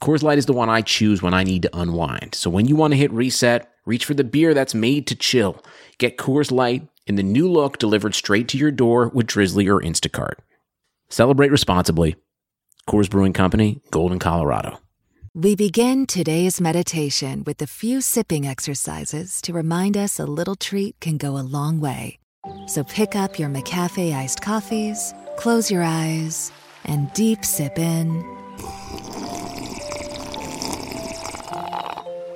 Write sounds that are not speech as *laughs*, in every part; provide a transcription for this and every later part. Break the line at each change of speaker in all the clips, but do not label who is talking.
Coors Light is the one I choose when I need to unwind. So when you want to hit reset, reach for the beer that's made to chill. Get Coors Light in the new look delivered straight to your door with Drizzly or Instacart. Celebrate responsibly. Coors Brewing Company, Golden, Colorado.
We begin today's meditation with a few sipping exercises to remind us a little treat can go a long way. So pick up your McCafe iced coffees, close your eyes, and deep sip in.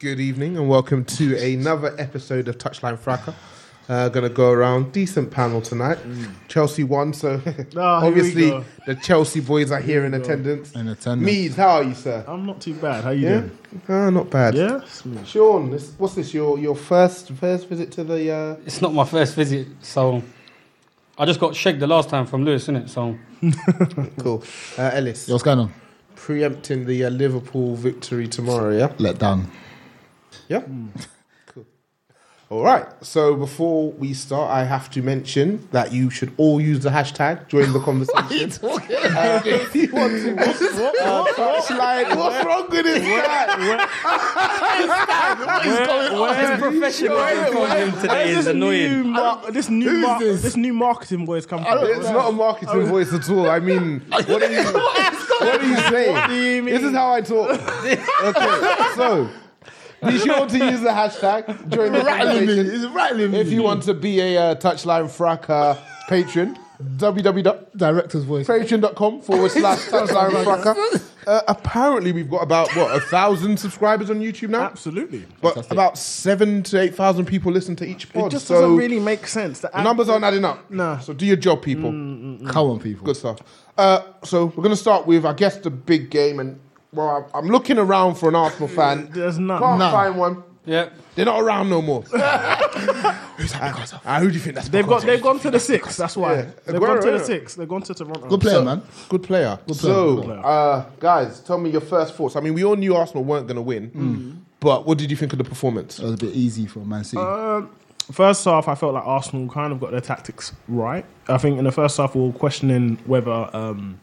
Good evening and welcome to another episode of Touchline Fracker. Uh, gonna go around decent panel tonight. Chelsea won, so *laughs*
Ah, here we
obviously
go.
the Chelsea boys are here in attendance.
In attendance.
Meads, how are you, sir?
I'm not too bad. How you
yeah,
doing?
Ah, not bad.
Yeah, Smooth.
Sean, this, what's this? Your your first first visit to the? Uh,
It's not my first visit, so I just got shagged the last time from Lewis, innit? So
cool, uh, Ellis.
Yo, what's going on?
preempting the uh, Liverpool victory tomorrow. Yeah.
Let down.
Yeah.
Hmm.
*laughs* Cool. All right. So before we start, I have to mention that you should all use the hashtag during
*laughs*
the conversation. Uh, *laughs* if you want to, what's, touchline, what's wrong with this guy? *laughs*
it's professional. today is
New
annoying.
mar- this new
Who's
mar-
this? Oh,
this? new marketing boy has come. From.
It's not a marketing voice at all. I
*laughs*
mean, what are you? What are you saying?
do you mean?
This is how I
*laughs*
talk. Okay. So. Be sure to use the hashtag during the conversation.
It's rattling
If you want to be a uh, Touchline Fracker patron, www.
Director's voice.
patreon.com forward
*laughs*
slash touchline fracker. Uh, apparently, we've got about what a thousand subscribers on YouTube now,
Absolutely.
but about seven to eight thousand people listen to each pod.
It just
so
doesn't really make sense. The
the numbers aren't adding up.
Nah.
So do your job, people.
Mm.
Come on, people.
Good stuff. Uh, so we're gonna start with, I guess, the big game, and well, I'm- I'm looking around for an Arsenal fan.
*laughs* There's none.
Can't
None.
find one.
Yeah.
They're not around no *laughs* more. Who's that because of? Uh, who do you think that's
They've
because
got.
of?
They've gone to the six. That's why.
Yeah.
They've
Aguero,
gone to the
innit?
six. They've gone to Toronto.
Good player, man.
Good player.
player,
so,
good
player.
Uh, guys, tell me your first thoughts. I mean, we all knew Arsenal weren't going to win, but what did you think of the performance?
That was a bit easy for Man City.
First half, I felt like Arsenal kind of got their tactics right. I think in the first half, we were questioning whether um,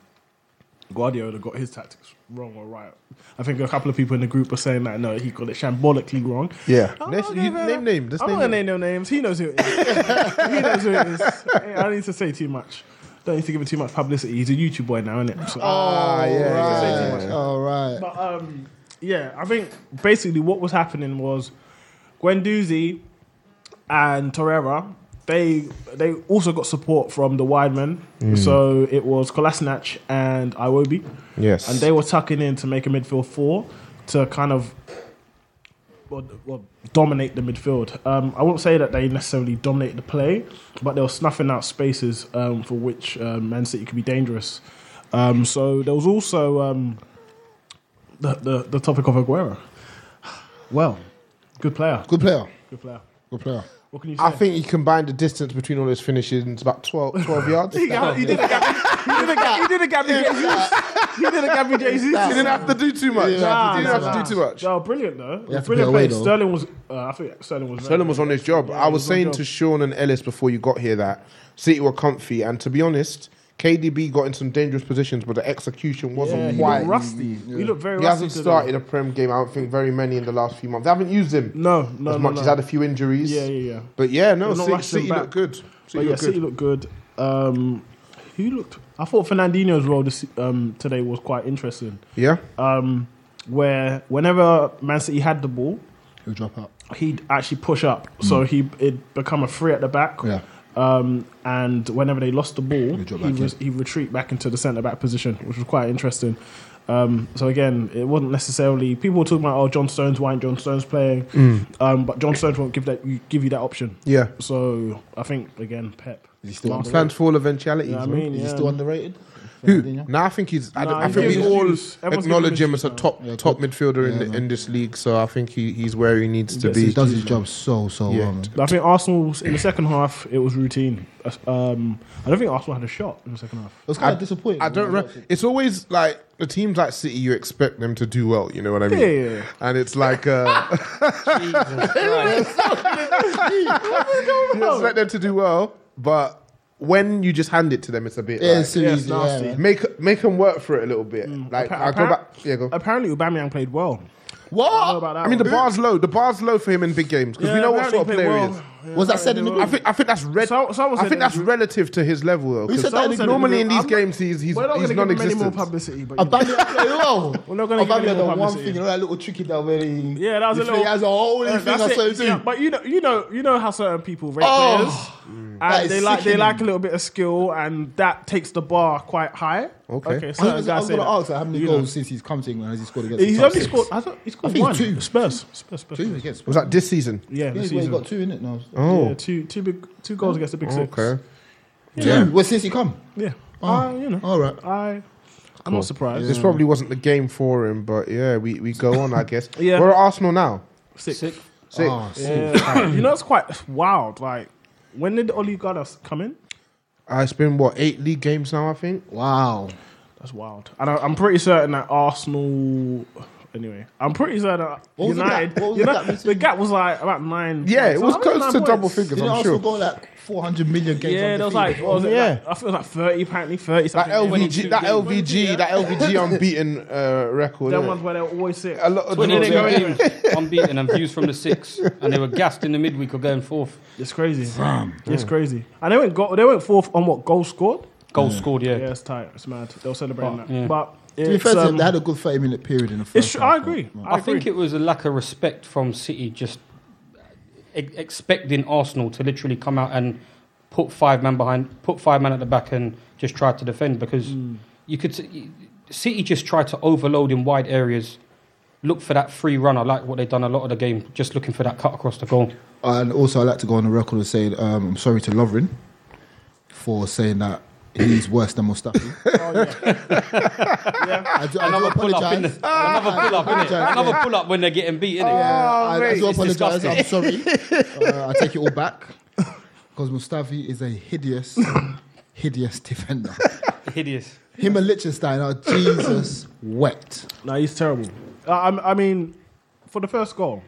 Guardiola got his tactics wrong or right. I think a couple of people in the group were saying that no, he got it shambolically wrong.
Yeah.
Oh,
Let's-
okay,
you-
fair
name
enough.
name, just
I'm
name
not gonna
name.
name no names. He knows who it is. *laughs* he knows who it is. I don't need to say too much. Don't need to give him too much publicity. He's a YouTube boy now, isn't it? So,
Ah, yeah, yeah, yeah.
All right.
but, um, yeah, I think basically what was happening was Gwendouzi and Torreira, they they also got support from the wide men.
Mm.
So it was Kolasinac and Iwobi.
Yes.
And they were tucking in to make a midfield four to kind of well, well, dominate the midfield. Um, I won't say that they necessarily dominated the play, but they were snuffing out spaces um, for which um, Man City could be dangerous. Um, so there was also um, the, the, the topic of Aguero. Well, good player.
Good player.
Good player.
Good player.
What can you say?
I think he combined the distance between all his finishes into about 12,
*laughs*
12 yards. he didn't
he did a Gabby. He did a Gabby. He did a Gabby. Jesus. He did a Gabby. Jesus.
have to do too much.
Nah,
he didn't
nah,
have to do too
nah.
much.
No, brilliant though.
have to
Brilliant
play away,
play.
though.
Sterling was. Uh, I think Sterling was. very
Sterling was on his job. I was
he was on
saying
job.
to Sean and Ellis before you got here that City were comfy, and to be honest, KDB got in some dangerous positions, but the execution wasn't
Yeah, he
quite.
looked rusty. He looked very
He
rusty.
hasn't
today.
started a Prem game. I don't think very many in the last few months. They haven't used him
No, no,
as
no,
much.
no.
He's had a few injuries.
Yeah, yeah, yeah.
But yeah, no,
They're not
City,
rushing
City
back.
looked good. City
but yeah,
looked
City
good.
looked good. Um, who looked. I thought Fernandinho's role this, um, today was quite interesting.
Yeah.
Um, where whenever Man City had the ball,
He'll drop out.
he'd actually push up, so
Hmm.
he it'd become a three at the back.
Yeah.
Um, and whenever they lost the ball,
drop
he
back
was, he retreat back into the centre back position, which was quite interesting. Um, so again, it wasn't necessarily people were talking about oh John Stones, why ain't John Stones playing?
Mm.
Um, but John Stones won't give that you give you that option.
Yeah.
So I think again, Pep.
He's still
Smart.
underrated.
Plans for all eventualities.
Yeah, I
man.
mean,
Is
yeah.
he still underrated?
Who?
Fernandinho?
No, I think he's. I,
Nah,
don't- I
he's
think we
giving
all
his- everyone's
acknowledge
giving
him as
his
a
due,
top
Yeah,
top
good.
midfielder in,
Yeah,
the,
man.
in this league. So I think he, he's where he needs to
Yes,
be.
He does his job so so
Yeah.
well. Man.
I think Arsenal in the second half it was routine. Um, I don't think Arsenal had a shot in the second half.
It was kind of disappointing.
I don't.
when I
Re-
watched it.
it's always like the teams like City. You expect them to do well. You know what I mean?
Yeah.
And it's like uh, *laughs*
*laughs*
you expect them to do well, but when you just hand it to them, it's a bit.
Yeah,
like,
it's so
Yeah, it's
easy, yeah,
nasty.
man.
make make them work for it a little bit. Like
Appa-
I go
appa-
back. Yeah, go.
Apparently, Aubameyang played well.
What?
I don't know about that
I mean, the
one.
bar's low. The bar's low for him in big games because we know what
apparently
sort of
he
player
played
he is.
well.
Was that said in the
I
middle?
think I think that's red.
So- someone
I
said
think
that
that's
in the-
relative to his level though. 'cause
said that in the group?
normally in these
I'm not-
games he's he's,
We're not
he's
going to give him any more
non-existent.
publicity, but
Aubameyang played well.
We're not gonna give him
Aubameyang
more
done one
publicity.
thing, you know that little tricky that where he
yeah, that was
he
a little.
He has a whole
Yeah,
thing
that's
I
it.
saw him do.
Yeah, but you know, you know, you know how certain people rate
Oh,
players,
that
and
is
they like they
sickening.
like a little bit of skill, and that takes the bar quite high.
Okay.
okay.
I
So
was, I was
say
going to
that.
ask like, how many
You know.
goals since he's come to England has he scored against?
He's
the top
only
six?
scored. I thought he scored
I think
one.
two.
Spurs. Spurs. Spurs.
Two against.
Was that this season?
Yeah,
Yeah,
this
he's well, he
season.
got two in it now.
Oh,
Yeah, two two big two goals against the big six.
okay.
Two. Well, since he come.
Yeah.
Oh,
I, Ah, you know.
All right.
I. I'm not surprised.
This probably wasn't the game for him, but yeah, we, we go on, I guess.
*laughs* Yeah.
We're at Arsenal now.
Six.
Sick.
Six.
Ah,
Oh, sick.
Yeah. *coughs* you know, it's quite wild. Like, when did Oli Gardas come in?
Uh, it's been, what, eight league games now, I think?
Wow.
That's wild. And I, I'm pretty certain that Arsenal. Anyway, I'm pretty certain that
What was the
United.
gap? What was the
United-
gap
the, gap?
between-
was like about nine.
Yeah, it
so
was
I think
close
nine
to
points.
double figures,
Didn't
I'm
Arsenal
sure.
go like 400 million games?
Yeah, there was like, what was it,
Yeah.
like- I feel it was like 30 apparently, 30
That
something.
LVG, that LVG, that LVG unbeaten uh, record.
Them
innit?
ones where they're always sick.
A lot of
When did they
draws,
go
yeah.
in unbeaten and views from the six, and they were gassed in the midweek or going fourth.
It's crazy. It's crazy. And they went, go- they went fourth on what, goal scored?
Goal scored, yeah.
Yeah, it's tight. It's mad. They were celebrating
But,
that.
yeah.
But
To be
it's,
fair to
um,
them, they had a good 30 minute period in the first
it's true. I
half,
agree.
but-
I, think it was a lack of respect from City, just e- expecting Arsenal to literally come out and put five men behind, put five men at the back, and just try to defend because
Hmm.
you could. s- y- City just try to overload in wide areas, look for that free runner, like what they've done a lot of the game, just looking for that cut across the goal.
And also, I'd like to go on the record and say um, I'm sorry to Lovren for saying that he's worse than
Oh,
*laughs* Mustafi. I do, I do
Another pull up,
apologise.
innit?
Ah,
Another pull up, innit? Another pull up when they're getting beat, innit?
I, I do
It's
apologise. I'm sorry. Uh, I take it all back because Mustafi is a hideous, hideous defender.
Ah.
Hideous.
Him and Liechtenstein are Jesus wept.
No, he's terrible. I, I'm- I mean, for the first goal,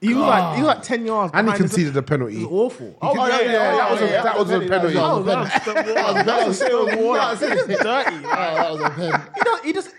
he was like he was like ten yards,
And he
behind his-
conceded a penalty.
It was awful. Oh,
yeah, yeah, that was a- that was a penalty.
That
Oh,
was a
that's
pen.
the water.
That was
Still
a
*laughs*
pen.
water.
That was a *laughs* pen.
dirty.
Oh, that was a pen.
He does. He just.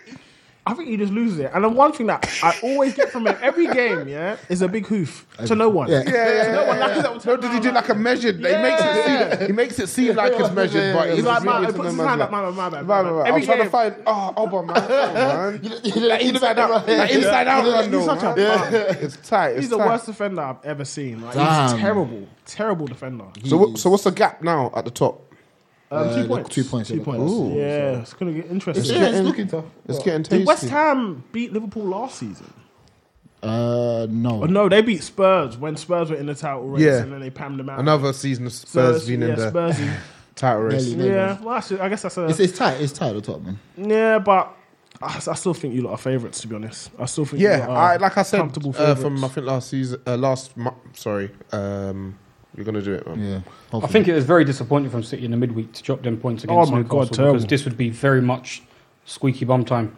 I think he just loses it. And the one thing that I always get from him every game, yeah, is a big hoof to no one.
Yeah.
Yeah, yeah,
No one
yeah,
likes
yeah.
that one.
No, did he do like a measured? He makes it seem he makes it seem like it's measured, but
He's
it's
like,
really
man, he
it's
puts
no
his
man's
hand up,
man.
my man, my man.
Man, man, man.
Every
I'm trying
game,
to find oh, Oba, man. Come on, man.
That
Inside out, that inside
*laughs*
out run though,
such a
man. It's tight. It's
he's the
tight.
worst defender I've ever seen. Like,
Damn.
he's terrible, terrible defender.
So, what, so what's the gap now at the top?
Um,
Uh,
two
the
points.
two points,
Two
yeah, the
points.
points. Ooh.
yeah, it's going to get interesting.
It's getting- looking tough.
It's getting tasty.
Did West Ham beat Liverpool last season?
Uh, no.
But Oh, no, they beat Spurs when Spurs were in the title race,
Yeah.
and then they pammed them out.
Another season of Spurs
Spurs,
being
yeah,
in the *laughs*
Spursy.
title race.
Barely.
yeah, well, actually, I guess that's a
It's, it's tight. It's tight at the top, man.
yeah, but I, I still think you lot are favourites. To be honest, I still think you
Yeah,
lot are
I, like I said
comfortable
uh,
favourites.
from I think last season, uh, last mo- sorry, um, you're gonna do it, man.
Yeah.
I think it was very disappointing from City in the midweek to drop them points
Oh
against
my God,
Newcastle
terrible.
because this would be very much squeaky bum time.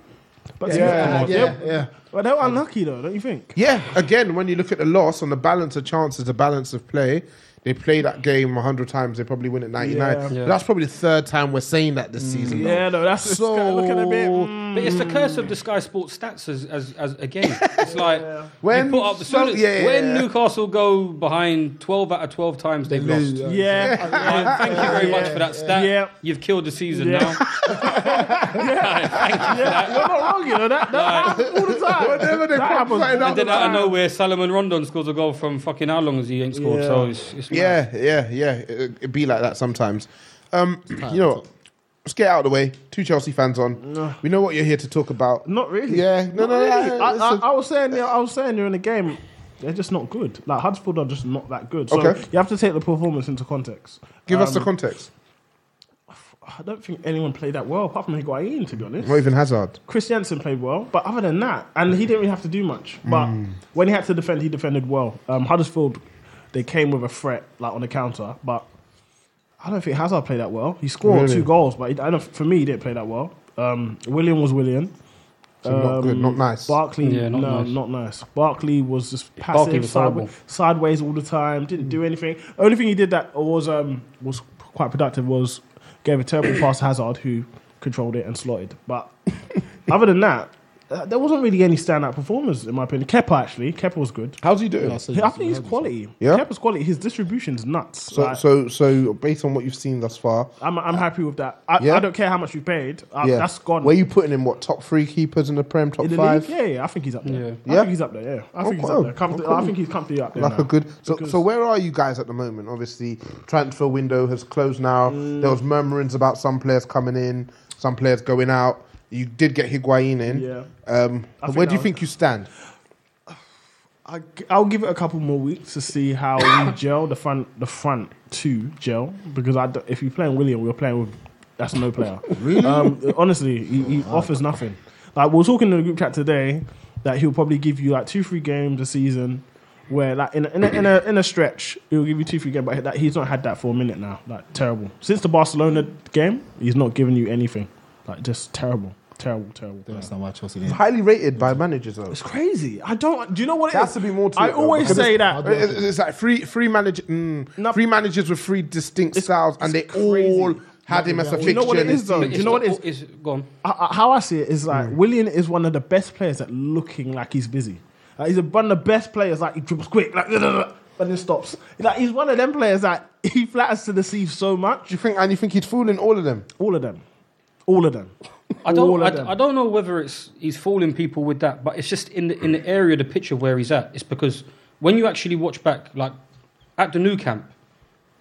but
Yeah,
to be
yeah,
fair,
yeah.
they're- Well, they're unlucky though, don't you think?
Yeah, again, when you look at the loss and the balance of chances, the balance of play, they play that game 100 times, they probably win it 99.
Yeah.
Yeah.
That's probably the third time we're saying that this season.
Yeah,
though.
no, that's it's
So,
kinda looking a bit. mm,
But it's the curse of the Sky Sports stats as, as, as again.
*laughs*
It's like
When
when put up the
so-
soon as-
yeah.
when Newcastle go behind twelve out of twelve times
*laughs*
they've lost.
Yeah.
Yeah.
Like, thank you very much for that stat.
Yeah.
You've killed the season
Yeah.
now.
*laughs*
Like, thank you for that.
You're not wrong, you know. That, that
Like,
happens all the time.
Whenever they
That
pop
happens
something
all
out
then
the
out of
bag.
nowhere, Solomon Rondon scores a goal from fucking how long has he ain't scored?
Yeah.
So it's, it's mad.
Yeah, yeah, yeah. It, it be like that sometimes. Um, you know, what? let's get out of the way. Two Chelsea fans on. We know what you're here to talk about.
Not really.
Yeah, no,
Not
no, no,
really.
no,
I,
it's
I,
a-
I was saying, I was saying, you're in a game. They're just not good. Like Huddersfield are just not that good. So
Okay.
you have to take the performance into context.
Give us the
Um,
context.
I don't think anyone played that well apart from Higuain, to be honest.
Not even Hazard.
Chris Jensen played well, but other than that, and he didn't really have to do much. But
Hmm.
when he had to defend, he defended well. Um, Huddersfield, they came with a threat like on the counter, but I don't think Hazard played that well. He scored
Really?
two goals, but he, I don't, for me, he didn't play that well. Um, William was William.
So
um,
not good, not nice.
Barkley,
Yeah, not
no,
nice.
not nice. Barkley was just passive,
Barkley was horrible.
sideways, sideways all the time. Didn't do anything. Only thing he did that was um, was quite productive was gave a terrible pass to Hazard, who controlled it and slotted. But *laughs* other than that, uh, there wasn't really any standout performers in my opinion. Kepa actually, Kepa was good.
How's he doing?
I'll say
I
this,
think he's
I'll
quality.
Yeah?
Kepa's quality. His distribution's nuts.
So,
Like,
so, so, based on what you've seen thus far,
I'm, I'm happy with that. I,
Yeah?
I don't care how much you paid. I,
yeah,
That's gone.
Where you putting him? What top three keepers in the Prem? Top
in the
five?
league? Yeah, yeah, I think he's up there.
Yeah.
I
Yeah?
think he's up there. Yeah, I think he's
Okay.
up there. Comfort-
Okay.
I think he's comfortably up there.
Like a
now.
good. So,
Because-
so where are you guys at the moment? Obviously, transfer window has closed now.
Mm.
There was murmurings about some players coming in, some players going out. You did get Higuain in.
Yeah.
Um,
I
where
think
do you
that-
think you stand?
I, will give it a couple more weeks to see how we *coughs* gel the front, the front two gel because I, don't- if you're playing William, we're playing with that's no player. really? Um, honestly, he, he
Ah.
offers nothing. Like we were talking in the group chat today that he'll probably give you like two, three games a season. Where like in a, in a, in a, in a stretch, he'll give you two, three games, but that he's not had that for a minute now. Like terrible since the Barcelona game, he's not giving you anything. Like just terrible, terrible, terrible.
Don't
player.
understand why Chelsea didn't.
Highly rated by managers though.
It's crazy. I don't. Do you know what
There
it
has
is?
to be more to
I
it, though,
always
because
say
it's-
that.
It's, it's like three three manage, mm,
No.
three managers with three distinct
It's-
styles, and they
it's crazy.
all had him as a fixture.
You know what it
in his
is, though?
team.
Do you know what it is?
It's gone.
I- I- how I see it is like
Hmm.
William is one of the best players at looking like he's busy. Like, he's one of the best players. Like he dribbles quick, like but then stops. Like he's one of them players that *laughs* he flatters to deceive so
Do
much.
you think? And you think he'd fooling all of them?
All of them, all of them.
I don't.
All of
I,
them.
I don't know whether it's he's fooling people with that, but it's just in the in the area of the picture where he's at. It's because when you actually watch back, like at the new camp,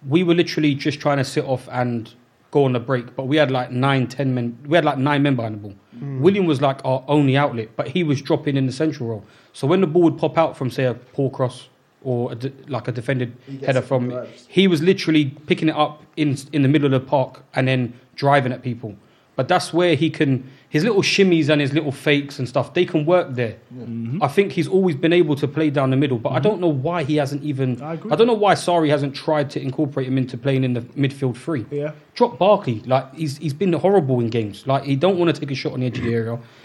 we were literally just trying to sit off and go on a break, but we had like nine, ten men. We had like nine men behind the ball.
Mm.
William was like our only outlet, but he was dropping in the central role. So when the ball would pop out from say a poor cross or a de- like a defended header from, he was literally picking it up in in the middle of the park and then driving at people. But that's where he can his little shimmies and his little fakes and stuff. They can work there.
Mm-hmm.
I think he's always been able to play down the middle, but I don't know why he hasn't even.
I agree.
I don't know why Sari hasn't tried to incorporate him into playing in the midfield three.
Yeah.
Drop Barkley. Like he's he's been horrible in games. Like he don't want to take a shot on the edge of the area. *coughs*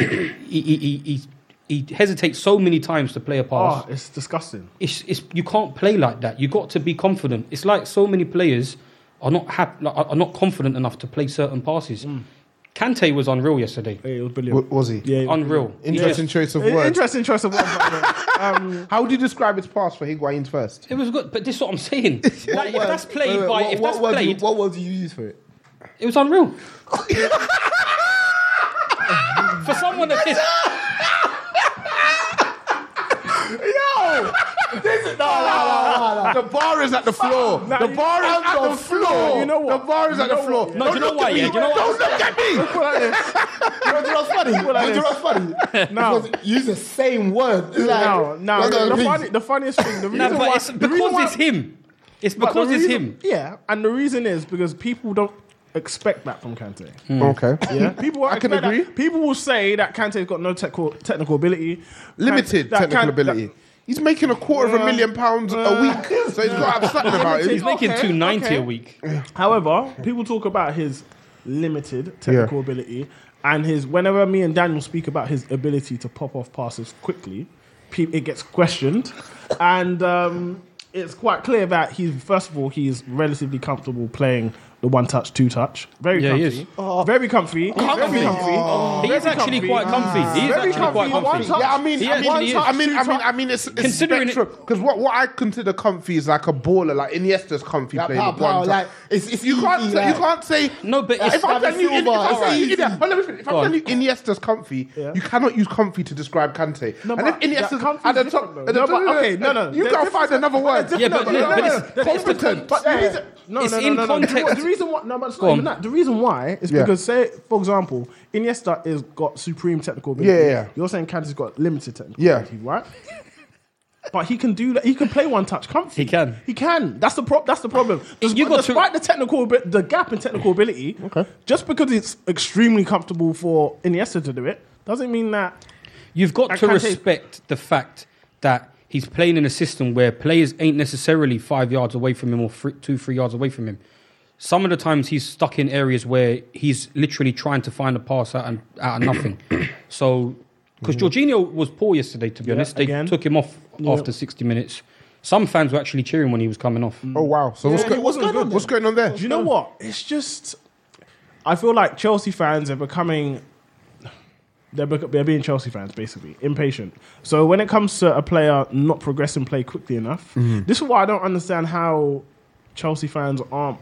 he, he, he, he he hesitates so many times to play a pass
Oh, it's disgusting.
it's, it's you can't play like that. You got to be confident. It's like so many players are not hap- like, are are not confident enough to play certain passes. Kante was unreal yesterday.
Mm. Yeah, it was brilliant.
W- was he?
yeah,
Unreal.
Interesting
Yeah.
choice of
I-
words.
interesting choice of words. by
*laughs*
the way.
How would you describe his pass for Higuain's first?
It was good, but this is what
*laughs*
I'm saying. Like, if that's played
Wait, wait,
by
what,
if
what
that's
words you-
played,
what words do you use for it?
it
*laughs*
was unreal. For someone that is
The bar is at the floor.
Nah,
the
you-
bar is
I'm
at the
the
floor.
floor. You know what?
The bar is
You
at the
know
floor. *laughs*
what?
No, do you know
look
why,
at me.
yeah? Do you know why?
Don't look at me.
Put like this.
You know, do you know what's funny? You know
like
what's
*laughs*
funny?
No.
Because you use the same word. It's like,
No, no.
like,
The,
uh,
funny, the funniest thing. The
*laughs*
reason
Nah, but
why,
it's
the reason
because
why-
it's him. It's
But the
because it's
reason-
him.
Yeah, and the reason is because people don't expect that from Kante.
Okay.
Yeah, people. won't
I can
expect that.
agree.
People will say that Kante's got no technical technical ability, Kante-
Limited
that
technical
Kan-
ability.
that-
he's making a quarter of a
Uh,
million pounds a
uh,
week, so he's got to have something about
*laughs*
He's
him.
Limited.
making
Okay,
290 a
okay.
week.
However, people talk about his limited technical
Yeah.
ability and his. Whenever me and Daniel speak about his ability to pop off passes quickly, pe- it gets questioned, and um, it's quite clear that he's first of all he's relatively comfortable playing the one touch, two touch. Very
Yeah, he
comfy.
is.
Very comfy. Very comfy.
He is actually quite comfy. He
Very
is actually quite
comfy, one
comfy.
touch.
Yeah, I mean,
He
I mean,
actually is.
I mean, I mean, I mean, it's, it's
Considering
considering
it-
because what, what I consider comfy is like a baller, like Iniesta's comfy
Like,
play.
pow,
with one
pow,
touch.
like, it's- it's
you can't
easy,
say,
like-
you can't say
No, but it's
if I'm telling you, if
David
I'm
Silva,
telling you,
it's
Iniesta- well, let me finish. If I'm
Go on.
telling you Iniesta's comfy,
Yeah.
you cannot use comfy to describe Kante.
No,
and if
but that
Iniesta's
comfy
at
is
the top,
different,
at the
though. No,
top-
but okay, no, no,
you
they're
can't find another word.
Yeah, but- no, but it's- but it's the
competent.
con-
But the reason, no,
It's
no, no,
in
no, no.
context.
The reason why, no, but it's
Go
not
on.
even that. The reason why is
Yeah.
because, say, for example, Iniesta has got supreme technical ability.
Yeah, yeah, yeah.
You're saying Kante's got limited technical
Yeah.
ability, right? But he can do that. He can play one touch comfy.
He can.
He can. That's the prop. That's the problem. Des-
You got to-
despite the technical, abi- the gap in technical ability. Okay. Just because it's extremely comfortable for Iniesta to do it, doesn't mean that.
You've got
I
to
can't say-
respect the fact that he's playing in a system where players ain't necessarily five yards away from him or three, two, three yards away from him. Some of the times he's stuck in areas where he's literally trying to find a pass out, and, out
*coughs*
of nothing. so, because Jorginho was poor yesterday, to be honest. They
Mm-hmm. again.
took him off after 60 minutes. Some fans were actually cheering when he was coming off.
Mm.
Oh wow! So what's,
Yeah,
go-
he
what's
wasn't
going on?
good.
What's going on there?
Do you know what? It's just. I feel like Chelsea fans are becoming. They're, bec- they're being Chelsea fans, basically, impatient. So when it comes to a player not progressing play quickly enough, this is why I don't understand how Chelsea fans aren't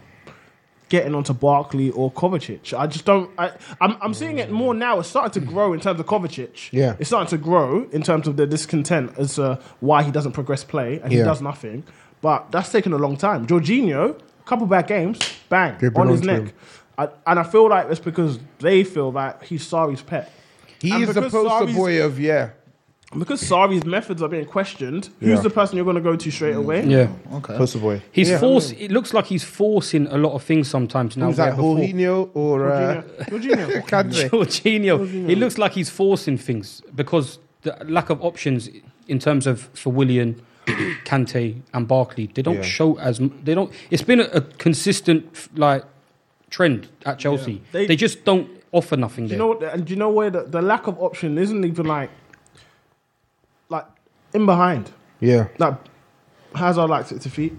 getting onto Barkley or Kovacic. I just don't. I, I'm, I'm seeing it more now. It's starting to grow in terms of Kovacic.
Yeah.
It's starting to grow in terms of the discontent as to why he doesn't progress play and he
Yeah.
does nothing. But that's taken a long time. Jorginho, couple bad games, bang,
They've been
on his
onto
neck.
him.
I, and I feel like it's because they feel that he's Sari's pet.
He
And
is the
because
poster
Sarri's-
boy of yeah.
Because Sari's methods are being questioned, who's
Yeah.
the person you're going to go to straight away?
Yeah.
Okay.
Poster boy.
He's force. It looks like he's forcing a lot of things sometimes now.
Is that
where before-
Jorginho or uh, *laughs*
Jorginho. Jorginho.
Kante?
*laughs* Jorginho. He looks like he's forcing things because the lack of options in terms of for Willian, *coughs* Kante, and Barkley, they don't
Yeah.
show as m- they don't. It's been a, a consistent f- like trend at Chelsea.
They-
They, just don't offer nothing
Do
there.
you know what? And do you know where the, the lack of option isn't even like, like in behind.
Yeah.
Like Hazard likes it to feet.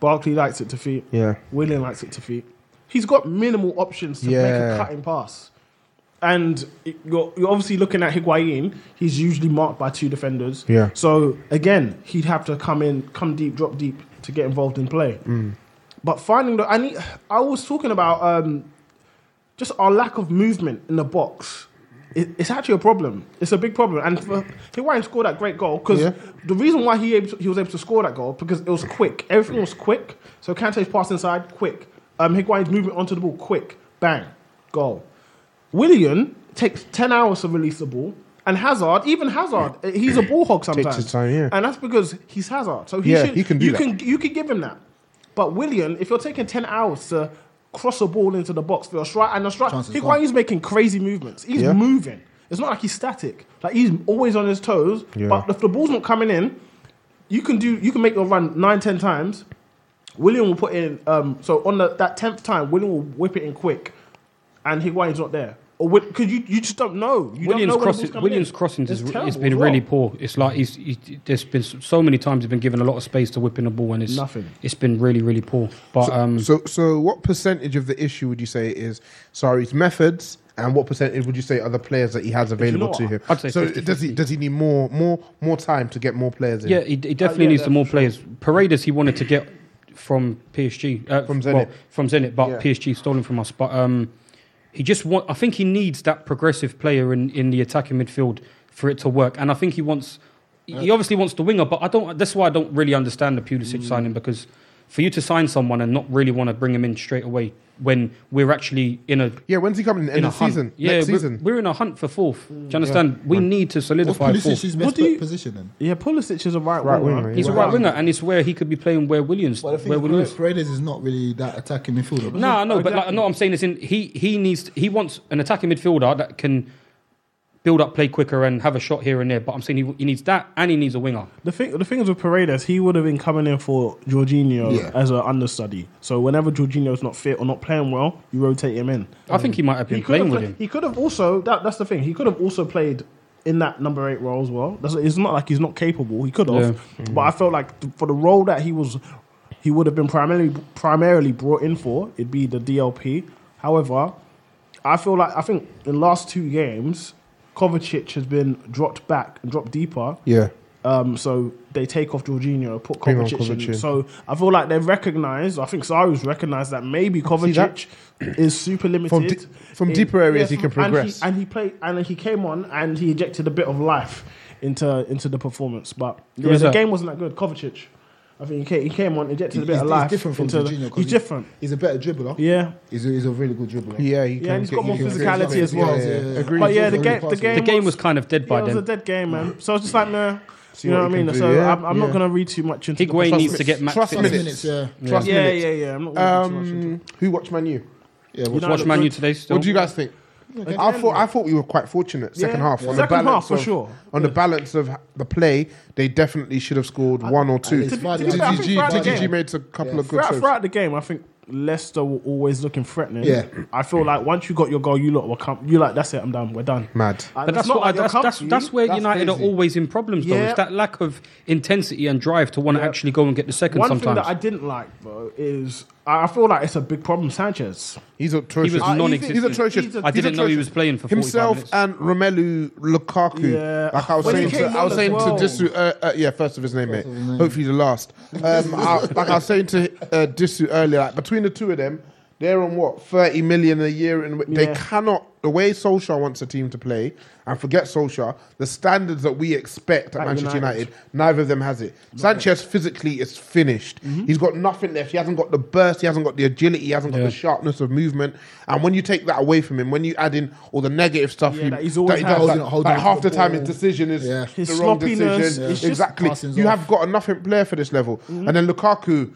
Barkley likes it to feet.
Yeah.
Willian likes it to feet. He's got minimal options to make a
Yeah.
cutting pass. And it- you're, you're obviously looking at Higuain. He's usually marked by two defenders.
Yeah.
So again, he'd have to come in, come deep, drop deep to get involved in play.
Mm.
But finding the, I need. I was talking about um, just our lack of movement in the box. It, it's actually a problem. It's a big problem. And for Higuain scored that great goal because
Yeah.
the reason why he able to- he was able to score that goal because it was quick. Everything was quick. So Kante's pass inside, quick. Um, Higuain's movement onto the ball, quick. Bang, goal. Willian takes ten hours to release the ball. And Hazard, even Hazard, he's a ball hog sometimes.
his time, yeah.
And that's because he's Hazard. So he
Yeah,
should,
he can do
you
that.
Can, you can give him that. But Willian, if you're taking 10 hours to cross a ball into the box for a strike, and the strike,
Chances gone.
Higuain's making crazy movements. He's
Yeah.
moving. It's not like he's static. Like he's always on his toes.
Yeah.
But if the ball's not coming in, you can do. You can make your run nine, ten times. William will put in. Um, so on the, that tenth time, William will whip it in quick, and Higuain's not there. Or because you, you just don't know. You don't know
Williams
when the ball's
crossing,
coming
Williams
in.
crossings
It's
is,
terrible
has been
as well.
really poor. It's like he's, he, there's been so so many times he's been given a lot of space to whip in the ball and it's
Nothing.
It's been really really poor. But um,
So, so what percentage of the issue would you say is Sari's methods, and what percentage would you say are the players that he has available
what?
to him?
I'd say
so
50-50.
does he does he need more more more time to get more players in?
Yeah, he, he definitely
yeah,
needs the
yeah,
more players. Paredes, he wanted to get from PSG, uh,
From
well,
Zenit.
from Zenit, but
Yeah.
PSG stolen from us. But um, he just want. I think he needs that progressive player in, in the attacking midfield for it to work. And I think he wants. He
Uh.
obviously wants the winger, but I don't. That's why I don't really understand the Pulisic
Mm.
signing because for you to sign someone and not really want to bring him in straight away when we're actually in a
Yeah, when's he coming?
in
End
a
of
hunt.
season?
Yeah,
Next
we're,
season? Mm.
we're in a hunt for fourth. Do you understand? We need to
What's
solidify fourth.
Pulisic's
What
best
do you-
position then?
Yeah, Pulisic is a right,
Right
winger.
winger, yeah.
He's a
Wow.
right winger, and it's where he could be playing where Williams.
Well, the thing
where
is,
Williams.
Paredes is not really that attacking midfielder.
No, I know, but like,
Exactly.
no, I'm saying this in he he needs he wants an attacking midfielder that can build up play quicker and have a shot here and there. But I'm saying he, he needs that and he needs a winger.
The thing, the thing is with Paredes, he would have been coming in for Jorginho
Yeah.
as an understudy. So whenever Jorginho's not fit or not playing well, you rotate him in.
I think he might have been
He could
playing
have,
with
play-
him.
he could have also that, that's the thing. He could have also played in that number eight role as well. That's, it's not like he's not capable. He could have, but I felt like th- for the role that he was he would have been primarily primarily brought in for. It'd be the DLP. However, I feel like I think in the last two games, Kovacic has been dropped back and dropped deeper.
Yeah.
Um, so they take off Jorginho, put
Bring on
Kovacic,
Kovacic in.
in. So I feel like they've recognised, I think Sari's recognised that maybe Kovacic is super limited.
From di- from deeper areas he can progress.
And he, and he played, and he came on and he injected a bit of life into into the performance. But yeah,
was
the
that?
game wasn't that good. Kovacic, I think he came, he came on, injected a bit
He's-
of
he's
life.
different from
into the-
Jorginho 'cause
He's
he-
different.
He's a better dribbler.
Yeah.
He's a, he's a really good dribbler.
Yeah, he
Yeah, and he's
get
got more
you-
physicality as well.
Yeah, yeah, yeah.
Agreed.
But yeah,
He's
the game,
a really
the
fast
game,
one.
The game was kind of dead by
yeah, it
then.
was a dead game, man. So I was just like, nah.
See
You know
what
what I
he can
mean?
do,
So
yeah,
I'm, I'm
yeah.
not gonna read too much into. the
Higuain
Trust
needs
me-
to get match
trust
fit.
Plus
minutes.
minutes, yeah.
Trust
Yeah,
minutes.
yeah, yeah. I'm not gonna read too much into it.
Um, who watched Man U?
Yeah, which
know,
Watch
look,
Man U
look,
today still.
What do you guys think? I thought I thought we were quite fortunate second
Yeah.
half
Yeah.
on the
Second half,
balance
for
of,
sure.
on the balance of the play they definitely should have scored one or two.
To
least
be- to be fair, I think
DDG,
throughout the
DDG
game-
made a couple of good
throughout,
saves.
throughout the game, I think Leicester were always looking threatening.
Yeah.
I feel like once you got your goal, you lot were com- you like that's it. I'm done. We're done.
Mad.
And
But
it's
that's
not
what I,
like you're
that's, that's
comfy.
that's where
That's
United
crazy.
are always in problems though.
Yeah.
It's that lack of intensity and drive to want to
Yeah.
actually go and get the second
One thing
sometimes.
that I didn't like, bro, is I I feel like it's a big problem. Sanchez.
He's atrocious.
He was
Uh,
non-existent.
He's atrocious.
Ah, He's a-
He's
I didn't know he
atrocious.
was playing for 45
himself
minutes.
and Romelu Lukaku.
Yeah.
Like I was
When he
saying, to,
came
I was
on
saying
as well.
to Disu. Uh, uh, yeah, first of his name, mate. Hopefully the last. Um, I, like I was saying to uh, Disu earlier, like between the two of them, they're on what thirty million a year, and they
Yeah.
cannot. The way Solskjaer wants a team to play, and forget Solskjaer, the standards that we expect at
At
Manchester
United.
United. neither of them has it. Sanchez physically is finished. He's got nothing left. He hasn't got the burst. He hasn't got the agility. He hasn't got the sharpness of movement. And when you take that away from him, when you add in all the negative stuff,
Yeah,
he,
that he's always
he
had.
does, like,
Holding- holding
like half the
the
time,
ball.
his decision is
Yeah.
the
His
wrong
sloppiness,
decision.
yeah. it's just
Exactly.
passing's
You
off.
have got a nothing player for this level. And then Lukaku.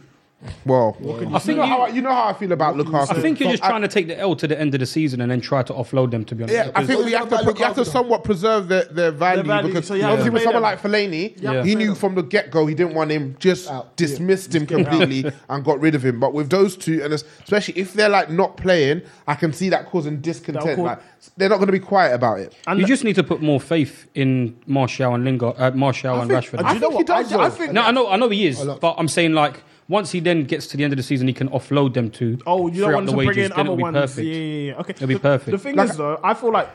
Well, I you
think
know,
you-
how I, you know how I feel about Lukaku.
I think you're
But
just trying to take the L to the end of the season and then try to offload them. To be honest,
yeah, I
Because-
think
Well,
we
you
have
know
to,
about
put, you have to
Lukaku, though.
somewhat preserve their, their value
value,
because
so you have to
obviously with
play
someone
them.
like Fellaini,
You have to
he
play
knew
them.
from the get go he didn't want him, just
Out.
dismissed him completely and got rid of him. But with those two, and especially if they're like not playing, I can see that causing discontent.
cause-
like they're not going to be quiet about it.
And
you just need to put more faith in Martial and Lingard, uh, Martial and
think-
Rashford.
I
I
you
think
know
he
what? I
does,
d- I
though.
think-
no, I know, I know he is,
lot.
but I'm saying like once he then gets to the end of the season, he can offload them to.
Oh, you
free
don't
up
want
the
to
wages,
bring in
then
other
it'll be
ones.
perfect.
Yeah, yeah, yeah. Okay.
It'll be
the,
perfect.
The thing
Like-
is, though, I feel like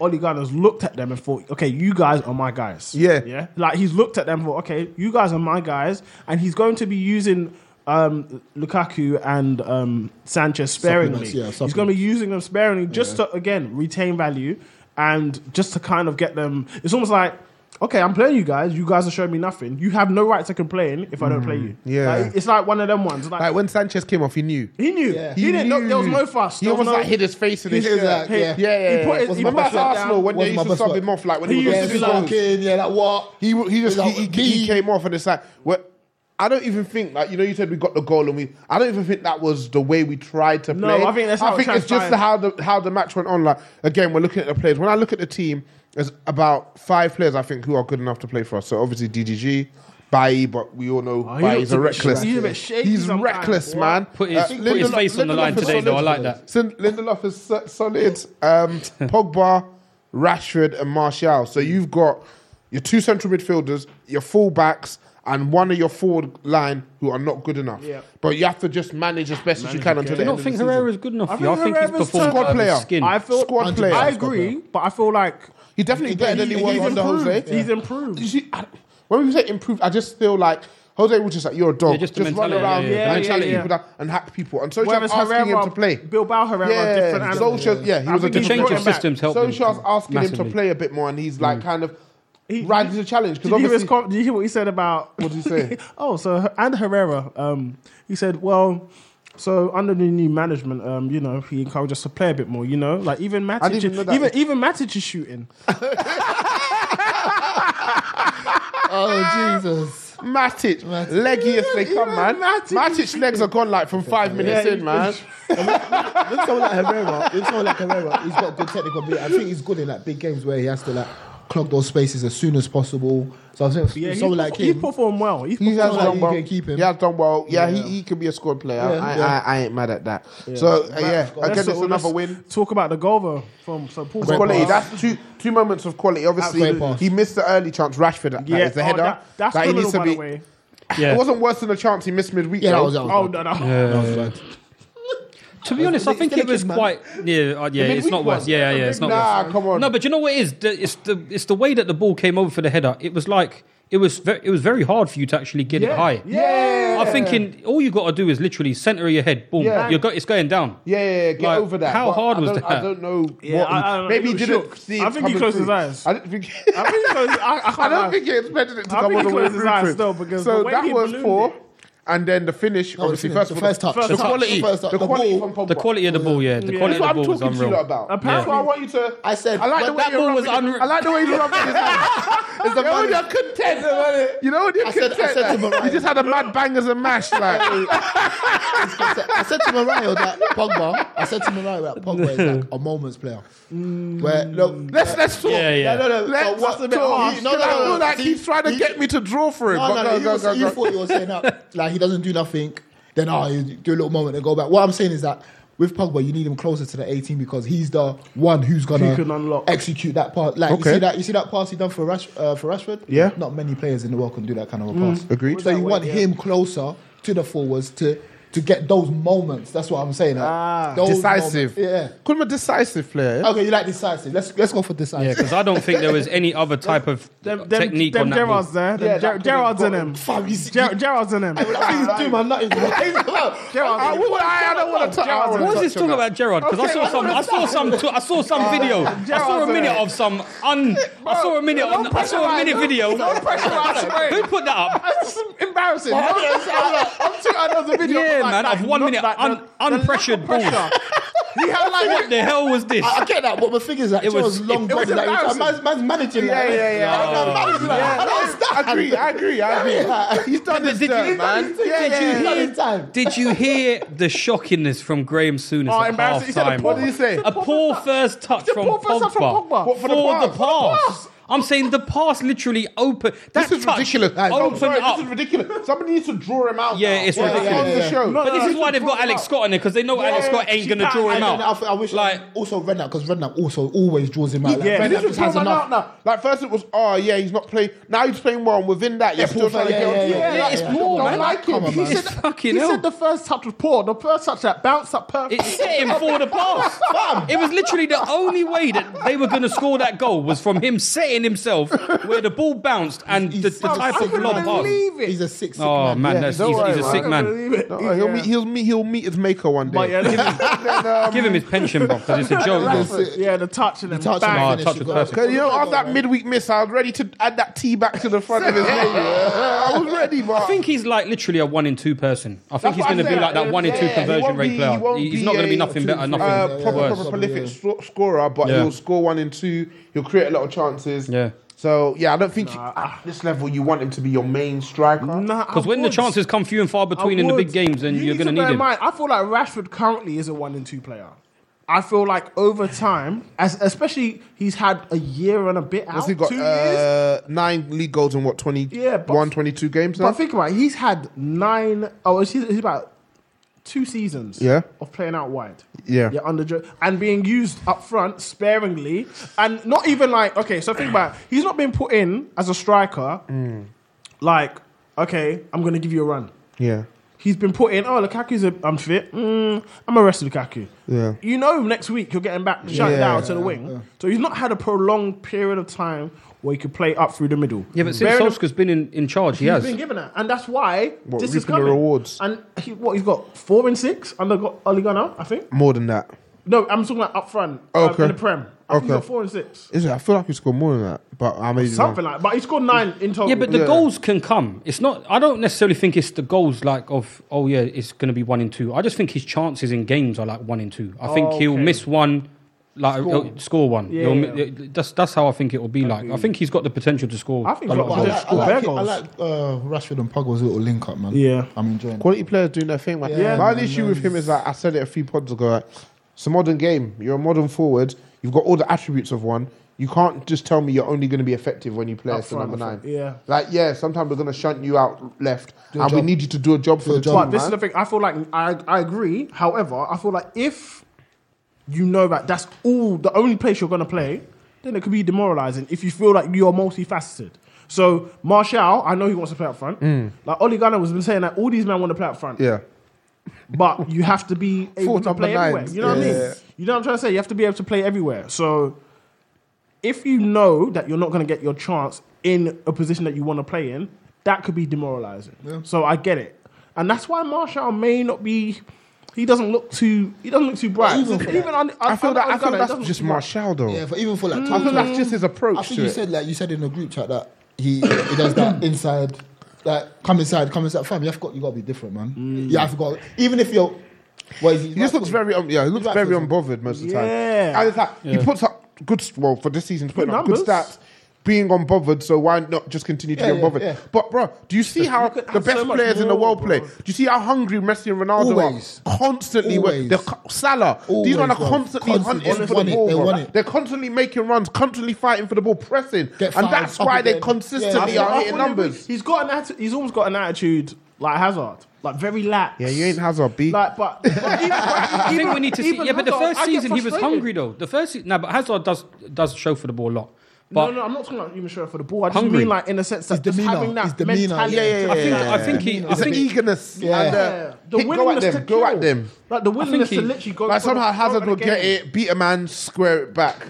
Oli Gunner's looked at them and thought, okay, you guys are my guys.
Yeah.
Yeah. Like he's looked at them and thought, okay, you guys are my guys. And he's going to be using um, Lukaku and um, Sanchez sparingly.
Supplements, yeah,
he's going to be using them sparingly just to, again, retain value and just to kind of get them. It's almost like, okay, I'm playing you guys. You guys are showing me nothing. You have no right to complain if I don't play you.
Mm-hmm. yeah.
Like, it's like one of them ones.
Like when Sanchez came off, he knew.
He knew. He,
He
didn't. know
knew.
there was no fuss.
He
There was
almost
no,
like hid his face in his
He did
shirt.
that,
yeah,
yeah.
yeah, yeah.
He put his-
yeah.
he
Remember
put his
at
shirt
Arsenal
down.
when
Wasn't
they used
my
to
best
sub
work.
him off, like when
He
he,
used
was getting
to be
Yeah, he's
goals.
like, in, yeah, like what?
He w- he just
He's
he,
like,
he, he
me.
came off and it's like what I don't even think like you know you said we got the goal and we I don't even think that was the way we tried to
No,
play.
I think that's how it
I think it's just
transpired.
the, how the how the match went on. Like again, we're looking at the players. When I look at the team, there's about five players I think who are good enough to play for us. So obviously DDG. Bai, but we all know
Oh,
he
Bai
looked
is a
a bit
reckless.
shaky. He's a bit shaky
He's
sometimes,
reckless,
boy.
man. Uh,
Put his- put his
Lindelof-
face on the
Lindelof
line
is
today, though. I
solid.
like that.
Sin- Lindelof is so- solid. *laughs* Um, Pogba, Rashford, and Martial. So you've got your two central midfielders, your full backs, and one of your forward line who are not good enough.
Yeah.
But you have to just manage as best as you can until
I
the end
don't
of the
think
season.
Herrera is good enough.
I
I, I
think
think he's
Herrera's
performed
squad
out of his
player.
skin.
I feel.
Squad player.
I agree, but I feel like
He's definitely
He-
better than he
he-
was
he's
under
improved.
Jose.
he's improved.
You see, I- when we say improved, I just feel like Jose was just like you're a dog.
Yeah, just
just
the
run
mentality,
around
yeah, yeah.
Yeah,
and
yeah,
challenge
yeah.
people down and hack people. And so
Whereas
just asking him
Herrera-
to play.
Bilbao Herrera,
yeah,
different animal.
Solskjaer- yeah, he
I
was a
think he
different
changed his
player.
systems helped him
Solskjaer's asking him
massively. Mm.
to play a bit more, and he's like kind of
He-
riding the challenge because
Did you, hear his
obviously.
com- did you hear what he
*laughs*
said about?
What did he say?
*laughs* oh, so and Herrera, um, he said, well. So under the new management, um, you know, he encouraged us to play a bit more. You know, like even Matic,
didn't even know
even,
that.
even Matic is shooting. Ah.
Oh, Jesus.
*laughs* Matic, leggiest they come, man.
Matic is
Matic's legs are gone like from five minutes
Yeah,
in,
he-
man.
With someone like Herrera, with someone like Herrera, he's got good technical ability. I think he's good in like big games where he has to like clog those spaces as soon as possible. So I think
Yeah, he's,
someone like
he's
him,
performed well. He's
He
performed
has
Someone like
done
you
well.
can keep him.
He has done well. Yeah,
Yeah.
He, he can be a squad player.
Yeah,
I,
yeah.
I, I ain't mad at that. So uh, yeah,
Let's-
again, it's
So let's
another win.
Talk about the goal though, from so Paul
It's quality.
Pogba.
That's two two moments of quality. Obviously,
Great pass.
he missed the early chance. Rashford, that is the
oh,
header.
that- that's
Like, he
criminal,
needs to
by the
be.
way.
Yeah.
It wasn't worse than the chance he missed midweek.
Yeah, that
though.
was, that was
Oh
bad.
no, no.
That was bad.
To be honest, I think it
Kicking,
was
man.
quite. Yeah, uh, yeah, it's
midweek
not worse.
one.
Yeah, yeah, it's not
Nah,
worse.
come on.
No, but you know what it is? The, it's the it's the way that the ball came over for the header. It was like it was very, it was very hard for you to actually get it high.
Yeah.
I'm thinking all you got to do is literally center of your head, boom.
Yeah.
You're go, it's going down.
Yeah, yeah, yeah, get
Like,
over that.
how
But
hard
I
was
don't-
that?
I don't know.
Yeah,
what he-
I- I don't know.
maybe
He
he
was
didn't
shook.
see. It
I think he
coming
closed his
through.
eyes.
I didn't think.
I think he closed- I- I can't
I don't
lie.
think he expected it to
I
come
think
all
he
the way
closed his
through.
eyes
Chris.
still, because
so
the way
that
he
was
ballooned
four,
it-
and then the finish.
was
obviously,
the
first of all,
first touch.
the
First touch.
quality,
First touch.
the
The
quality
ball.
from *laughs* Pogba.
The quality of the ball, yeah, the
Yeah.
quality
That's what
of the
I'm
ball was
talking to you lot
unreal.
about.
Apparently-
That's what I want you to.
I said,
I like
but
the way
that
you're
ball
was
rubbing it-
unre-
I like the way you rubbed
*laughs*
his hands.
It's the
You know when
man-
you're content, you know when you're
I said- I
content.
said to
like,
Mariah-
you just had a mad bangers and mash, like
I said- I said to Mariah that Pogba. I said to Mariah that Pogba is like a moments player. Where look,
let's let's talk.
Yeah, yeah.
No, no, no.
Let's
But what's a bit
talk.
harsh? No, no,
I
no,
feel
no.
like
See,
he's trying to
you-
get me to draw for it.
No,
but go,
no, no. You,
go,
was-
go,
you
go.
thought you were saying that. Like he doesn't do nothing. Then oh, you do a little moment and go back. What I'm saying is that with Pogba, you need him closer to the 18 because he's the one who's gonna
Who can unlock.
execute that part. Like
Okay.
you see that you see that pass he done for Rash, uh, for Rashford.
Yeah.
Not many players in the world can do that kind of a pass.
Agreed.
So you want him closer to the forwards to to get those moments. That's what I'm saying. like, those
decisive.
moments. Yeah.
Call him a decisive player. Yeah?
Okay, you like decisive. Let's let's go for
Yeah,
decisive.
because I don't think there was any other type of
Them, them,
technique
them
on that. ball.
Gerrards there. Them
Yeah,
Ger-
that could've
Gerrards in
got-
them.
Fam, you see-
Ger- Gerrards in them.
Please do my nutting.
I, I, would- I, I don't want to touch. I don't wanna
What is this
touch on
talking
that.
about Gerard? Because I
Okay, Uh,
saw
I
some, I saw some, t- I saw some video. I saw a
Gerrard's
minute
there.
of some un, I saw a minute on, I saw a minute video.
No pressure, I swear.
Who put that up?
That's embarrassing. I'm two hours of video.
Yeah,
but like,
man,
like,
of one
not
minute
like
un,
the- the
unpressured
lack of
ball.
pressure. He had
*laughs*
What
like.
the hell was this?
I get that, but the thing is that
It
it was
was-
long
it
gone.
was
like,
embarrassing.
man's, man's managing.
Yeah,
like,
yeah, yeah.
man's managing, like,
Yeah,
I don't understand.
I agree, I agree, I
*laughs*
agree. He's done this
did you-
dirt, man.
Did you-
Yeah,
did
yeah,
you
yeah.
hear- time.
Did you hear the shockingness from Graham Souness
Oh,
at
embarrassing.
half
He said a
time?
poor- what did he say?
A poor first touch from
poor first
Pogba.
touch from Pogba. What, for
for,
the pass?
the, pass.
For the pass.
I'm saying the pass literally opened. That
This is
touch
ridiculous.
Opened
I'm sorry,
up.
This is ridiculous. Somebody needs to draw him out.
Yeah,
now.
it's
On
ridiculous.
the show.
but this is why they've got Alex Scott in there because they know Alex Scott ain't gonna draw
And
him
then I,
out.
th- I wish *laughs*
Like-
like also Redknapp because Redknapp also always draws him out. Like,
Yeah.
Redknapp
This was
just has
drawn
enough.
out now. Like first it was, oh yeah, he's not playing. Now he's playing well. And within that, you're still
poor
trying to
fella,
get.
yeah,
on-
yeah, yeah,
like,
yeah,
It's
yeah.
poor,
Don't
man.
like him.
He
He
said,
said-
fucking
He
hell.
said the first touch was poor. The first touch that bounced up perfect.
It set him for
*laughs*
the pass. It was literally the only way that they were going to score that goal was from him setting himself where the ball bounced and the, the
I
type of
couldn't
long pass.
believe it.
He's a six. sick
Oh man,
Yeah,
that's,
don't
he's,
worry,
he's a
man.
sick man.
Believe it.
No, he'll
Yeah.
meet. He'll meet. He'll meet his maker one day.
But yeah, *laughs* the-
Then, um,
Give him his pension, bro, because it's a joke. bro.
That's it.
yeah, the touch and then
Touch
bang.
Oh,
and finish,
touch
you
was
got-
perfect.
Cause you know, after that midweek miss, I was ready to add that T back to the front of his name. yeah. I was ready, but
I think he's like literally a one in two person. I think
That's
he's
what
going to
I'm
be
saying.
like that one in
Yeah,
two
he
conversion
won't
rate
be-
player.
he won't
He- He's
be
not going to be
a
nothing better, nothing
uh,
Yeah,
proper,
yeah,
worse.
proper
yeah.
prolific stro- scorer, but
Yeah.
he'll score one in two. He'll create a lot of chances.
Yeah.
So yeah, I don't think you, at this level you want him to be your main striker.
Nah,
Because
I
when the
would.
chances come few and far
I
between in the
would.
big games, then you are going to
bear
need
in
him.
Mind, I feel like Rashford currently is a one and two player. I feel like over time, as especially he's had a year and a bit out,
What's he got?
two years.
Uh, nine league goals in what 21,
Yeah, but-
22 games now.
But think about it, he's had nine oh he's, he's about two seasons
Yeah.
of playing out wide.
Yeah.
Yeah, under Joe- and being used up front sparingly and not even like okay, so think about it, he's not been put in as a striker
Mm.
like, okay, I'm gonna give you a run.
yeah,
He's been put in, oh Lukaku's a, I'm fit. Mm, I'm arrest Lukaku.
Yeah.
You know next week you're getting back shut
Yeah.
down to the wing. So he's not had a prolonged period of time where he could play up through the middle.
Yeah, but since
Bearing in-
Solskjaer's been in, in charge, he
He's
has.
been given that, and that's why
What,
this is
reaping the
coming.
rewards?
And he, what he's got four and six under Go- Ole Gunnar, I think.
more than that.
No, I'm talking about up front uh,
Okay.
in the Prem. I think he's
Okay.
got four and six,
Is it? I feel like he scored more than that, but I mean
something like. But he scored nine in total.
Yeah, but the
Yeah.
goals can come. It's not. I don't necessarily think it's the goals like of. Oh yeah, it's going to be one in two. I just think his chances in games are like one in two. I think he'll
okay.
miss one, like score, score one.
Yeah,
He'll
yeah.
mi- That's that's how I think it will be like. I think he's got the potential to score.
I think
a
he's
lot
got
I
of
the-
goals.
like, I
Score
like,
bear
it. I
goals.
like uh, Rashford and Pogba's little link up, man.
Yeah.
I'm enjoying. it.
Quality players doing their thing, man.
Yeah.
My only issue with him is that I said it a few pods ago. Like, it's a modern game. You're a modern forward. You've got all the attributes of one. You can't just tell me you're only going to be effective when you play
Up
as the
front,
number
up
nine.
front, yeah.
Like, yeah, sometimes we're going to shunt you out left, and we
job.
need you to do a job for the
a
job.
job.
But this is the thing. I feel like I, I agree. However, I feel like if you know that that's all the only place you're going to play, then it could be demoralizing if you feel like you're multifaceted. So Martial, I know he wants to play up front.
Mm.
Like Oli Gunnar was been saying that all these men want to play up front,
Yeah.
but you have to
*laughs*
be able
Four
to
number
play everywhere.
nines.
You know what I mean?
Yeah.
You know what I'm trying to say? You have to be able to play everywhere. So if you know that you're not going to get your chance in a position that you want to play in, that could be demoralizing. So I get it, and that's why Martial may not be. He doesn't look too. He doesn't look too bright.
even for that-
under-
I feel
under
that. I
Ole Gunnar,
feel
he
that's
doesn't look
just
too bright.
Martial though.
Yeah, for, even for like
I feel
Tottenham,
that's just his approach.
I think
to
you
it.
said like you said in the group chat that he he does that inside, like come inside, come inside. Fam, you have got you got to be different, man. You have got even if you're. What is he?
He just looks very, um, yeah, he looks
He's
very
absolutely-
unbothered most of the time.
Yeah.
and it's like he puts up good, well, for this season, he's putting
Good
up good stats,
numbers.
being unbothered. So why not just continue to
Yeah,
be
yeah,
unbothered?
yeah.
But bro, do you see how
look at
the
how
best
so much
players in the
more,
world play?
bro.
Do you see how hungry Messi and Ronaldo
Always.
are? Constantly,
Always.
with they're co- Salah. These
Always,
men are
bro.
constantly
Constantly
hunting for
want
the
it,
ball.
they
bro.
want it.
They're constantly making runs, constantly fighting for the ball, pressing,
Get
and
fouled,
that's
up
why
again.
they
Yeah,
consistently
yeah.
are
I
hitting
fully agree.
numbers.
He's got an atti- he's almost got an attitude like Hazard, like very lax.
Yeah, you ain't Hazard, B.
Like, but, but even,
*laughs* I think we need to see.
even
Yeah, but the
Hazard,
first
I get
season he was
frustrated.
hungry though. The first season, no, but Hazard does does show for the ball a lot. But
no, no, I'm not talking about even sure for the ball. I just
Hungry.
mean like in the sense that
His
just
demeanor,
having that
his demeanor,
mentality.
yeah,
yeah, yeah,
I think
yeah.
I think he. I
It's an
think
eagerness.
Yeah.
And,
Yeah,
uh,
the
hit- go at
willingness
them.
to
Go at
kill.
them.
Like the willingness
he-
to literally go.
Like
for the
somehow
throat
Hazard
of
will
the
get
game. Mm.
it, beat a man, square it back.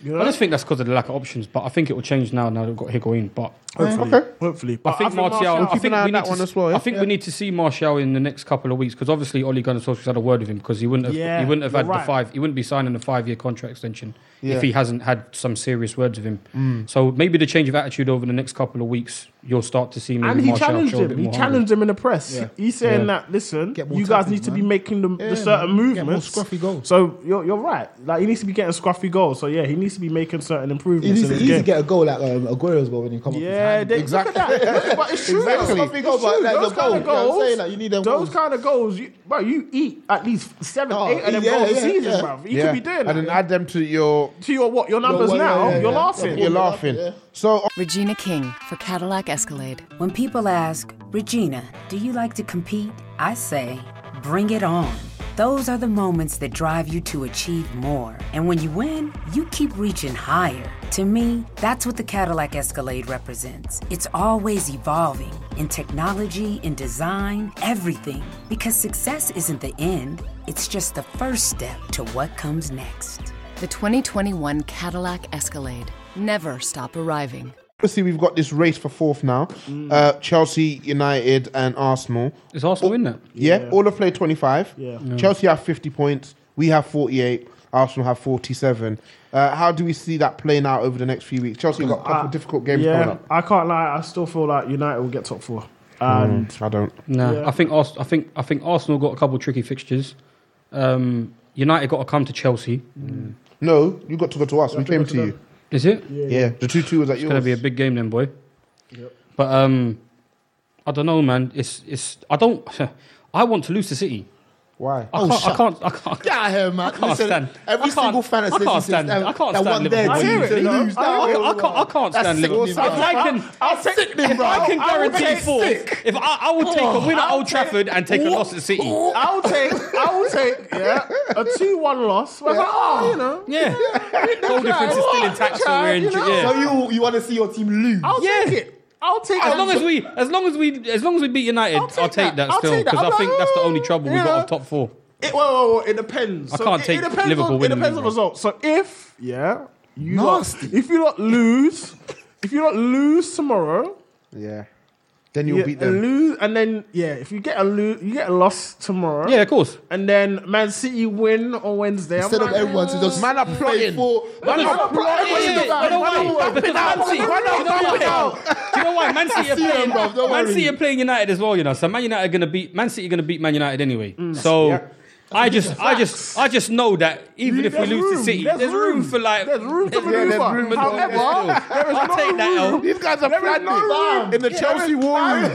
You know?
I just think that's because of the lack of options. But I think it will change now. Now they've got Higuain. But
Hopefully,
Okay.
hopefully. But
I think Martial. I
keep
think
an eye on
we
that
need to
one
s-
as well, yeah?
I think we need to see Martial in the next couple of weeks because obviously Ole Gunnar Solskjaer's had a word with him because he wouldn't have
Yeah,
he wouldn't have
you're
had
right.
the five he wouldn't be signing a five year contract extension if he hasn't had some serious words with him. So maybe the change of attitude over the next couple of weeks you'll start to see maybe
and he
Martial
challenged
show a bit
him. He
more hungry.
challenged him in the press.
Yeah.
He's saying
Yeah.
that listen,
Get more
you guys
tackles,
need to be
man.
making the,
Yeah,
the certain
man. Get more
movements.
scruffy goals.
So you're you're right. Like he needs to be getting scruffy goals. So yeah, he needs to be making certain
He
improvements
needs
in
to,
his
he needs to
game.
get a goal like um, Aguero's goal when he come up. with his
Yeah,
hand.
they, *laughs* exactly. Look at that. But it's true.
Exactly.
though.
Scruffy
It's
goal, but
true.
like
Those
the
kind
goal,
of
you know what I'm
goals.
saying? Like, you need them
those
goals.
kind of goals, you, bro. You eat at least seven,
Oh,
eight of them
yeah,
goals a
yeah,
season,
yeah.
bruv. You
Yeah.
could be doing
And
that.
then add them to your.
to your what? Your numbers
well, yeah,
now.
yeah,
you're
yeah.
laughing.
You're laughing.
Yeah.
So
Regina King for Cadillac Escalade.
When people ask, Regina, do you like to compete? I say, bring it on. Those are the moments that drive you to achieve more. And when you win, you keep reaching higher. To me, that's what the Cadillac Escalade represents. It's always evolving in technology, in design, everything. Because success isn't the end, it's just the first step to what comes next.
The 2021 Cadillac Escalade. Never stop arriving.
obviously we've got this race for fourth now.
Mm.
Uh, Chelsea, United, and Arsenal.
It's Arsenal, isn't it?
Yeah, all have played 25.
Yeah.
Chelsea have 50 points. We have 48. Arsenal have 47. Uh, how do we see that playing out over the next few weeks? Chelsea have got a couple of difficult games coming
Ah. Yeah,
up.
I can't lie. I still feel like United will get top four. And
I don't.
No,
Yeah.
I think Ars- I think I think Arsenal got a couple of tricky fixtures. Um, United got to come to Chelsea.
No, you got to go to us. we came to, you.
Is it?
Yeah. the 2 2 was at
It's gonna
yours.
be a big game then, boy. But um, I don't know, man. It's it's. I don't. *laughs* I want to lose to City.
Why?
I, can't, I can't. I can't.
Get out of here, man.
I can't
Listen,
stand. I
Every
can't-
single fan that's
I can't
listening to
stand-
this,
I can't
that
stand
want their
Liverpool.
team
I
to
hear
lose.
I-
That
I,
will-
I can't. I can't
That's
stand
sick,
Liverpool. If
bro.
I can, I'll,
That's
take,
sick, bro.
if I can
I will
guarantee
take
four,
sick.
if I, I would take a win at
I'll
Old
take-
Trafford and take a loss at City.
I'll take, I'll take, yeah, a two-one loss. We're like, oh, you know,
Yeah, goal difference is still intact. So we're in.
So
Yeah.
you you want to see your team lose?
I'll
Yeah.
take it. I'll take it.
As long as we, as long as we, as long as we beat United, I'll take, that,
I'll
still
take that.
because I
I'm
think
like,
that's the only trouble
yeah.
we got on top four.
It, well, well, well, it depends.
I can't
it,
take
it depends
Liverpool
on, It
winning
depends on
them,
the
bro.
result. So if yeah, you
Nasty.
Lot, if you not lose, if you not lose tomorrow,
Yeah. Then you'll
yeah,
beat
and
them.
lose, and then yeah, if you get a lose, you get a loss tomorrow.
Yeah, of course.
and then Man City win on Wednesday. I'm
Instead of
like,
everyone to just
Man are plotting.
for man
Because-
are plotting.
Yeah, yeah, yeah. But don't worry, because Man City-
Why not
do you know
play now?
why? Do you know why Man City are
see them,
playing?
bruv, don't
Man
worry.
City are playing United as well, you know. So Man United are going to beat Man City are going to beat Man United anyway. So I just, I just, I just know that even if we
There's
lose
room.
to City,
There's
there's, room.
room.
for like
There's room to
there's
maneuver.
room for
However, there is
I'll
no
take that
room.
L.
These guys are planning
no-
in the
Yeah,
Chelsea war
*laughs*
room.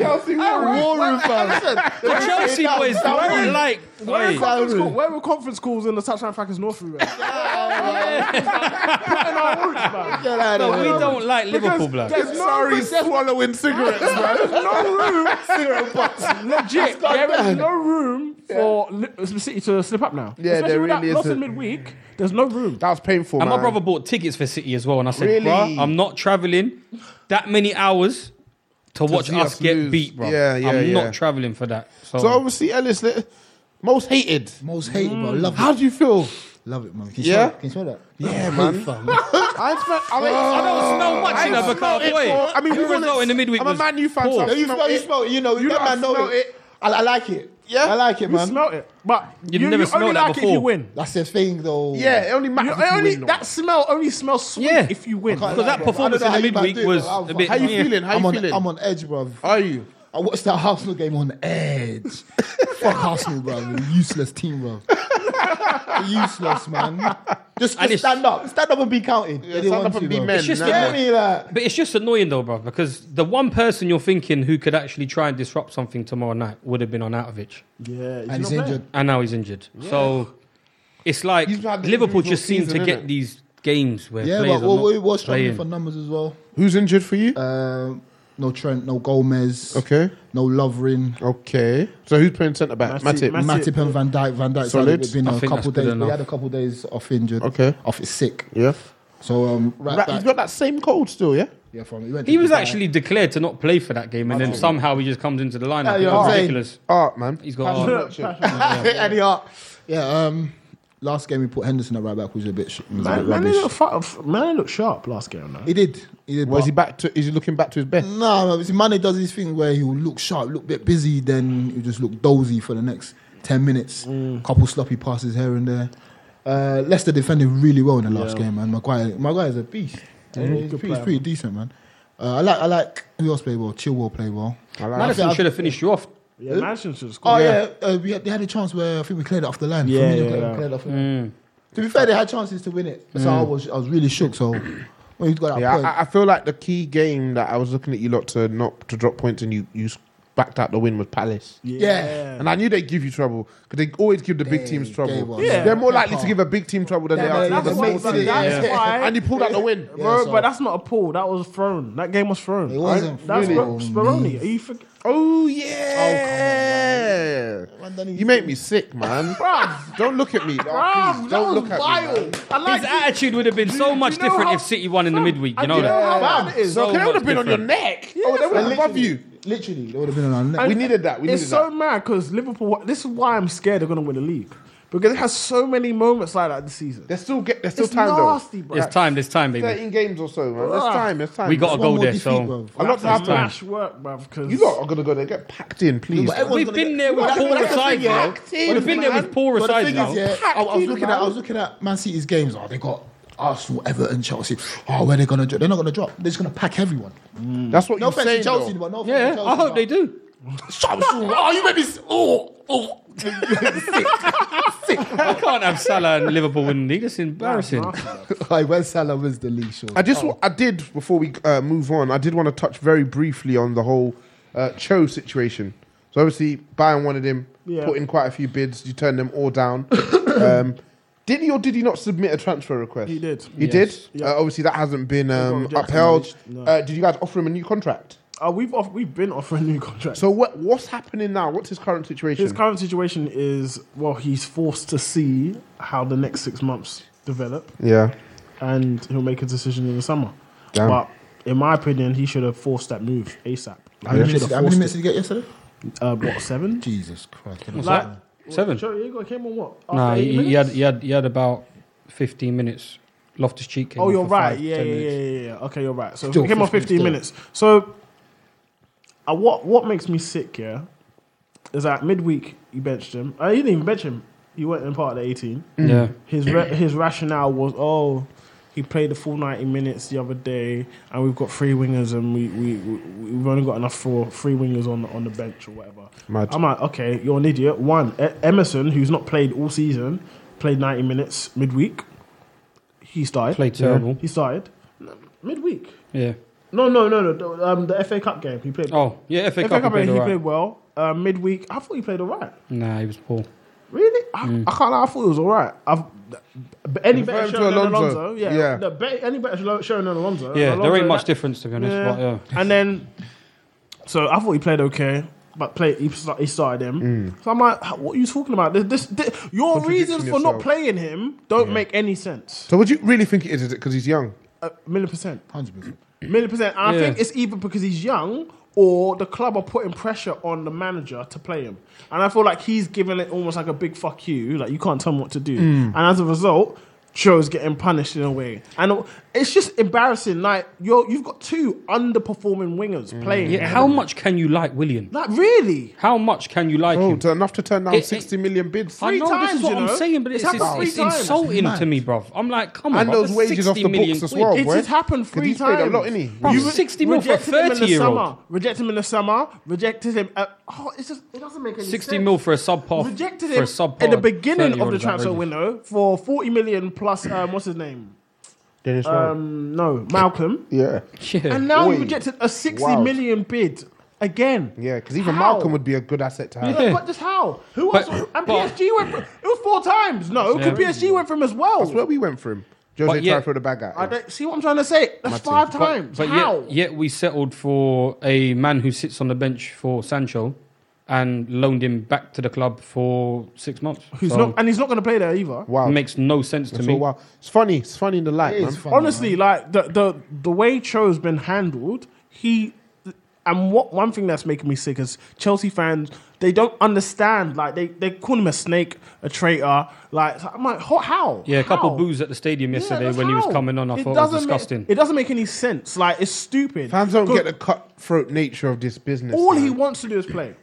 Chelsea war room.
War room fans.
The Chelsea boys don't like.
Where are
Wait.
conference calls? Where were conference calls in the touchdown Factors North Room? at?
*laughs* Yeah,
Get out
No, we don't like Liverpool blood.
There's sorry swallowing cigarettes, man. There's no room for cigarette butts.
Legit, there is no room for Li- City to slip up now.
Yeah,
Especially
there
with
really
that loss
isn't.
in midweek. There's no room.
That was painful,
And
man.
my brother bought tickets for City as well, and I said,
Really?
"Bruh, I'm not traveling that many hours to, watch
see
us,
us
get
lose.
beat, bro.
Yeah, yeah,
I'm
yeah.
not traveling for that. So,
So obviously, Ellis, li- most hated.
Most hated, bro. Love it.
How do you feel?
Love it, man. Can you
Yeah?
smell it? Can you smell that?
Yeah, man. I ain't smell- I mean,
I don't smell much,
Oh, I
you know,
ain't smelled
because
it
boy,
for- I mean,
the
we
result
wanna-
in the midweek
I'm a
was
Man U fan.
poor.
so I
No, you
smell
smell, you
it.
smell it. You know,
You
that
know I
man know
smell
it.
it.
I, I like it.
Yeah?
I like it,
You
man.
smell it, but
You've
you,
never
you only
smelled that
like it if
before.
you win.
That's the thing, though.
Yeah, it only
You
matters. if you
only,
win, though.
that smell only smells sweet
Yeah.
if you win.
Because that performance in the midweek was a bit-
How you
Yeah.
feeling? How you
I'm on,
feeling?
I'm on edge, bro.
Are you?
I watched that Arsenal game on
*laughs*
edge. Fuck Arsenal, bro. Useless team, bro. Useless, man. Just,
And
just
it's-
stand up. Stand up and be counted. They didn't
stand
want
up and
to,
be
bro.
men,
It's just nah.
yeah, me, like,
But it's just annoying though, bro, because the one person you're thinking who could actually try and disrupt something tomorrow night would have been on Outovich,
yeah,
and he's injured.
and now he's injured. So it's like
He's had the
Liverpool
injuries all
just seem to
season,
get
innit?
these games where
Yeah,
players
but
are
we're,
not
we're, we're struggling
playing.
for numbers as well.
Who's injured for you?
Um, no Trent, no Gomez.
Okay.
No Lovren.
Okay. So who's playing centre back? Matip.
Matip. Matip.
Matip and Van Dijk. Van Dijk's had
Solid.
it been
I
a
think
couple
that's good
days. He
enough.
had a couple days off injured.
Okay.
Off sick.
Yeah.
So um, right,
Right,
back-
he's got that same cold still, yeah?
yeah, from, he, went to
He was
Dubai.
actually declared to not play for that game, and then somehow he just comes into the lineup.
Yeah, you're
It was
right.
ridiculous.
Art, man.
He's got
Passion.
oh,
*laughs* Eddie Hart. Yeah. Um, last game we put Henderson at right back, which was a bit, sh- was a
Man,
bit
man, they
rubbish.
look fu- man, they look sharp last game. Man.
He did. He did.
Well, is
but-
he back to? Is he looking back to his best?
No, man, see, Mane does his thing where he'll look sharp, look a bit busy, then he'll just look dozy for the next 10 minutes. Couple sloppy passes here and there. Uh, Leicester defended really well in the last game, man. Maguire, Maguire's a beast. he's, pretty, he's pretty decent, man. Uh, I like, I like, who else played well? Chilwell played well. I like
Madison should have finished you off.
Yeah, Manchester should have
Oh
scored.
yeah, uh, we had, they had a chance where I think we cleared it off the line.
Yeah,
Firmino
yeah,
cleared-
yeah.
cleared it off the line. To be fair, they had chances to win it, so I was I was really shook. So *clears throat* when you got that
Yeah,
point,
I, I feel like the key game that I was looking at you lot to not to drop points and you you s- backed out the win was Palace.
yeah.
And I knew they'd give you trouble because they always give the big
They
teams
gave
trouble.
us- Yeah.
They're more likely to give a big team trouble than they are to
Yeah, but
That's
the
that's
why.
small
what-
team.
yeah.
That's why.
And you pulled out the win.
Bro,
so-
but that's not a pull. That was thrown. That game was thrown.
It wasn't
That's
thrown.
Sp- Spironi. Are you forg-
Oh yeah.
man.
you make me sick, man. Don't look at me. Please, don't look at me. man.
I like
His attitude would have been so much
you know
different
how-
if City won in the midweek. You know
you know
that.
how bad
Bam.
it is.
So,
So
they would have
much
been on your
different.
neck. oh, they would have above you.
Literally, they would have been on our neck.
We needed that. We needed
it's so
that.
mad because Liverpool. This is why I'm scared they're going to win the league because it has so many moments like that this season.
They're still get. They're still
It's
time
nasty, Ah.
though.
bro.
There's time. There's time, baby.
Thirteen games or so, man. There's
Bruh.
time. There's time.
We got a
One
goal
more
there,
defeat,
so
bruh.
A lot to
That's
happen.
smash work, bruv. Because
You lot are gonna go there. Get packed in, please.
But everyone's
we've
gonna
been
get-
there with
But that's- but
poorer
that's the
sides
thing, yeah.
now. We've been there with poorer
But the
sides
thing
now.
is, yeah, I, I was
Packed
looking
in,
at I
man.
was looking at Man City's games. Oh, they got Arsenal, Everton, Chelsea. Oh, where they gonna drop? They're not gonna drop. They're just gonna pack everyone.
That's what
No
you're
offense to
saying.
Chelsea,
though.
but no offense to
Yeah,
Chelsea,
I hope
but- *laughs*
they do.
Oh, you made me. s- Oh, oh.
I can't have Salah and Liverpool winning the league. That's embarrassing.
I went Salah was the league show.
I just. wa- I did before we uh, move on. I did want to touch very briefly on the whole uh, Cho situation. So obviously, Bayern wanted him.
Yeah.
Put in quite a few bids. You turned them all down. *coughs* um, did he or did he not submit a transfer request?
He did.
He
Yes.
did.
Yeah.
Uh, obviously, that hasn't been um,
rejected.
upheld.
No.
Uh, did you guys offer him a new contract?
uh, we've off- we've been offering new contracts.
So what what's happening now? What's his current situation?
His current situation is well, he's forced to see how the next six months develop,
yeah.
and he'll make a decision in the summer.
Damn.
But in my opinion, he should have forced that move ASAP.
How
He
many
should
minutes-
have
how many
forced
minutes did he get yesterday?
it. Uh, what seven?
Jesus Christ!
Like,
Seven.
Joe Diego came on what? After
Nah,
eight
he, he
minutes?
had he had he had about 15 minutes. Loftus Cheek.
Oh, you're right. yeah,
Yeah,
yeah, yeah, yeah, yeah. Okay, you're right. So
Still
it came on
15
15
still.
minutes. So uh, what what makes me sick, yeah, is that midweek you benched him. I didn't even bench him. He went in part of the 18.
Yeah.
His
*clears throat*
ra- his rationale was, oh, he played the full 90 minutes the other day, and we've got three wingers, and we we we- we've only got enough for three wingers on on the bench or whatever.
Mad.
I'm like, okay, you're an idiot. One, E- Emerson, who's not played all season, played 90 minutes midweek. He started.
Played terrible.
He started No, midweek.
Yeah.
No, no, no, no. the- Um, the FA Cup game he played.
Oh, yeah. FA,
FA
Cup.
Cup
he
game
played
he
all right.
played well. Uh, midweek, I thought he played all right.
Nah, he was poor.
Really? I,
Mm.
I can't lie, I thought it was all right. I've, but any better
Compared
showing
to
than
Alonso,
Alonso? Yeah.
yeah.
No, be- any better lo- showing than Alonso?
Yeah,
Alonso,
there ain't much
that-
difference to be honest.
Yeah.
But, yeah.
And then, so I thought he played okay, but played he, sta- he started him.
Mm.
So I'm like, "H- what are you talking about? This, this, thi- your reasons for not
yourself.
playing him don't make any sense.
So, what do you really think it is? Is it because he's young?
A million percent,
Hundred percent.
million percent. And I
Yeah.
think it's either because he's young or the club are putting pressure on the manager to play him. And I feel like he's giving it almost like a big fuck you, like you can't tell me what to do.
Mm.
And as a result. Joe's getting punished in a way, and it's just embarrassing. Like you're, you've got two underperforming wingers playing.
Mm. Yeah, how much can you like William?
Like really?
How much can you like
Oh,
him?
to enough to turn down
It- it-
sixty million bids.
I know this
times,
is what
you know?
I'm saying, but
It's
it's,
happened
it's,
three
it's
times.
insulting
Mad.
to me, bruv. I'm like, come on,
And
bruv,
those
that's
wages off
60
the
million
books as
quid.
well,
It
boy.
just happened
'Cause
three
he's paid a
times.
lot, innit?
Bruv,
You-
re-
60 mil for a
rejected him in the
30-year-old.
summer, Rejected him in the summer. Rejected him. At, oh, it's just it doesn't make any
60
sense.
mil for a subpar.
Rejected
for
him
a subpar
in the beginning of
30-year-old
the
is
transfer
outrageous.
window for forty million plus. Um, what's his name?
Dennis
Um, no, Malcolm.
yeah,
Yeah.
And now
Oi.
you rejected a sixty million
Wow.
bid again.
yeah, because even
How?
Malcolm would be a good asset to have.
But- But just how? Who
But-
else? And
but-
PSG went. For, it was four times. No,
Yeah.
could PSG went from as well.
That's where we went for him. Jose
But
tried
yeah-
to throw the bag
I
at. him.
don't see what I'm trying to say. That's five
But-
times.
But
how?
yet, yet we settled for a man who sits on the bench for Sancho and loaned him back to the club for six months.
Who's
So
not? And he's not going to play there either.
Wow,
makes no sense to
That's
me.
all wow. It's funny. It's funny in the light, man.
It's fun,
Honestly, like the the the way Cho's been handled, he and what one thing that's making me sick is Chelsea fans. They don't understand. Like they they call him a snake, a traitor. Like so I'm like, ho- how?
Yeah, a couple
How?
boos at the stadium
Yeah,
yesterday
that's
when he was
how.
coming on. I
It
thought it was
doesn't
disgusting.
Make, it doesn't make any sense. Like it's stupid.
Fans don't
Because
get the cutthroat nature of this business.
all
man.
he wants to do is play.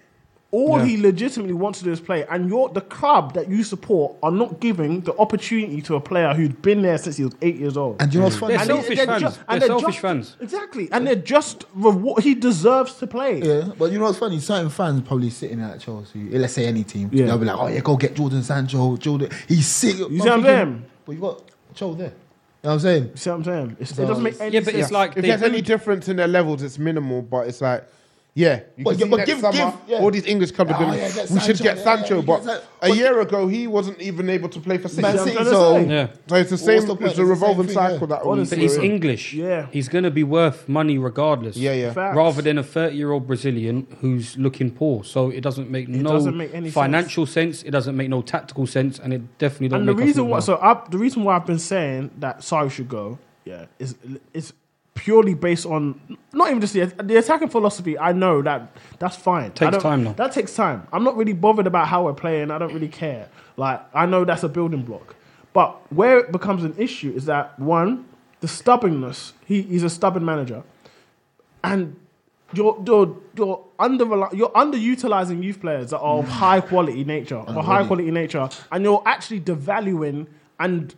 All
Yeah.
he legitimately wants to do is play, and you're the club that you support are not giving the opportunity to a player who'd been there since he was eight years old.
And you know what's funny?
They're selfish
they're
fans.
ju-
they're,
they're
selfish
just-
fans.
Exactly. And they're just reward. He deserves to play.
Yeah, but you know what's funny? Certain fans probably sitting at Chelsea, eh, let's say any team,
Yeah.
they'll be like, oh yeah, go get Jordan Sancho, Jordan, he's sick. You
see what I'm saying?
But you've got Cho there. You know what I'm saying?
You see what I'm saying? It's- it doesn't make any
Yeah, but
sense.
it's like
If
they
there's any
booed,
difference in their levels, it's minimal. But it's like, yeah, you
But
can
gi-
see
but
next
give-
summer,
give- yeah.
all these English clubs are
Oh,
going.
yeah, get
we should
Sancho,
get
yeah,
Sancho,
yeah,
but
get San-
a
but-
year ago he wasn't even able to play for City.
Man
I'm
City,
trying to
so
say.
So
yeah.
it's the
Well, what's
same.
the point?
it's a
It's the
revolving
same thing,
cycle
yeah.
that
Honestly,
But
always.
he's English.
Yeah.
He's going to be worth money regardless.
Yeah, yeah.
Facts.
Rather than a 30 year old Brazilian who's looking poor. So it doesn't make no
doesn't make any
financial sense. It doesn't make no tactical sense. And it definitely doesn't
and the
make us
reason
look
why,
well.
so I, the reason why I've been saying that Sarri should go, yeah, is is purely based on not even just the, the attacking philosophy. I know that that's fine. I
Takes
don't-
time, though.
That takes time. I'm not really bothered about how we're playing. I don't really care. Like I know that's a building block, but where it becomes an issue is that one, the stubbornness. He, he's a stubborn manager, and. You're, you're, you're, under, you're underutilizing youth players that
Mm.
are of high quality nature, of a high
Already.
quality nature, and you're actually devaluing and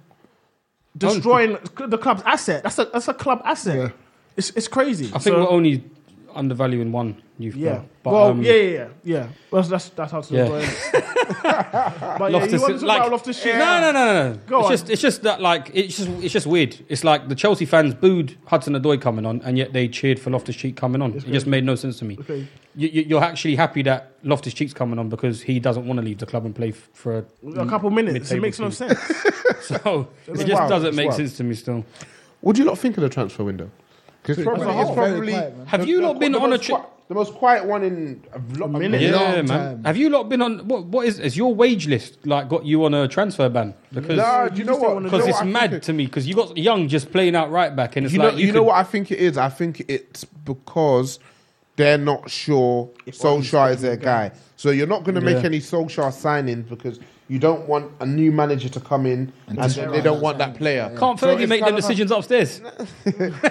destroying the club's asset. That's a that's a club asset.
Yeah.
It's it's crazy.
I think
So,
we're only undervaluing one youth
yeah.
player. But,
well,
um,
yeah, yeah, yeah, yeah. Well, that's that's how to
Yeah.
do it.
*laughs*
but yeah, you
Loftus-
want to
like-
like, off the shit?
No, no, no, no.
Go
it's
on.
just, it's just that, like, it's just, it's just weird. It's like the Chelsea fans booed Hudson Odoi coming on, and yet they cheered for Loftus Cheek coming on. it just made no sense to me.
Okay.
You, you, you're actually happy that Loftus Cheek's coming on because he doesn't want to leave the club and play f-
*laughs*
for a,
A couple minutes. It
mid-table
makes no
team.
sense.
So it just
wild.
doesn't
It's
make
wild.
sense to me. Still,
What do you lot think of the transfer window? Because it's probably,
quiet.
it's
Very
probably
quiet, man.
Have you lot been
the
on a
most
tri-
qui- the most quiet one in a lot of
Minute.
minutes.
Yeah.
yeah, man.
time.
Have you lot been on what? What is is your wage list like? Got you on a transfer ban because
Nah, do you know
still
what?
wanna
You
because
know
it's
what I
mad
think
to me because you got young just playing out right back and it's
you
like
know, you, know
could-
what I think it is. I think it's because they're not sure Solskjaer is their guy. So you're not going to make
Yeah.
any Solskjaer signings because you don't want a new manager to come in and, then they don't want that player.
Can't
So
Fergie
it's
make
kind
them
of like-
decisions upstairs?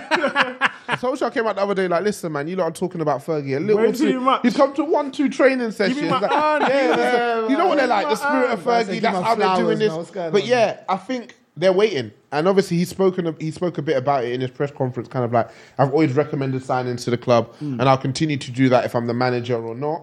Solskjaer came out the other day like, listen, man, you lot are talking about Fergie a little
Way
too.
too much.
He's come to one, two training sessions.
my
like,
hand,
yeah,
give me
yeah,
my-
you know what they're like, the
give me my
spirit of
hand.
Say,
Fergie,
give
that's
my
how they're doing
flowers now, what's
this.
going
But
on?
yeah, I think they're waiting. And obviously, he's spoken. He spoke a bit about it in his press conference, kind of like, I've always recommended signings to the club,
Hmm.
and I'll continue to do that if I'm the manager or not.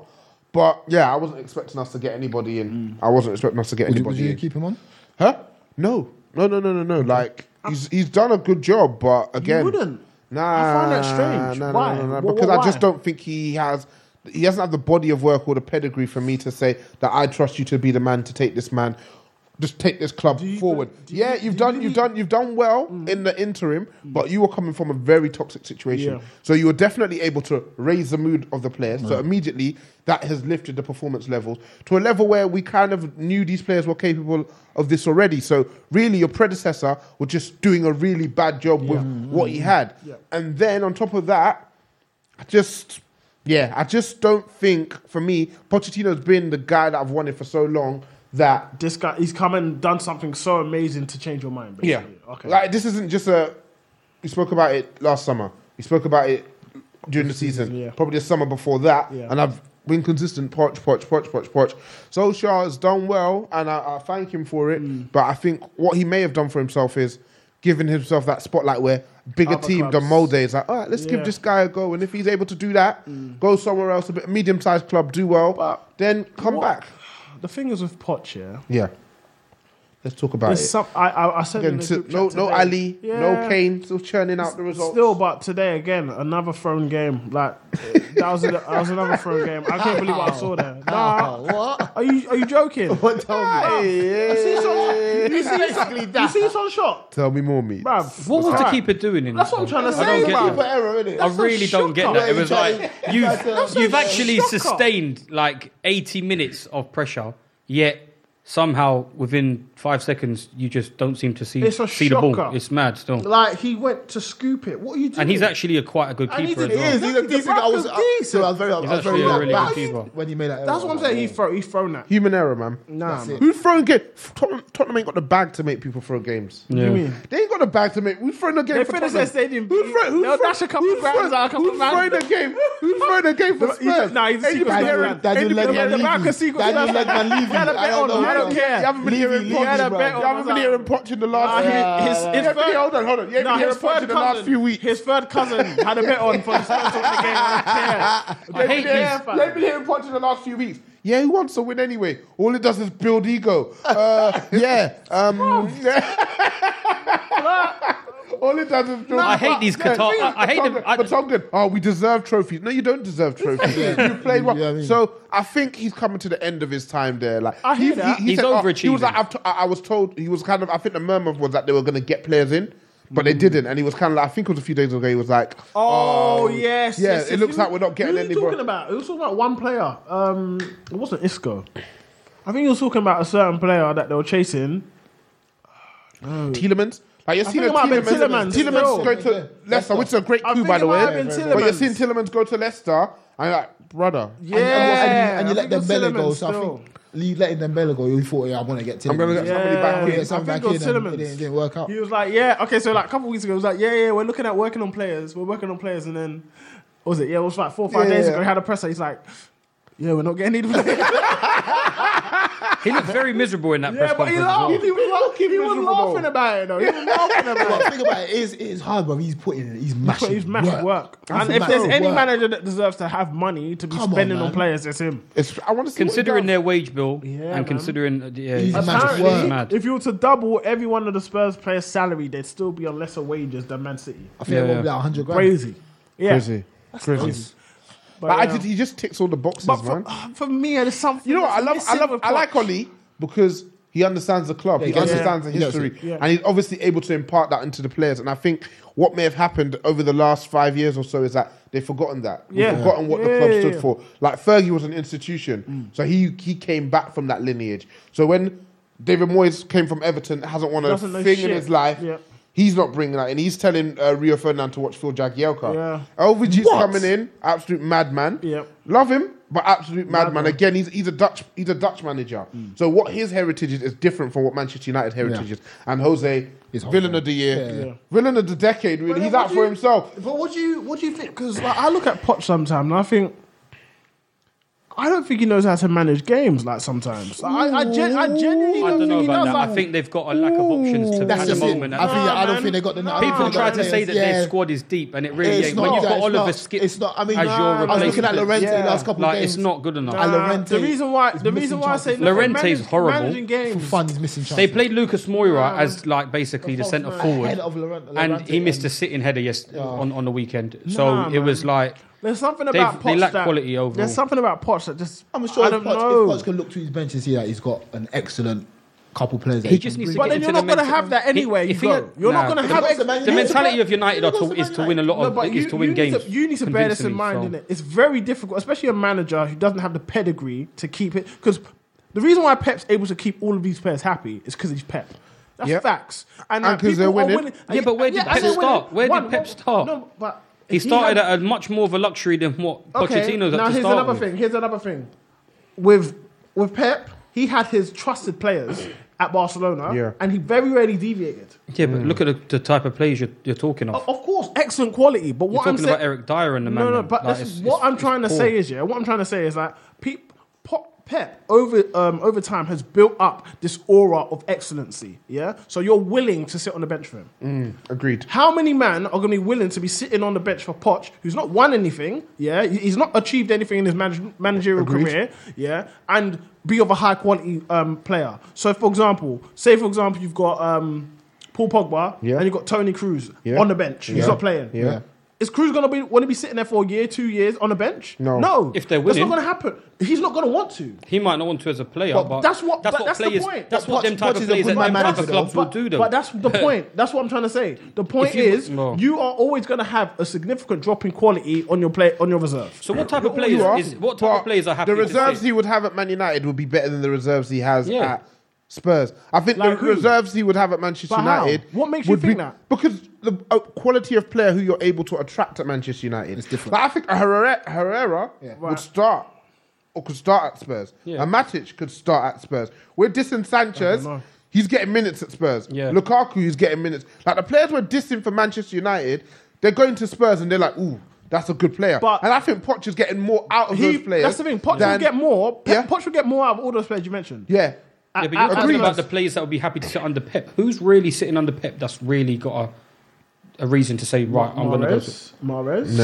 But yeah, I wasn't expecting us to get anybody in.
Hmm.
I wasn't expecting us to get
Would you,
anybody
would you
in.
keep him on?
Huh? No, no, no, no, no, no. Like he's he's done a good job, but again,
wouldn't.
Nah,
I find that strange.
Nah, nah,
Why?
nah, nah, nah,
Wha-
because
wha-
I just
why?
don't think he has he doesn't have the body of work or the pedigree for me to say that I trust you to be the man to take this man, just take this club forward. yeah, you've done, you've done, you've done well
Mm.
in the interim, but you were coming from a very toxic situation,
Yeah.
so you were definitely able to raise the mood of the players. So immediately that has lifted the performance levels to a level where we kind of knew these players were capable of this already. So really, your predecessor was just doing a really bad job with what he had, and then on top of that. I just, yeah, I just don't think for me, Pochettino's been the guy that I've wanted for so long that
This guy, he's come and done something so amazing to change your mind.
yeah,
Basically. Okay.
like this isn't just a. We spoke about it last summer. We spoke about it during the season,
yeah.
probably the summer before that,
Yeah.
and I've been consistent. Poch, poch, poch, poch, poch. Solskjaer has done well, and I, I thank him for it.
Mm.
But I think what he may have done for himself is giving himself that spotlight where bigger
Other
team
clubs.
done Molde is like, all right, let's
Yeah. Mm.
give this guy a go, and if he's able to do that, go somewhere else, a bit medium sized club, do well, then come
What-
back.
The thing is with Poch, yeah.
Yeah, let's talk about
There's
it.
some, I, I, I said in
Again,
the
so-
group
no,
chat
no
today-
Ali,
Yeah.
no Kane, still churning out the results.
Still, but today again, another thrown game. Like that was, that was another thrown game. I can't believe what I saw there. Nah,
what?
*laughs*
are you are you joking?
What told
You see some, you see
*laughs*
some,
Basically
you
that.
see some shot,
Tell me more, me.
bruv.
What was the
Right.
keeper doing in
That's
this
what I'm
one?
trying to say.
don't get
bruv.
that. I really don't get that. It was
That's
like
a
you've
shocker.
you've actually
shocker.
sustained like 80 minutes of pressure, yet somehow within five seconds you just don't seem to see
It's a
see the ball.
shocker.
It's mad still.
Like he went to scoop it. What are you doing?
And he's actually a quite a good
And he
keeper as
did- he
well.
is. He's a
The
decent. I was,
back
I,
was
so I was very, I
He's
was very
actually a
knocked
really
back
good keeper.
when he made that. error.
That's what I'm saying. He throw, he thrown that.
Human error, man.
Nah, man.
Who's throwing games? Tottenham, Tottenham ain't got the bag to make people throw games.
Yeah.
They ain't got the bag to make. Who's throwing a game
They
for
finished
Tottenham?
their stadium.
Who's throw- who's
They'll
throw-
dash a couple
who's
grams
throw-
out, a couple
Who's
grams.
throwing a game? Who's throwing a game for
He's a-
Spurs?
nah, he's
Ain't
a
you
secret
been
man.
hearing-
Dad,
Daniel
ain't you been
Yeah, the
hearing-
back
Ledman
of secret.
Daniel
Daniel
Ledman
*laughs* Ledman.
Levy.
He had a
I
bet
don't
on.
know,
I
I
don't
don't
care.
You haven't been hearing
He had a
Poch,
bet
bruv.
on.
You haven't been hearing Poch in the last.
Nah, he-
Yeah,
his-
yeah,
his
yeah.
third-
Hold on, hold on. You ain't
Nah,
been hearing
his
Poch in
third
the last
cousin.
few weeks.
His third cousin had a bet on for the Spurs to win the game. I don't care.
I hate
Yeah,
these.
fam.
They've been hearing Poch in the last few weeks. Yeah, he wants to win anyway. All it does is build ego.
*laughs*
Uh, yeah. Um, *laughs* All it does is build
I hate these Qatar-
Yeah,
I- I hate them.
Vertonghen-
I-
Vertonghen, oh, we deserve trophies. No, you don't deserve
*laughs*
trophies. you played well.
You know what I mean?
So I think he's coming to the end of his time there. Like
I hear that.
He's
he was
overachieving.
like, I've t- I I was told he was kind of. I think the murmur was that they were going to get players in. But
Mm.
they didn't, and he was kind of like I think it was a few days ago. He was like,
Oh, yes.
yeah,
yes,
it
yes.
looks
Who-
like we're not getting
Who are you
any
talking
more-
about? It was talking about one player. Um, it wasn't Isco. I think he was talking about a certain player that they were chasing.
Tielemans. Like you're seeing
think it might have
Tielemans,
been
Tielemans,
Tielemans still.
go to Leicester, which is a great
I
coup,
think
by
it
the
might
way.
have been
but you're
Tielemans.
seeing Tielemans go to Leicester, and you're like, brother,
Yeah.
And you, and you, and you let
I think it was
Dembele go.
Tielemans
So I
still.
think you letting Dembele go. You thought, yeah, I want to get Tielemans.
I'm going to get somebody back
Yeah.
here.
get something
I think
back
it was
in. and
Tielemans.
It didn't, it didn't work out.
He was like, yeah, okay, so like a couple weeks ago, he was like, yeah, yeah, we're looking at working on players. We're working on players. And then, what was it? Yeah, it was like four or five
Yeah,
days
yeah.
ago, he had a presser. He's like, yeah, we're not getting any *laughs* players.
He looked very miserable in that press
yeah, but he
conference. as
laughed.
well.
He was, he was
miserable, though.
laughing about it, though. He was laughing *laughs* about
But
it.
think about it. It is, it is hard, bro. He's putting in. He's mashing.
But he's massive work.
He's
And if there's
mashing
any
work.
manager that deserves to have money to be
Come on,
spending on,
man.
players, it's him.
It's, I want to see
Considering
what
their wage bill
man.
and considering uh, yeah,
He's
it's-
mad.
it's
Work.
Apparently,
mad.
if you were to double every one of the Spurs players' salary, they'd still be on lesser wages than Man City.
I think
Yeah,
it will be
yeah.
like 100 grand.
Crazy. Yeah.
crazy, crazy.
But,
But I
yeah.
did. He just ticks all the boxes,
But for,
man.
for me, there's something.
You know what? I
that's
love, I
missing
love,
with
I like
Poch.
Oli because he understands the club, he
gets it.
understands the
He gets
history,
Yeah.
and he's obviously able to impart that into the players. And I think what may have happened over the last five years or so is that they've forgotten that, We've
Yeah.
forgotten what
Yeah,
the club
yeah,
stood
yeah.
for. Like Fergie was an institution,
Mm.
so he he came back from that lineage. So when David Moyes came from Everton, hasn't won a
Doesn't know
thing
shit.
in his life.
Yeah.
He's not bringing that, and he's telling uh, Rio Ferdinand to watch Phil Jagielka.
Yeah.
LVG's
What?
coming in, absolute madman.
Yep.
Love him, but absolute madman.
Madman.
Again, he's, he's a Dutch he's a Dutch manager. So what his heritage is is different from what Manchester United heritage
Mm. Yeah.
is. And Jose
He's
villain
Jose.
of the year,
Yeah. Yeah.
villain of the decade. Really,
But
he's
what
out
do
for
you-
himself.
But what do you what do you think? Because like, I look at Poch sometimes and I think I don't think he knows how to manage games. Like sometimes, Like, I, I, gen- I genuinely
I
don't,
don't know
think he
about
knows.
that.
Like,
I think they've got a lack of options to
That's
at the
just it.
moment.
I, think, I
man.
don't think they got the. I don't think
People
they got
try
the
to say
players.
that
Yeah.
their squad is deep, and it really
It's
ain't. When
not
you've
that,
got
it's
Oliver
not-
Skip
it's not- I mean,
as
nah,
your
I was looking at
replacement,
Llorente
Yeah.
the last couple
like
of games.
it's not good enough.
Nah.
uh,
Llorente
the reason why the
is missing
reason why I say
chances.
no,
Llorente's
manage-
horrible.
Managing
For
games.
fun, he's missing chances.
They played Lucas Moura
Nah,
as like basically the
false
centre
man.
forward,
Ahead of Llorente-
and
Llorente
he missed a
and-
sitting header yes on, on the weekend. So
Nah,
it was
man.
like
There's something
They've-
about
they
Poch
lack
that,
quality overall.
There's something about Poch that just
I'm sure
I
if
don't
Poch,
know.
if Poch can look to his bench and see that he's got an excellent couple players. That
He just
can
needs to
bring.
But
get
then you're
into the
not gonna
mental-
have that
He-
anywhere
if
you
he-
go.
You're not gonna
the
have
men-
ex-
the
He lost to
mentality
Man
of United are
United. He
to,
lost
is
to
to
Man
win a lot
United.
No,
of
but
is
you,
to win
you
games.
Need to, you need to bear this in
convincingly,
mind,
so-
innit? It's very difficult, especially a manager who doesn't have the pedigree to keep it. Because the reason why Pep's able to keep all of these players happy is because he's Pep. That's
Yep.
facts.
And
like,
'cause they're
people are
winning.
Yeah, but where did
I
Pep
say winning.
start? Where did Pep start?
No, but
He started
had-
at a much more of a luxury than what
Okay,
Pochettino's
now
at to
here's
start
another
with.
thing. Here's another thing. With with Pep, he had his trusted players at Barcelona,
Yeah.
and he very rarely deviated.
Yeah, but look at the, the type of players you're, you're talking of.
Of Oh, of course, excellent quality. But
you're
what I'm
talking
saying,
about Eric Dyer and the man.
no, no.
them.
But
Like,
that's
it's-
what
it's-
I'm
it's
trying to
poor.
say is yeah. What I'm trying to say is that peep, pop, Pep over um, over time has built up this aura of excellency. Yeah, so you're willing to sit on the bench for him.
Agreed.
How many men are going to be willing to be sitting on the bench for Poch, who's not won anything? Yeah, he- he's not achieved anything in his manage- managerial
Agreed.
career. Yeah, and be of a high quality um, player. So, for example, say for example you've got um, Paul Pogba
Yeah.
and you've got Tony Cruz
Yeah.
on the bench.
Yeah.
He's not playing.
Yeah.
Is Cruz gonna be want to be sitting there for a year, two years on a bench?
No.
no.
If they're
that's
winning.
not gonna happen. He's not gonna want to.
He might not want to as a player,
But
but,
that's what- but that's the
players,
point.
That's
But
what them
Poch-
type
Poch
of
is a
players
good
and them type
manager,
of
though.
clubs will
But,
do. Though,
but that's
*laughs*
the point. That's what I'm trying to say. The point
you-
is,
no.
you are always going to have a significant drop in quality on your play on your reserve.
So what type
You
of
are,
players is what type
but
of players are happy?
The reserves
to sit?
he would have at Man United would be better than the reserves he has
Yeah.
at Spurs. I think
Like
the
who?
reserves he would have at Manchester
But how?
United.
What makes you
would
think
be-
that?
Because the uh, quality of player who you're able to attract at Manchester United
It's different.
Like, I think Herrera, Herrera would
Right.
start. Or could start at Spurs.
Yeah.
And Matic could start at Spurs. We're dissing Sanchez.
know.
He's getting minutes at Spurs.
Yeah.
Lukaku, who's getting minutes. Like the players we're dissing for Manchester United, they're going to Spurs and they're like, ooh, that's a good player.
But-
and I think Poch is getting more out of
He,
those players.
that's the thing. Poch will
than-
get more. Pe-
Yeah.
Poch will get more out of all those players you mentioned.
Yeah.
Yeah,
I-
but
I-
you're talking
agreed.
about the players that would be happy to sit under Pep. Who's really sitting under Pep? That's really got a, a reason to say, right, I'm going to go. to-
Mahrez, Mahrez.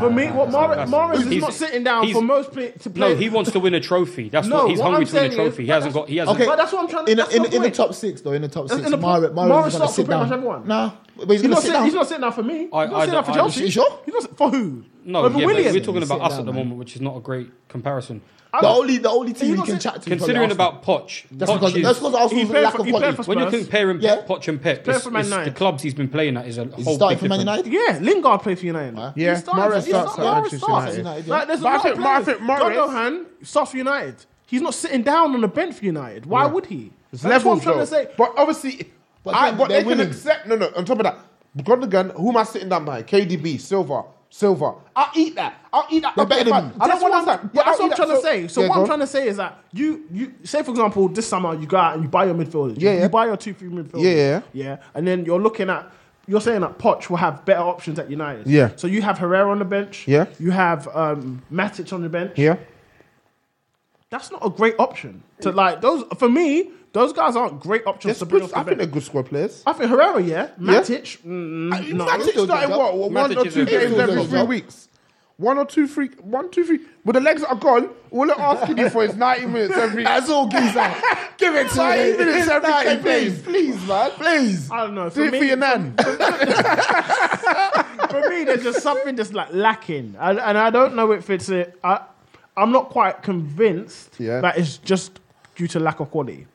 For me, what Mahrez, Mahrez is
He's-
not sitting down
he's-
for most play, to play.
No, he wants to win a trophy. That's
No,
what he's
what
hungry
I'm
to win a
saying is-
trophy. he hasn't got. He hasn't.
Okay. But that's what I'm trying to.
In,
that's
in,
my
in the
point.
top six, though, in the top six,
in the-
Mahrez,
Mahrez
Mahrez is going
starts
to
for
sit
pretty
down.
much everyone.
Nah, but he's
He's
going
not,
to sit
sitting, he's
down.
not sitting down for me.
I-
he's not
I
sitting down for
don't- I-
Chelsea.
You sure?
He's not sit- for who?
no,
Over
yeah, but
Williams.
we're talking about
Sit
us
down,
at the
man.
moment, which is not a great comparison.
I'm-
The only, the only team
He's
he
not
can
sitting-
chat to. is probably
Considering
Arsenal.
about Poch,
That's
Poch
because
is-
that's because
He
Arsenal's
played
lack
for-
of
he played
quality.
for
when you're
Spurs.
comparing
Yeah.
Poch and Pep,
playing
it's-
for Man
it's the
United.
clubs he's been playing at is a whole
Is
big
he starting for Man
difference.
United?
Yeah, Lingard played for United.
Yeah,
He started-
Mahrez
he
starts at
started- Mahrez
Manchester
starts.
United.
Like, there's a
But I
lot
think-
of
but I
players.
think Mahrez-
Gundogan starts for United. He's not sitting down on the bench for United. Why would he?
It's
That's what I'm
levels,
trying
though.
to say.
But obviously,
But
I,
then
but
they're
they can
winning.
accept. No, no. On top of that, Gundogan, who am I sitting down behind? KDB, Silva, Silva. I'll eat that. I'll eat that.
They're
Okay,
better than
fine.
him.
I don't
that's
want
what
that.
I'm,
but
yeah, that's
I'll
what I'm
eat
trying to
that.
say. So
Yeah, go
what I'm
on.
trying to say is that you, you say for example this summer you go out and you buy your midfielders.
Yeah,
you,
yeah.
you buy your two three midfielders.
Yeah, yeah.
yeah. And then you're looking at you're saying that Poch will have better options at United.
Yeah.
So you have Herrera on the bench.
Yeah.
You have um, Matic on the bench.
Yeah.
That's not a great option. To like those for me, those guys aren't great options
It's
to bring
good-
off the
I think
bench.
they're good squad players.
I think Herrera, yeah.
Yeah.
Matic, mm,
I-
no.
Matic started what? One
Matic
or
is
two
a-
games
Matic is
every
a-
three weeks. One or two, three, one, two, three. But the legs are gone. All I'm asking you for is 90 minutes every.
That's all
*laughs*
Giza. Give it to
90
me.
minutes
It's
every
90,
ten days.
please, please, man, please.
I don't know.
Do
For
it for
me,
your nan.
for me, there's just something that's like lacking, and, and I don't know if it's a. I, I'm not quite convinced
Yeah.
that it's just due to lack of quality.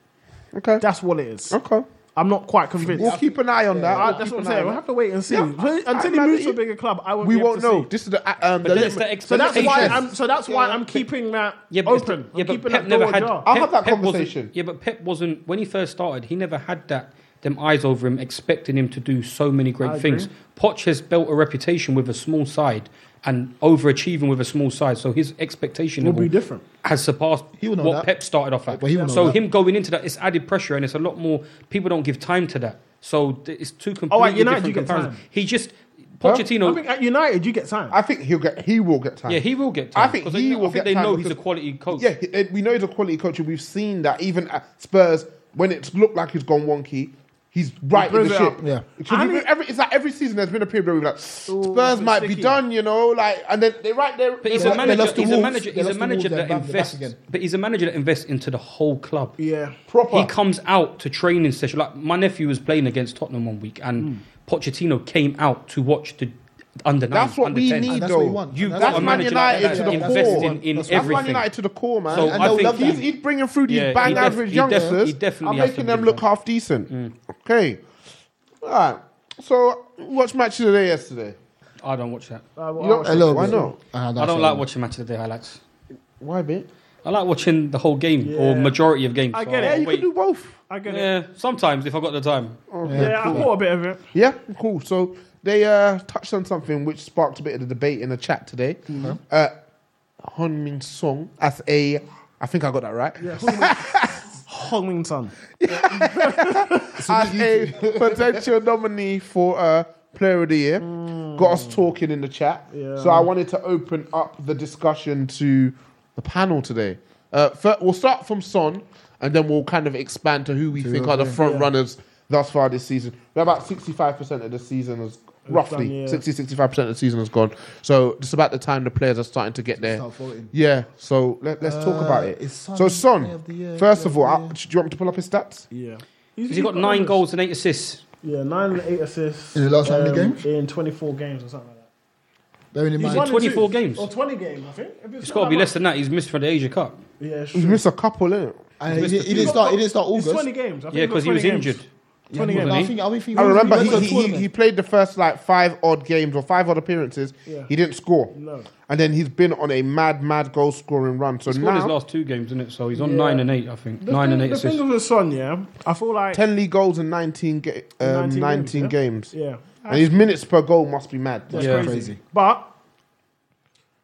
Okay.
That's what it is.
Okay.
I'm not quite convinced.
We'll keep an eye on that.
I-
We'll
that's
keep
what I'm
an eye
saying.
on
We'll
that.
have to wait and see.
Yeah,
Until
I'm
he
mad
moves
at
to a
you.
bigger club, I won't
We
be able
won't
to
know.
see.
This is the uh, um, the
But that's
limit.
the
So that's
expectation.
why I'm. So that's why I'm keeping that
it's-
open. I'm keeping that door ajar.
I'll have that
wasn't-
conversation.
Yeah, but Pep wasn't when he first started. He never had that them eyes over him, expecting him to do so many great things. Poch has built a reputation with a small side and overachieving with a small side, so his expectation
Will
level
be different.
Has surpassed
He will know
what
that.
Pep started off at.
But he will know
so
that.
him going into that, it's added pressure, and it's a lot more. People don't give time to that, so th- it's two
Oh,
completely
United you
different
get
comparisons.
time.
He just
I
Pochettino.
think at United you get time.
I think he'll get. He will get time.
yeah, he will get
I
time.
think
'cause
he
they,
will
I think
get
they
time
know he's a
because-
quality coach.
Yeah, he- eh, we know he's a quality coach, and we've seen that even at Spurs when it's looked like it's gone wonky. He's right in
brings
the
it
ship.
up.
Yeah.
It should
I
be-
mean-
every, it's like every season there's been a period where we're like, Spurs
bit
might be
sticky.
done, you know, like, and then they right there.
But he's
they're
a
like- they
manager.
lost to
He's a
Wolves.
manager.
They
He's a
lost to
manager
Wolves,
that
they're back- they're back
invests.
again.
But he's a manager that invests into the whole club.
yeah.
Proper.
He comes out to training session. Like my nephew was playing against Tottenham one week, and Pochettino came out to watch the Under-9s,
Hmm. That's what we
under-10s.
need,
That's
though.
what you want.
You've
That's
got
what
a
you
Man
manager like
United
that
to the
that's
core.
investing in
That's
That's Man
everything.
United to the core, man.
So
and
I
they'll
think-
love he's, he's bringing through these
Yeah, he
bang
def-
average
he def- he
youngsters.
definitely
I'm
has to Mm.
making them
do
look
that.
half decent. Okay. All right. So, watch match of the day yesterday.
I don't watch that.
Uh,
You don't-
A little
Why
bit.
not?
Ah, that's
I don't
it.
like watching match of the day highlights.
Why, bit?
I like watching the whole game or majority of games.
I
so
get it.
Yeah,
I'll
you
wait.
can do Oh, both.
I get it.
Yeah, sometimes if I've got the time.
Yeah, I caught a bit of it.
Yeah, cool. So they uh, touched on something which sparked a bit of the debate in the chat today. Uh, Hunmin Song as a, I think I got that right.
Hong Wing Sun.
As a *laughs* potential nominee for uh, Player of the Year, got us talking in the chat. So I wanted to open up the discussion to the panel today. Uh, fir- we'll start from Son, and then we'll kind of expand to who we think are the front runners thus far this season. We're about sixty-five percent of the season has roughly
done, yeah.
60 65% of the season has gone. So just about the time the players are starting to get there.
Start voting.
Yeah, so let, let's talk
Uh,
about it.
is Son
so, Son,
player of the year,
first
player
of all,
of the
I-
year?
do you want me to pull up his stats?
Yeah.
'Cause he got nine goals and eight assists.
Yeah, nine and eight assists. um,
In the last how many games?
In 24 games or something like that.
Bearing in
He's
mind,
won in
24
two,
games?
Or 20 games, I think.
It's got to be less than that. He's missed for the Asia Cup.
Yeah, it's
He's
true.
missed a couple, innit?
and he, he didn't start. He didn't start
It's
August.
20 games. I think
Yeah,
he's got
because he
20
was
games.
injured.
20 games.
wasn't
I think. I think.
I remember
went to
he,
a
he,
tournament.
he played the first like five odd games or five odd appearances.
Yeah.
He didn't score.
No.
And then he's been on a mad, mad goal scoring run. So
He scored his
now,
last two games, isn't it? So he's on
Yeah.
nine and eight, I think.
The
nine
thing,
and eight
The
assists.
thing with Son, yeah, I feel like
10 league goals in 19, ga- um, 19,
19
games.
games, yeah? Yeah.
And his minutes per goal must be mad.
That's
Yeah.
crazy.
Crazy.
But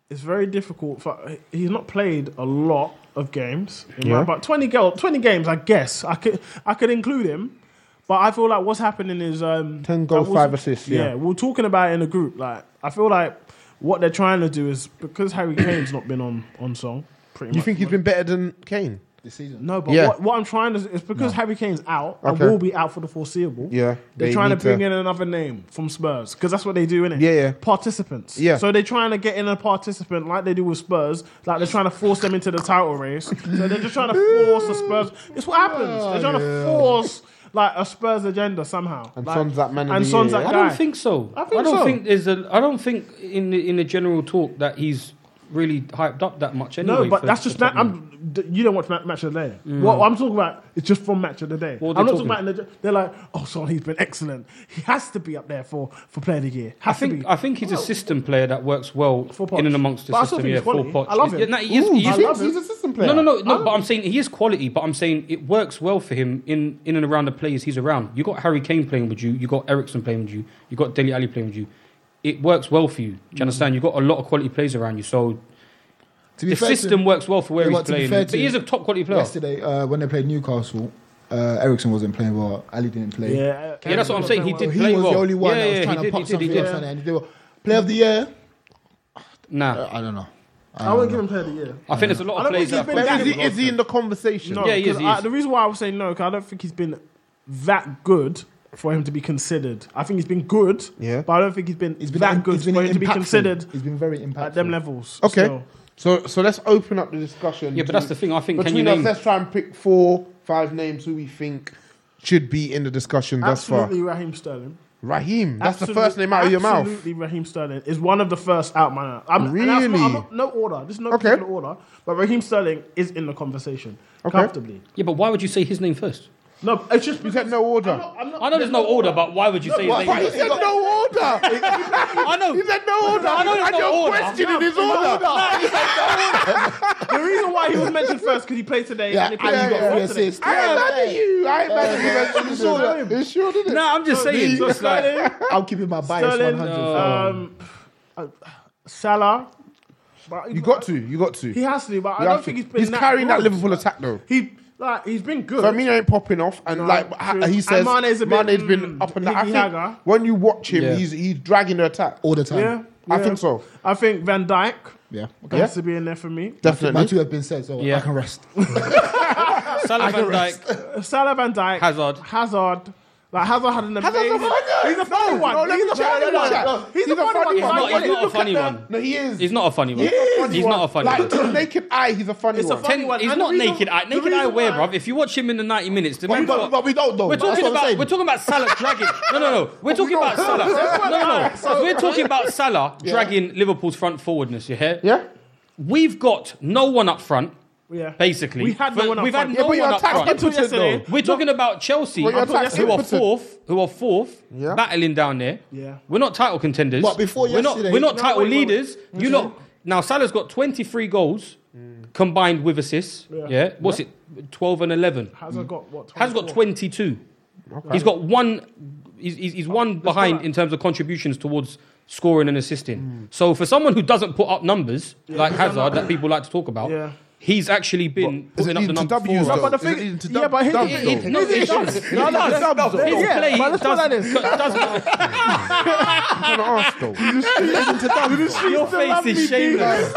it's very difficult. For, he's not played a lot of games.
Yeah.
Yeah. About 20, go, 20 games, I guess. I could, I could include him. But I feel like what's happening is. Um,
10 goals,
that was-
five assists, yeah.
we We're talking about it in a group. Like I feel like what they're trying to do is because Harry Kane's not been on, on song, pretty
You
much.
think he's been better than Kane?
This season.
No, but
Yeah.
what, what I'm trying to is because Harry Kane's out
Okay.
and will be out for the foreseeable.
Yeah,
they're
they
trying to
need
bring
to-
in another name from Spurs because that's what they do in it.
Yeah, yeah.
Participants.
Yeah.
So they're trying to get in a participant like they do with Spurs. Like they're trying to force them into the title race. so they're just trying to force the
*laughs*
Spurs. It's what happens. They're trying to force like a Spurs agenda somehow.
And
like,
Son's that man of
And
the
Son's
year,
that
I
guy.
don't think so.
I think
I don't
so.
think there's a. I don't think in the, in the general talk that he's really hyped up that much. Anyway,
No, but
for-
that's
for
just that.
Tottenham.
I'm, d- you don't watch Ma- match of the day. What I'm talking about is just from match of the day.
What are
I'm
they
not talking about. In the, they're like, oh, son, he's been excellent. He has to be up there for for player of the year.
I
Has to
think
be.
I think he's a system player that works well
For Poch.
in and amongst the
But I still
system.
think
Yeah,
he's quality.
for Poch.
I love him.
Yeah, no, he is,
Ooh,
he
you
is-
think
love him.
he's a system player.
no, no, no, no. But I'm saying he is quality. But I'm saying it works well for him in, in and around the players he's around. You got Harry Kane playing with you. You got Ericsson playing with you. You got Deli Ali playing with you. It works well for you. Do you understand? You got a lot of quality players around you. So
To be
the
fair to
system
him,
works well for where
Yeah,
he's
but to be
playing.
fair
But
to
he is a
him,
top quality player.
yesterday uh, when they played Newcastle, uh, Ericsson wasn't playing well. Ali didn't play.
yeah,
Yeah, that's what I'm saying. He
So
did
he
play
was
well.
the only one
yeah,
that was
yeah,
trying
he
to
did,
pop
he did, he
something
did.
up Sunday. And they were, Player of the year?
Nah,
I don't know.
I wouldn't give him player of the year.
I think there's a lot
I
of
don't
players
think he's
that are
been
But
quality
is he,
players.
is he in the conversation?
No,
Yeah, he is,
'cause
he
I-
is.
the reason why I was saying no, because I don't think he's been that good for him to be considered. I think he's been good,
Yeah.
but I don't think he's been,
He's been
that
im-
good
he's been
for him to be
impactful.
considered
He's been very impactful.
at them levels.
Okay.
So,
So so let's open up the discussion.
Yeah, but that's the thing. I think can you
between us,
name-
let's try and pick four, five names who we think should be in the discussion thus far.
absolutely, Raheem Sterling.
Raheem, that's the
Absolute-
first name out of your mouth.
Absolutely, Raheem Sterling is one of the first out. Man, I'm, and that's not-
Really?
I'm not- no order. This is no
Okay.
particular order, but Raheem Sterling is in the conversation comfortably.
Yeah, but why would you say his name first?
No, it's just
You
because
said no order.
I'm not- I'm not-
I know there's no order, but why would you say his
but he
name?
said no order.
*laughs*
I know.
he said no order.
I know there's
and
no
you're
order.
questioning his order.
the reason why he was mentioned first because he played today.
Yeah,
and he
and
played
he got three
today.
assists.
I ain't mad at you. I ain't mad at you. It's sure,
Sterling.
it's sure, didn't it?
No, I'm
Oh,
just saying.
So
*laughs*
just like-
Sterling,
I'm keeping my bias
Sterling,
100.
um, uh, Salah. But
You got to. You got to.
He has to, but I
You
don't
have
think
to.
he's been.
He's carrying that
good.
Liverpool attack, though.
He like he's been good.
Firmino ain't popping off, and
No,
like ha-
true.
he says,
And Mane's a bit,
Mane's been
mm,
up and down. I
Iggy Haga.
think when you watch him,
Yeah.
he's he's dragging the attack.
all the time.
yeah,
I
yeah.
think so.
I think Van Dijk
Yeah.
Yeah.
has to be in there for me.
My
Definitely.
two have been said, so
Yeah.
I can rest.
Salah Van Dijk.
Salah Van Dijk,
Hazard.
Hazard, Like Hazard had an
Hazard's a
amazing.
funny-
He's a
No,
funny one.
no, let me
he's a
check,
funny
let me
one.
check.
He's, a funny, one.
No,
Like,
he's
when
not
you
a
look
funny
at
one.
No, he is.
He's not a funny one.
He is.
He's not a funny
Like
one.
to the naked eye, he's a funny
It's a
one.
funny one.
He's
And
not
the reason-
naked eye.
the
Naked eye
reason
where,
why-
bruv? If you watch him in the 90 minutes, the
But we
man-
don't- but we don't know.
We're
That's
talking
what I'm
about
saying.
we're talking
*laughs*
about Salah dragging. No, no, no. We're talking
don't
about
know.
Salah.
*laughs*
No, no, no.
Alright, so-
We're talking about Salah dragging Liverpool's front forwardness. You hear?
Yeah.
We've got no one up front.
Yeah.
Basically,
We had
But
no one up
We've
front.
had
Yeah,
no
but you're
one up
attacked
front.
impotent
Yesterday.
though.
We're talking about Chelsea,
Well, you're attacked
who are
impotent.
fourth, who are fourth,
Yeah.
battling down there.
Yeah.
We're not title contenders.
But before
we're not,
yesterday-
we're not
No,
title
wait, wait, wait.
leaders. You lot now Salah's got 23 goals
Mm.
combined with assists. Yeah, what's it? 12 and 11.
Hazard got what?
Has got
24?
22. He's got one. He's, he's, he's one behind in terms of contributions towards scoring and assisting. So for someone who doesn't put up numbers like Hazard that people like to talk about,
Yeah.
he's actually been
Is
putting
it
up the
leading to
number
W's
for us.
though?
But the
Is it
thing-
leading to
yeah,
dub-
but his-
dubs
It-
though?
it- no, it
*laughs*
does.
It
No, no,
is
it
dubs,
does.
though.
His
Yeah,
play
but let's put
does-
that in.
*laughs*
*laughs*
does-
I'm gonna ask though.
Your face is shameless.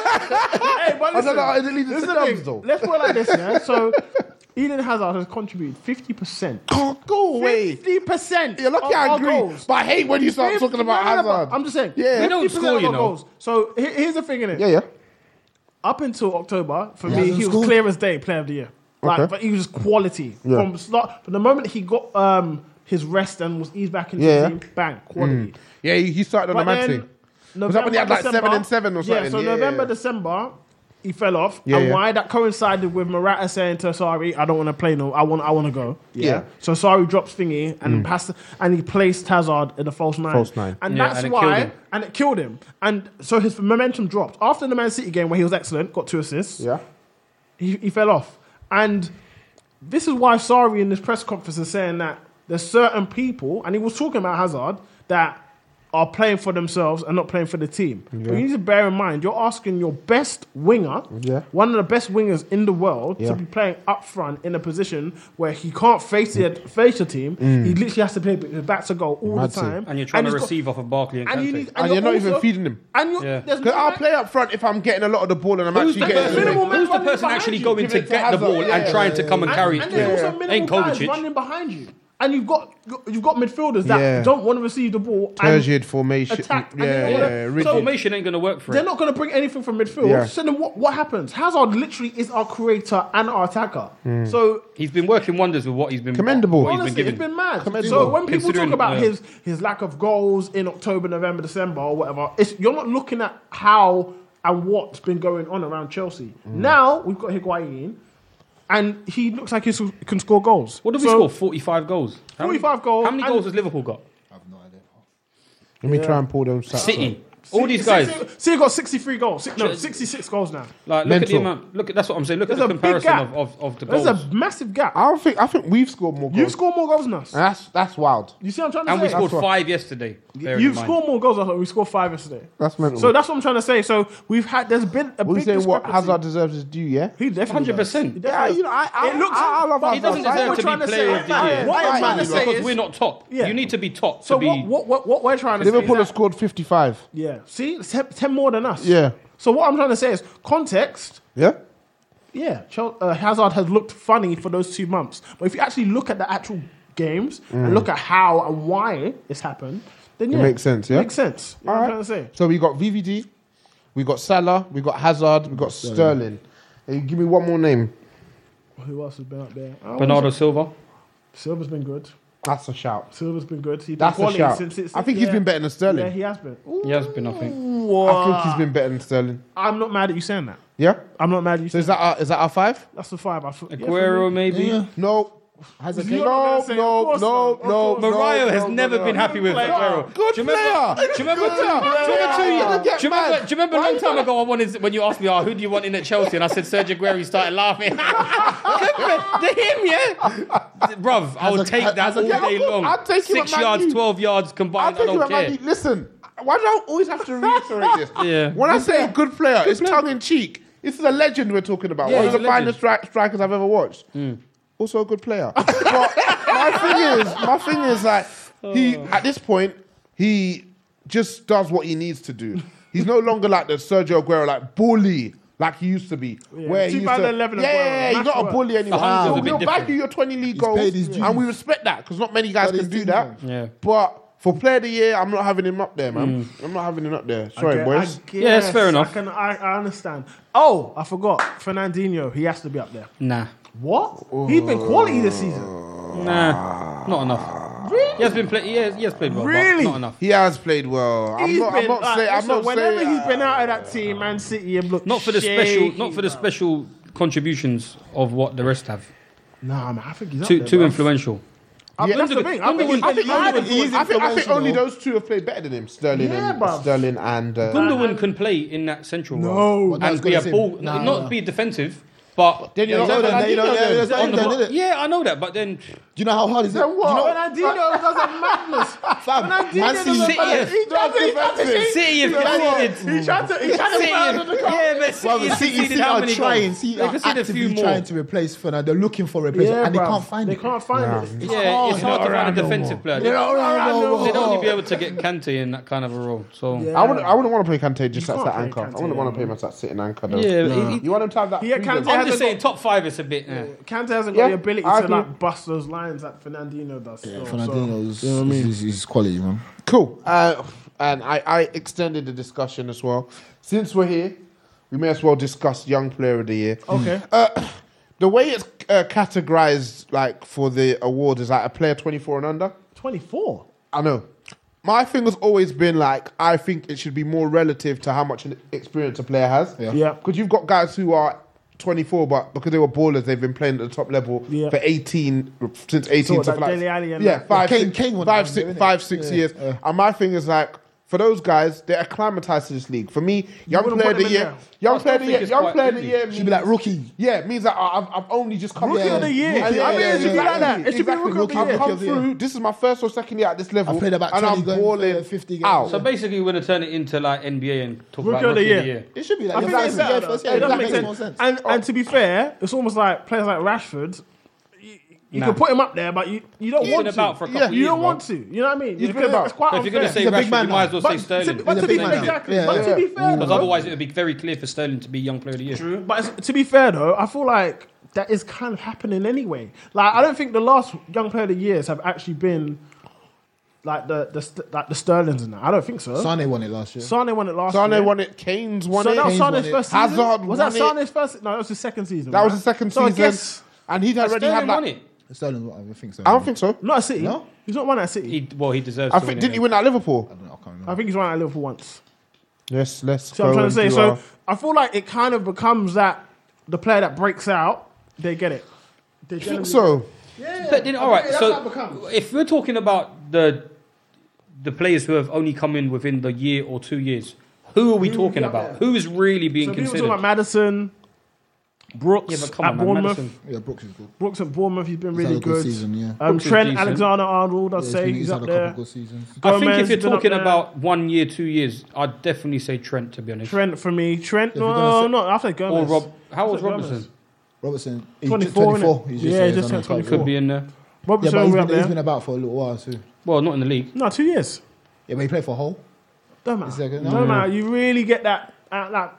Hey, but
I don't
listen,
know how it leads
this
to
is the
dubs
thing.
though.
Let's put it like
*laughs*
this, yeah. So, Eden Hazard has contributed fifty percent.
Oh, go away.
Fifty percent.
You're lucky I agree, but I hate when you start
Fif-
talking about
no, no, no,
Hazard.
but I'm just saying.
Yeah. We
don't
50%
score,
of
you
our
know.
Goals. So he- here's the thing in it.
Yeah, yeah.
Up until October, for
Yeah,
me,
hasn't
he was
scored.
clear as day, player of the year. Like,
Okay.
but he was just quality
Yeah.
from start. From the moment he got um, his rest and was eased back into
Yeah, Mm.
the
yeah.
team, bang, quality.
Yeah, he he started on
But
the mad
then
thing.
November,
that when they had, like,
December-
seven and seven or
Yeah,
something?
so
Yeah,
November,
yeah.
December, he fell off.
Yeah,
and
yeah.
why that coincided with Morata saying to Sari, I don't want to play no, I want I want to go.
Yeah. Mm.
So Sari drops thingy and passed and he placed Hazard in a false nine.
False nine.
And
Yeah,
that's
and it killed
why
him.
and it killed him. And so his momentum dropped. After the Man City game where he was excellent, got two assists,
Yeah.
he, he fell off. And this is why Sari in this press conference is saying that there's certain people, and he was talking about Hazard, that are playing for themselves and not playing for the team. But you need to bear in mind, you're asking your best winger,
Yeah.
one of the best wingers in the world,
Yeah.
to be playing up front in a position where he can't face the, face the team. He literally has to play with his back to goal all
Mm. Mad
the
thing.
time.
And you're trying to
he's got-
receive off of Barkley and,
and you
Kante.
need,
And you're not even
also-
feeding him.
And you're,
Yeah.
there's no
Because I'll
man-
play up front if I'm getting a lot of the ball and I'm
Who's
actually
the,
getting
person,
minimal man
who's the
running
person
behind
actually
you?
going
Give
to
it to
get the
Hazard.
ball
Yeah,
and trying to
yeah,
come and carry it?
And there's also
Ain't
minimal guys
Kovacic.
running behind you. And you've got you've got midfielders that
Yeah.
don't want to receive the ball. and
Turgid formation.
attack, and
Yeah,
they don't
yeah,
wanna-
rigid.
So
Formation ain't going to work for
they're
it.
not going to bring anything from midfield.
Yeah.
So then what, what happens? Hazard literally is our creator and our attacker.
Hmm.
So
He's been working wonders with what he's been
Commendable.
What he's
honestly,
been
it's been
given.
mad. So
Commendable.
when people talk
Considering,
about
yeah.
his his lack of goals in October, November, December, or whatever, it's, you're not looking at how and what's been going on around Chelsea.
Hmm.
Now we've got Higuain, and he looks like he s- can score goals.
What did we
So-
score? 45 goals. How many-
45 goals
How many
and-
goals has Liverpool got?
Let me try and pull them stats.
City. All these guys.
See, see, he got 63 goals. Six, no, 66 goals now.
Like, look at the
Mental.
amount. Look at that's what I'm saying. Look
There's
at
a
the
big
comparison
gap.
of, of, of the
There's
goals.
a massive gap.
I don't think. I think we've scored more. Goals.
You've scored more goals than us.
And that's that's wild.
You see what I'm trying to
and
say?
we scored
what-
five yesterday. bearing in
You've
mind.
scored more goals than us. We scored five yesterday.
That's mental.
So that's what I'm trying to say. So we've had, there's been a
What you
big
saying? What
discrepancy.
Hazard deserves his due? Yeah.
He definitely does.
100%.
He
Yeah,
definitely
you know, I, I,
It looks-
I, I love
but
He doesn't
Hazard.
deserve
we're
to
trying
be
to say-
player of the
Yeah,
year.
what
I'm trying to say
because
is-
we're not top.
Yeah.
You need to be top
So
to be.
what, what, what, what we're trying to say
Liverpool
is
have
that-
scored 55.
yeah. See, it's ten, 10 more than us.
Yeah.
So what I'm trying to say is context.
Yeah.
Yeah, Chel- uh, Hazard has looked funny for those two months. But if you actually look at the actual games and look at how and why it's happened, then yeah,
Mm. makes sense, yeah?
makes sense. You know what I'm trying to say.
So we got VVD, we got Salah, we got Hazard, we got Sterling. Hey, give me one more name.
Who else has been up there? Oh,
Bernardo Silva.
Silva's been good.
That's a shout.
Silva's been good. He's been
That's a
quality
shout.
Since, since,
I think he's been better than Sterling.
Yeah, he has been.
He has been, I think.
I think he's been better than Sterling.
I'm not mad at you saying that.
Yeah.
I'm not mad at you.
So
Saying
is that our, is that our five?
That's the five. I f- yeah, for
Aguero,
me.
maybe.
No.
Has
No,
a
You're not gonna
no,
say, of
no,
course
no,
not, of
no.
course
no,
Mario
no,
Oh, has
no,
never
no.
been happy with
player.
Aguero.
Good
do you
player.
remember, Do you remember,
Good player.
Do you remember,
Good player.
do you remember,
Mad.
do you remember a long time ago I wanted, when you asked me, oh, who do you want in at Chelsea? And I said Sergio Aguero, you started laughing. *laughs* to him, yeah? Bruv, I would take that
as a-
all
yeah,
day
of course,
long.
I'd take him
Six
at Man
yards,
U.
12 yards
I'm
combined, I
thinking
don't
about
care.
Mandy. Listen, why do I always have to reiterate this?
*laughs* Yeah.
When I say a good player, it's tongue in cheek. This is a legend we're talking about. One of
he's
the
a legend.
finest
Hmm.
stri- strikers I've ever watched. Also a good player. *laughs* but my thing is, my thing is like he
Oh.
at this point he just does what he needs to do. He's no longer like the Sergio Aguero, like bully. like he used to be.
Yeah,
Where he used to,
2011
yeah,
Aguero,
yeah, yeah, you're
that's
not a
what-
bully anymore.
Ah,
So
a bit
we'll back
different.
you your 20 league
He's
goals,
paid his
and we
dues.
respect that because not many guys
But
can
it's
do
in
that.
there.
Yeah. Mm.
But for player of the year, I'm not having him up there, man. I'm not having him up there. Sorry,
I gue-
boys.
I
Yeah, that's fair
guess.
enough.
I, can, I, I understand. Oh, I forgot. Fernandinho, he has to be up there.
Nah.
What? He's been quality this season.
Nah. Not enough. Really? He has been play- he has, he has played well. but
Really?
Not enough.
He has played well. I'm
He's
not, I'm
been-
not
like,
saying. I'm
listen,
not
whenever
saying.
he's been out of that team, Man City, and look,
Not for the special not for the special contributions of what the rest have.
Nah, man, I think he's up
Too
there,
too
bruv.
influential.
I- that's the thing. I think he's
Gundogan-
I think, I,
been-
think, I, think, I think only
influential.
those two have played better than him, Sterling
Yeah,
and
bruv.
Sterling and uh,
Gundogan can play in that central
No.
role
But that's
and be
gonna
a
say-
ball,
Nah.
not be defensive, but
Then you're
You know
not
that, you know that,
Fernandinho.
that's not
on the
even done,
ball.
innit?
Yeah, I know that, but then
Do you know how hard is it?
Then what?
You know,
Fernandinho does a madness.
Fam, Man
Fernandinho does a
City-
madness. He tried to- he tried to-
Defensive.
City have
He tried to. He
conceded.
tried to.
City,
foul him.
yeah, but City,
Well,
have
City,
conceded
City
how
are
many
trying.
goals?
City
They've
are
conceded a few
actively
more.
trying to replace Fernando. They're looking for a replacement, and they
bruv.
can't find
They
it.
can't find it.
Yeah, it's hard to find a
Ronaldo.
defensive player.
They don't-
They'd only be able to get Kante in that kind of a role. So
I wouldn't. I wouldn't want to play Kante just
You
as
can't
that
play
anchor. I
Kante,
wouldn't
yeah.
want to play him as that sitting anchor. Though.
Yeah, but he-
you want him to have that.
He had
freedom.
Kante hasn't
I'm just saying,
got-
top five is a bit. eh.
Kante hasn't
Yeah,
got the ability
I
to
agree.
like bust those lines that Fernandinho does. Yeah,
Fernandinho's is- is quality, man.
Cool. Uh, and I, I extended the discussion as well. Since we're here, we may as well discuss Young Player of the Year.
Okay. Uh,
The way it's uh, categorized, like for the award, is like a player 24 and under.
24.
I know. My thing has always been like, I think it should be more relative to how much experience a player has.
Yeah.
Because you've got guys who are 24, but because they were ballers, they've been playing at the top level
Yeah.
for 18, since 18
So,
to
like Dele Alli and
yeah,
that.
five,
Kane-
six,
Kane won
five,
that,
six,
didn't he?
five, six
Yeah,
years.
yeah.
And my thing is like, for those guys, they're acclimatized to this league. For me, young
wouldn't
player of the
put them in
year,
there.
young
I
player of
still
the
think
year,
it's
young
quite
player of the
easy.
year
Should be like
means-
rookie.
yeah, it means that I- I've, I've only just come
Rookie
through.
of the year. Yeah,
I mean, it
yeah,
should be
yeah,
like that. It should
exactly.
be rookie,
Rookie
I've
of
come
the year.
through. This is my first or second year at this level.
I've played about
and
20
I'm
games,
balling
50 games.
out.
So basically, we're gonna turn it into like NBA and talk
Rookie
about
of the
rookie of
year.
the year.
It should be like
I think
yeah,
it's
yeah,
better.
first-
though.
yeah,
it doesn't
that
make
makes
sense.
more sense.
And, and to be fair, it's almost like players like Rashford. You, you
Nah.
can put him up there, but you, you don't
He's
want
been
to.
about for a couple
yeah, you
years,
don't
bro.
want to. You know what I mean?
He's
It's
been
quite-
about.
It's quite
So if you're gonna
unfair.
say
a big
Rashford,
man
you might
now.
as well say
But to,
Sterling.
be- but
He's
to
a
be
big man.
exactly,
Yeah.
but to be
Yeah.
fair,
Because
though-
otherwise, it would be very clear for Sterling to be young player of the year.
But it's, to be fair though, I feel like that is kind of happening anyway. Like I don't think the last young player of the years have actually been like the the St- like the Sterlings and that. I don't think so. Sane,
Sane won it last year.
won it last. year.
Sane won it. Kane's won
So
it.
that was
Kane won
Sane's
it.
first season.
Hazard
was that
won it.
Sane's first? No, that was his second season.
That was
right?
the second
so I
season.
guess
And he'd already
Sterling
had
won
that.
it.
Sterling, won- I think so.
I don't think so.
not at City.
No?
he's not one at City.
He, well, he deserves.
I
to
think
win
didn't
it,
he win at Liverpool?
I can't remember.
I think he's one at Liverpool once.
Yes, let's.
See what I'm trying to say? So I feel like it kind of becomes that the player that breaks out, they get it. They
I think
generally-
so.
But then, all right.
that's how it
So
becomes.
if we're talking about the the players who have only come in within the year or two years, who are we talking
up there?
about? Who is really being
So people talk
considered?
about Madison, Brooks
yeah, but come
at
on, man,
Bournemouth.
Madison.
Yeah, Brooks is good.
Brooks at Bournemouth, he's been
He's had
really
a good
good.
season, yeah.
um,
Brooks is
Trent
decent.
Alexander Arnold, I'd
Yeah,
say
been-
he's,
had
up
a
there.
couple good seasons.
I think
Gomez
if you're
been up
talking
there.
about one year, two years, I'd definitely say Trent. To be honest,
Trent for me. Trent,
you're gonna
no,
say-
no, no, after
or
Gomez.
Rob. How old's
Gomez.
Robertson?
Robertson, he's
24,
24.
innit?
24. He's
Yeah,
yeah,
he
he's
just
only
turned
about-
24.
Could be in there.
Yeah,
Robertson
but he's
we're up
been, he's been
there.
about for a little while too.
Well, not in the league.
No, two years.
Yeah, but he played for Hull.
Don't
Is that
matter.
good?
Don't
Yeah.
matter. You really get that. Uh, that.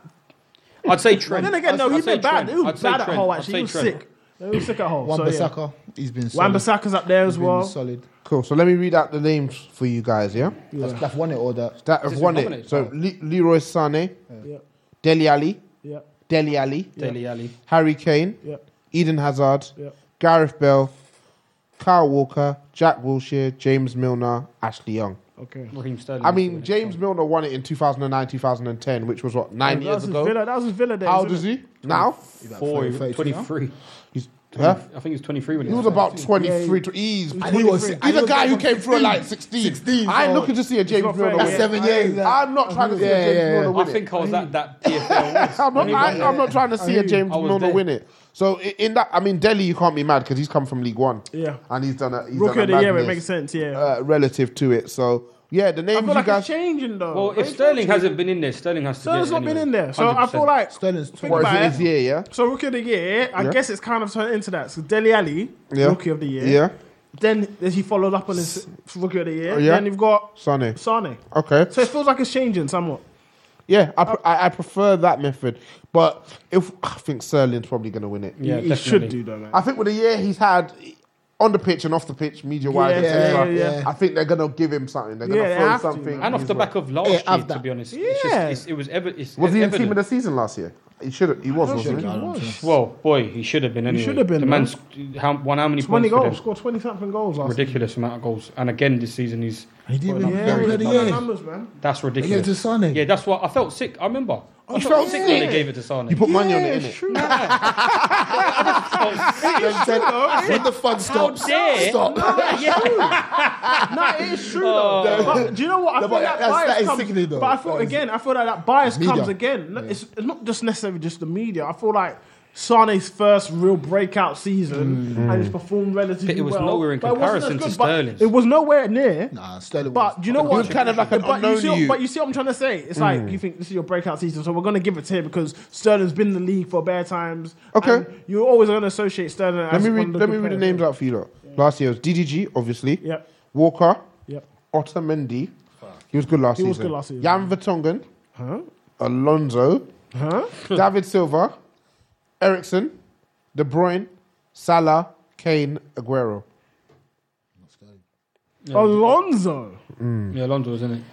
I'd say Trent.
Then again,
I'd-
no,
I'd
he's
say
been bad.
Trent.
He was
I'd say
bad at
Trent.
Hull,
I'd
actually.
say
He was
Trent.
sick. He was sick at Hull.
Wan
So, yeah.
Bissaka, he's been solid.
Wan Bissaka's up there as
He's been
well.
solid.
Cool. So let me read out the names for you guys. Yeah,
That's, that's won it or that.
that have
This is
won it.
nominated.
So Le- Leroy Sané,
Yeah,
Deli Ali,
yeah,
Deli Ali,
Dele Alli.
Harry Kane,
yeah.
Eden Hazard,
Yeah.
Gareth Bell, Kyle Walker, Jack Wilshere, James Milner, Ashley Young.
Okay.
Raheem Sterling.
I mean, James Milner won it in 2009, 2010, which was what nine
that
years
was his
ago.
Villa. That was his Villa days.
How
isn't
does
it?
he now?
four,
33 now?
23.
He's huh?
I think he's 23 when
He
he
was
was
about 23. tw- He's,
And he was-
he's
and he
a
was
guy who
like
came through at like 16.
16. 16,
I'm
so-
looking to see a James
not
Milner. win
fair,
That's
it.
yeah.
seven years.
I'm not trying to see a
Yeah,
James
yeah, yeah.
Milner
I
win it.
think I was
*laughs*
at that PFL.
I'm not,
When he
I,
won
I'm not trying to see a James
I was
Milner
there.
win it. So i- in that, I mean, Delhi, you can't be mad because he's come from League One.
Yeah.
and he's done a he's
Rookie
done a
of the year. It
madness,
makes sense. Yeah.
uh, relative to it. So yeah, the
I
names
feel
you
like it's
guys.
changing though.
Well, if
It's
Sterling
changing.
hasn't been in there, Sterling has to get
Sterling's
it
not been
anyway.
in there, so I feel
100%.
like
Sterling's
think
What is
about
it
it.
this year? Yeah,
So rookie of the year, I
Yeah.
guess it's kind of turned into that. So Deli Ali,
Yeah.
rookie of the year.
Yeah.
Then as he followed up on his rookie of the year.
Oh, yeah.
Then you've got
Sonny.
Sane.
Okay.
So it feels like it's changing somewhat.
Yeah, I, pre- I, I prefer that method. But if I think Sterling's probably going to win it.
Yeah,
he
definitely.
should do that, man.
I think with the year he's had on the pitch and off the pitch, media wise,
Yeah,
etc.,
yeah,
yeah.
I think they're going to give him something. They're going
Yeah, they
to
have
throw
to,
something.
man.
And off
his
the
way.
back of last
Yeah,
year,
have
to
that.
be honest, it's just,
Yeah.
it's, it was ever. It's
Was he in
evident.
team of the season last year? He should. He was. Wasn't he?
Well, boy, he should have been. Anyway.
should have been,
The
man.
man's how, won how many
20
points? for them?
goals, scored 20 something goals last
Ridiculous amount of goals, and again this season he's.
He didn't even
year.
play
Yeah,
the
yeah,
year.
numbers, man.
That's ridiculous.
to Sane.
Yeah, that's what I felt sick. I remember. I
You felt
felt sick when
sick?
they gave it to Sane.
You put money on
Yeah,
it,
it's
innit?
true.
When the fun stops,
dare-
stop.
*laughs*
No, it is true
Oh.
though. But do you know what? I
No,
feel
but
that
that's-
bias
that is
comes.
sickening, though.
But I feel
That is-
again, I feel like that bias
Media.
comes again. No, It's, it's not just necessarily just the media. I feel like Sane's first real breakout season,
Mm.
and he's performed relatively
But it was
well.
nowhere in
But it wasn't as
comparison to
good, but
Sterling's.
It was nowhere near.
Nah, Sterling
But do you know
He
what?
was kind of like an
but you,
unknown Mm.
see,
you.
but you see what I'm trying to say? It's like you think this is your breakout season, so we're going to give it to him because Sterling's been in the league for bare times.
Okay.
and you're always going to associate Sterling.
Let
as
me
one
read.
of the
Let me
good
read the
players.
names out for you. Lot. Last year was DDG, obviously.
Yep.
Walker.
Yep.
Otamendi. He was good last
He
season.
was good last season.
Jan Vertonghen. Alonso.
Huh?
David Silva. Ericsson. De Bruyne. Salah. Kane. Aguero. Oh.
Alonso.
Yeah, Alonso was in it.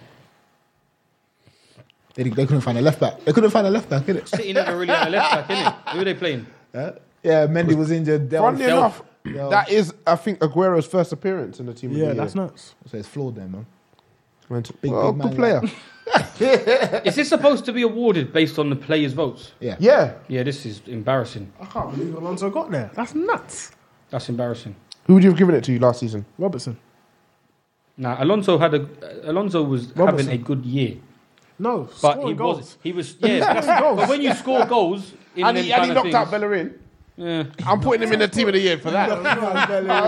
They, they couldn't find a left back. They couldn't find a left back, could it?
City never really had a left back, innit? Who are they playing?
Yeah, Mendy was injured. Del-
Funnily
Del-
enough,
Del-
that is, I think, Aguero's first appearance in the team. of the
Yeah,
year.
that's nuts.
so it's flawed then, man.
Mental.
Big,
Well,
big
good
man,
player.
Is this supposed to be awarded based on the players' votes?
Yeah.
Yeah.
Yeah, this is embarrassing.
I can't believe Alonso got there. That's nuts.
That's embarrassing.
Who would you have given it to last season?
Robertson.
Now Alonso had a Alonso was
Robertson.
having a good year,
No,
but
scoring
he
goals.
was he was
*laughs*
yeah. that's- but when you score goals, in
And
them
he, and he
kind of
knocked out
things-
Bellerin.
Yeah.
I'm putting him in the team of the year for that.
*laughs*
I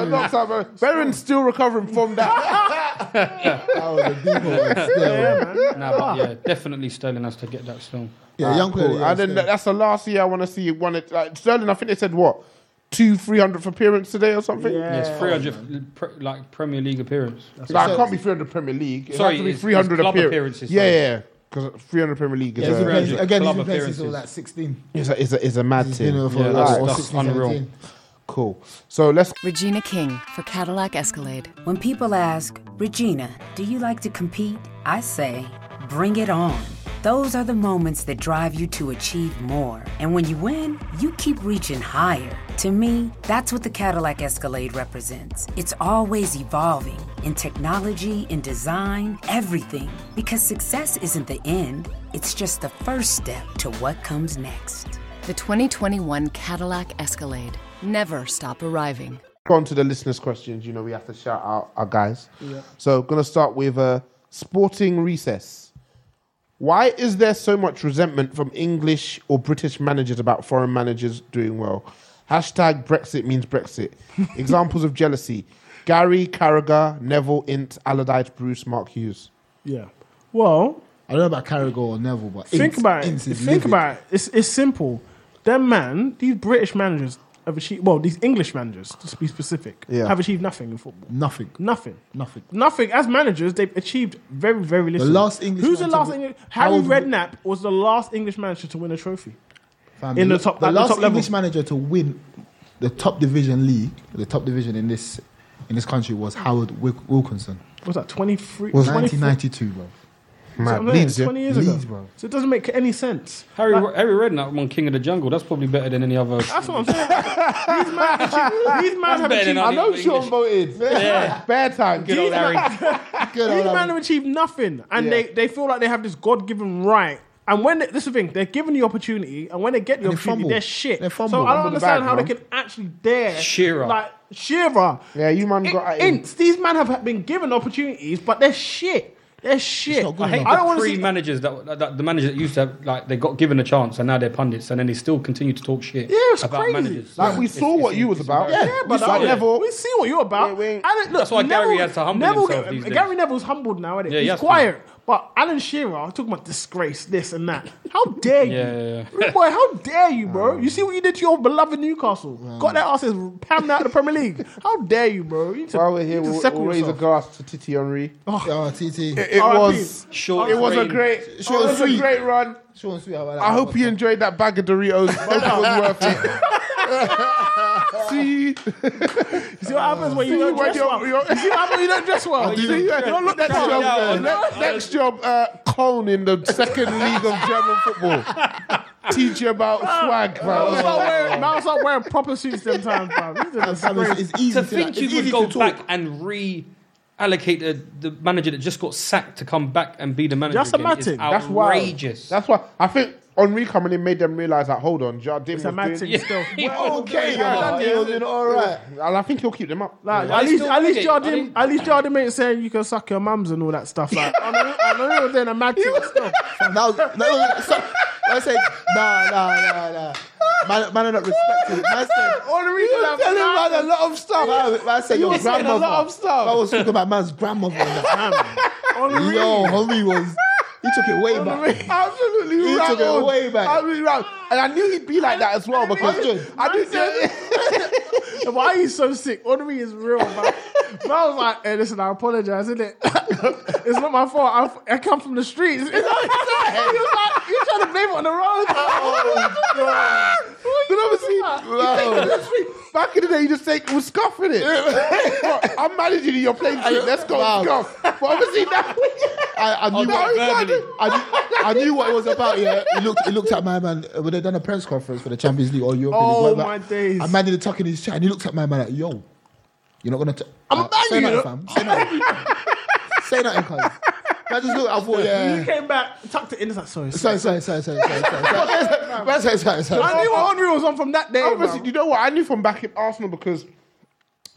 knocked out *laughs* Bellerin. Bellerin's still recovering from that.
That was a
*laughs*
deep one. Still.
*laughs*
Nah, but yeah, definitely Sterling has to get that still.
Yeah, young player.
Ah, Cool.
yeah,
And then
still.
that- that's the last year I want to see one. At, like, Sterling, I think they said what two, three hundred appearance today or something.
Yes, 300 pre, like Premier League appearance.
Like, it can't be three hundred Premier League. It
Sorry,
has to be
it's-
three hundred
it's club
appear-
appearances,
Yeah,
sorry.
yeah, because three hundred Premier League is
He's
a,
been
Yeah.
playing- again, he's
Club
been playing since he was
appearances.
like 16.
is a, is a, is a mad
He's
thing.
been here for
Yeah,
like
that's-
or
that's
16,
unreal.
17.
Cool. So let's
Regina King for Cadillac Escalade.
When people ask, Regina, do you like to compete? I say, bring it on. Those are the moments that drive you to achieve more. And when you win, you keep reaching higher. To me, that's what the Cadillac Escalade represents. It's always evolving in technology, in design, everything. Because success isn't the end, it's just the first step to what comes next.
The 2021 Cadillac Escalade. Never stop arriving.
go on to the listeners' questions. You know, we have to shout out our guys. So, gonna start with uh, sporting recess. Why is there so much resentment from English or British managers about foreign managers doing well? Hashtag Brexit means *laughs* Brexit. Examples of jealousy: Gary Carragher, Neville Int, Allardyce, Bruce, Mark Hughes.
Yeah. Well,
I don't know about Carragher or Neville, but
think
Ince-
about it.
Ince is
Think
livid.
about it. It's, it's simple. Them man, these British managers have achieved, well, these English managers, to be specific,
Yeah.
have achieved nothing in football.
Nothing.
Nothing.
Nothing.
Nothing. As managers, they've achieved very, very little.
last English
Who's the
manager
last
to-
English?
How
Harry
old-
Redknapp was the last English manager to win a trophy.
Fam,
In the top-
the
at the
last
top level.
English manager to win the top division league, the top division in this in this country was Howard Wil- Wilkinson.
What was that 23?
Was
24?
1992, bro.
Mad.
I'm saying,
Leeds, yeah?
20 years
Leeds,
ago.
bro.
So it doesn't make any sense.
Harry Harry Redknapp won King of the Jungle. That's probably better than any other.
That's what I'm saying. these man have achieved. These man have
better
achieved.
than
I
I
know
know
Sean
English.
voted.
*laughs*
Yeah. Bad time.
Good old Harry.
Good
These
old
men
Harry.
have achieved nothing, and
Yeah.
they, they feel like they have this God given right. And when they, this is the thing, they're given the opportunity, and when they get the
And they
opportunity,
fumble.
they're shit.
They fumble.
so I don't
Fumble the
understand
bag,
how they
man.
can actually dare
Shearer.
like Shearer.
Yeah, you man got at him.
Ints. These men have been given opportunities, but they're shit. They're shit.
not good
I hate
enough.
I
don't
don't
wanna
the three
see-
managers that, that, that the managers that used to have, like they got given a chance and now they're pundits and then they still continue to talk shit
Yeah, it's
about
crazy.
managers.
Like we
It's-
saw
it's-
what you
it's
was about.
embarrassing.
Yeah, but
we saw
I-
Neville.
we see what you're about.
Yeah, we ain't-
Alan- look,
That's why Gary has to humble
Neville,
himself these days.
Gary Neville's humbled now, isn't
Yeah, he
He's
has to.
quiet. But Alan Shearer, I'm talking about disgrace, this and that. How dare you?
Yeah, yeah,
Rude Boy,
*laughs*
how dare you, bro? You see what you did to your beloved Newcastle?
Mm.
Got their asses pammed out of the Premier League. How dare you, bro? You need to,
While we're
you
here,
need to
we'll,
settle
we'll raise a
yourself.
glass to Titi Henry.
Oh, TT.
it, it
RIP.
was
Short
it was a
frame.
great
Short
it was a
frame.
great run.
Short and sweet, I, like
I
that.
hope you enjoyed that bag of *laughs* Doritos. hope it was worth it.
*laughs*
See you.
See what happens when you
See
don't
when
dress
you're-
well.
you're-
You see what happens when you don't dress well.
See you. Next
Shout
job,
out.
ne- next job, uh, Cologne in the second league of German football. Teach you about swag,
Man, I'll
man.
start wearing, man, I'll start wearing proper suits sometimes, fam. This is a
Fam,
disgrace.
it's, it's easy
to
to,
think
like,
you
it's
would
easy
go
to talk.
back and reallocate the, the manager that just got sacked to come back and be the manager.
That's a
again
mad
is
thing.
That's why.
outrageous. *laughs*
That's why I think Henri coming in made them realize that. Hold on, Jardim
It's a
was
mad
doing-
thing still.
Okay,
Yeah,
yeah,
he was doing all right.
and I think he'll keep them up.
Like,
Why
at
they
least,
still
at least
kick it?
Jardim,
Why they-
at least Jardim ain't saying you can suck your mums and all that stuff. Like, I know, I know you're doing
*laughs*
a mad thing. still.
Fam, That was, that was, so, I said, nah, nah, nah, nah. Man, man, are not respected. Man said,
All the reason I'm
telling
mad-
man a lot of stuff. Man, man said, your
were saying a
grandmother.
lot of stuff.
I was talking about man's grandmother. and that. Yo, homie Oh, was, he took it way
Oh,
back.
Absolutely
He took it
rattled.
way back.
Absolutely rattled. And I knew he'd be like that as well because I knew
*laughs* Why are you so sick? Ornery is real, man. But I was like, hey, listen, I apologize, isn't it? *laughs* it's not my fault. I, f- I come from the streets. *laughs* It's like, he was like, you're trying to blame it on the road.
Oh,
Did I ever see? Back in the day, you just say, "We're scuffing it." Bro, I'm managing your plane trip. Let's go
Wow.
scuff. But
*laughs*
obviously now,
I, I
Oh,
knew
now
what,
he's
I,
managing.
knew- I knew what it was about. Yeah, he looked, he looked at my man. uh, When they done a press conference for the Champions League or Europe, League,
Oh,
whatever,
my days.
A man in the tuck in his chair, and he looked at my man like, "Yo, you're not gonna." T-
I'm
uh, say
banging
nothing,
you.
fam. Say nothing. say nothing, cuz. I just looked. I thought,
He
yeah.
came back, tucked it in. It's like, sorry. sorry.
Sorry, sorry, sorry, sorry, sorry,
*laughs*
sorry. sorry, sorry, sorry, sorry.
I knew what Henry was on from that day.
obviously, you know what? I knew from back in Arsenal because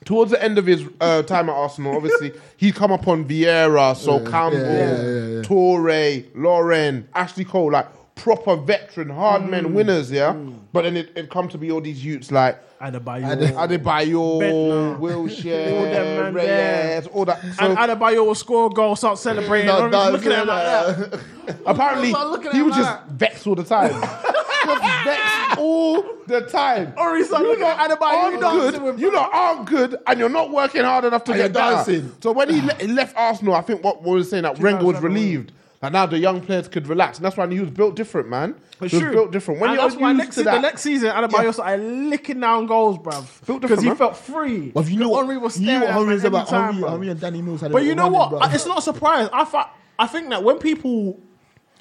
towards the end of his uh, time at Arsenal,
*laughs*
obviously he'd come up on Vieira, so Campbell,
yeah, yeah, yeah.
Torre, Lauren, Ashley Cole, like proper veteran, hard
Mm.
men, winners. Yeah, but then it, it come to be all these youths like.
Adebayo.
Adebayo,
Bednar. *laughs* All them
Wilshere,
man there.
Reyes, all that. So-
and Adebayo will score a goal, start celebrating.
No,
Henry's
no,
looking at him
no,
like
no.
that.
*laughs* Apparently,
Start looking at
he
him
was
like
just
that.
vexed all the
*laughs*
time. just vexed all the time.
Henry started looking at Adebayo.
aren't
You
good.
dancing with
you lot aren't good, and you're not working hard enough to
And
get
you're
better.
dancing.
So when
Ah.
he, le- he left Arsenal, I think what we were saying that Wenger was
2011.
relieved. And now the young players could relax, and that's why he was built different, man.
It's
he was
true.
built different. When
And
you're
that's why
used
next
to
se-
that,
the next season, Adebayo started licking down goals, bruv.
Built
Because
different,
he
man.
felt free.
Well, if you know
Henry was
what, you know
staring
what
at him
Henry is
every
about.
time,
Henry,
bruv.
Henry and Danny Mills had a
But you know
little
what?
running, bruv.
It's not a surprise. I, fi- I think that when people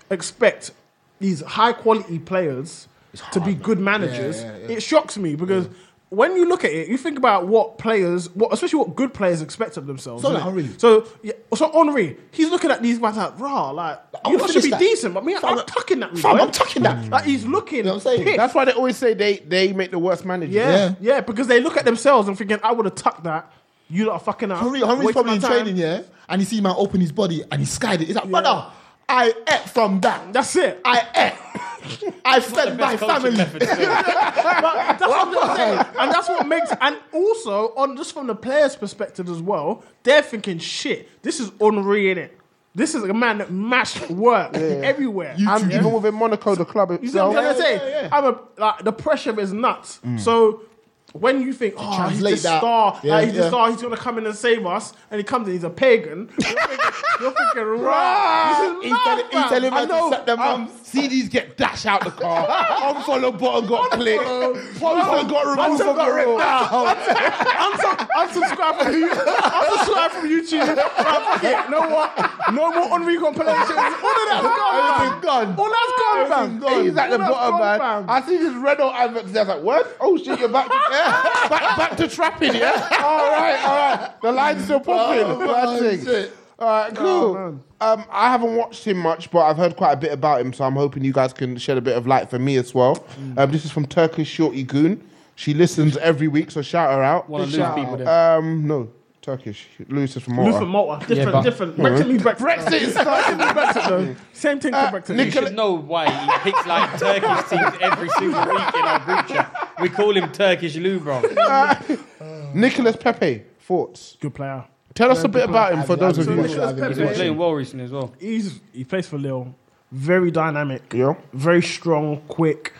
expect these high quality players to be good managers,
Yeah, yeah, yeah.
it shocks me because when you look at it, you think about what players, what especially what good players expect of themselves.
So like
innit?
Henry.
so yeah, so Henri, he's looking at these guys like, rah, like
I
you
wanna
lot should
finish
be
that.
decent. But me,
Fam,
I'm tucking that.
fam,
boy.
I'm tucking that.
Like he's looking.
know what I'm saying?
pissed.
that's why they always say they they make the worst managers.
Yeah,
Yeah.
yeah, because they look at themselves and thinking, I would have tucked that. You lot are fucking up.
Henry, Henry's
Wasting
probably
my
in
time."
training, yeah, and he see man open his body and he skied it. He's like, brother, I ate from that.
That's it.
I
*laughs*
ate. I fed my family.
But that's what I'm saying. And that's what makes and also on just from the player's perspective as well, they're thinking, shit, this is Henri in it. This is a man that mashed work everywhere.
You
and
too.
even within Monaco, the club
You see what
itself.
I'm trying to say?
yeah, yeah.
I'm a, like, the pressure is nuts. So when you think, oh, he's
translate
the
that.
star,
Yeah,
like, he's the
yeah.
star, he's going to come in and save us, and he comes in, he's a pagan, you're thinking, you're thinking right, this is
He's
mad,
telling- he's
fam.
telling
I
man to
know,
suck them
um,
up.
CDs get dashed out the
*laughs*
car. Unfollow button got clicked. Poster got removed
Unfollow
from
got
the road.
ripped Unsub- unsubscribe from YouTube. Unsubscribe from YouTube. Right, fuck it. Know what? No more Henri compilations. All of that's gone, man.
Everything gone.
All
*laughs*
that's gone, fam.
Everything gone. He's at the
All that's
bottom,
gone,
man.
fam.
I see this Renault advert. I was like, what? Oh shit, you're back to,
*laughs*
back, back to trapping, yeah? all right, all right. The line's still popping.
Oh,
Bad thing.
shit.
All right, cool. um, I haven't watched him much, but I've heard quite a bit about him, so I'm hoping you guys can shed a bit of light for me as well. Um, this is from Turkish Shorty Goon. She listens every week, so shout her out.
Wanna lose
Shout
people
out.
then.
Um, no, Turkish. Lewis is from Malta.
Luther Malta. Different,
but-
different. Brexit means Brexit. Uh,
Brexit is starting
Brexit means Brexit, *laughs* though. Same thing to Brexit.
You should know why he picks like Turkish teams every single week in our group chat. We call him Turkish Lou, bro.
Nicholas Pepe, thoughts?
Good player.
Tell us a bit about him for those of you.
Nicolas
watching.
Pepe,
He's been playing well recently as well.
He's he plays for Lille. Very dynamic.
Yeah.
Very strong, quick,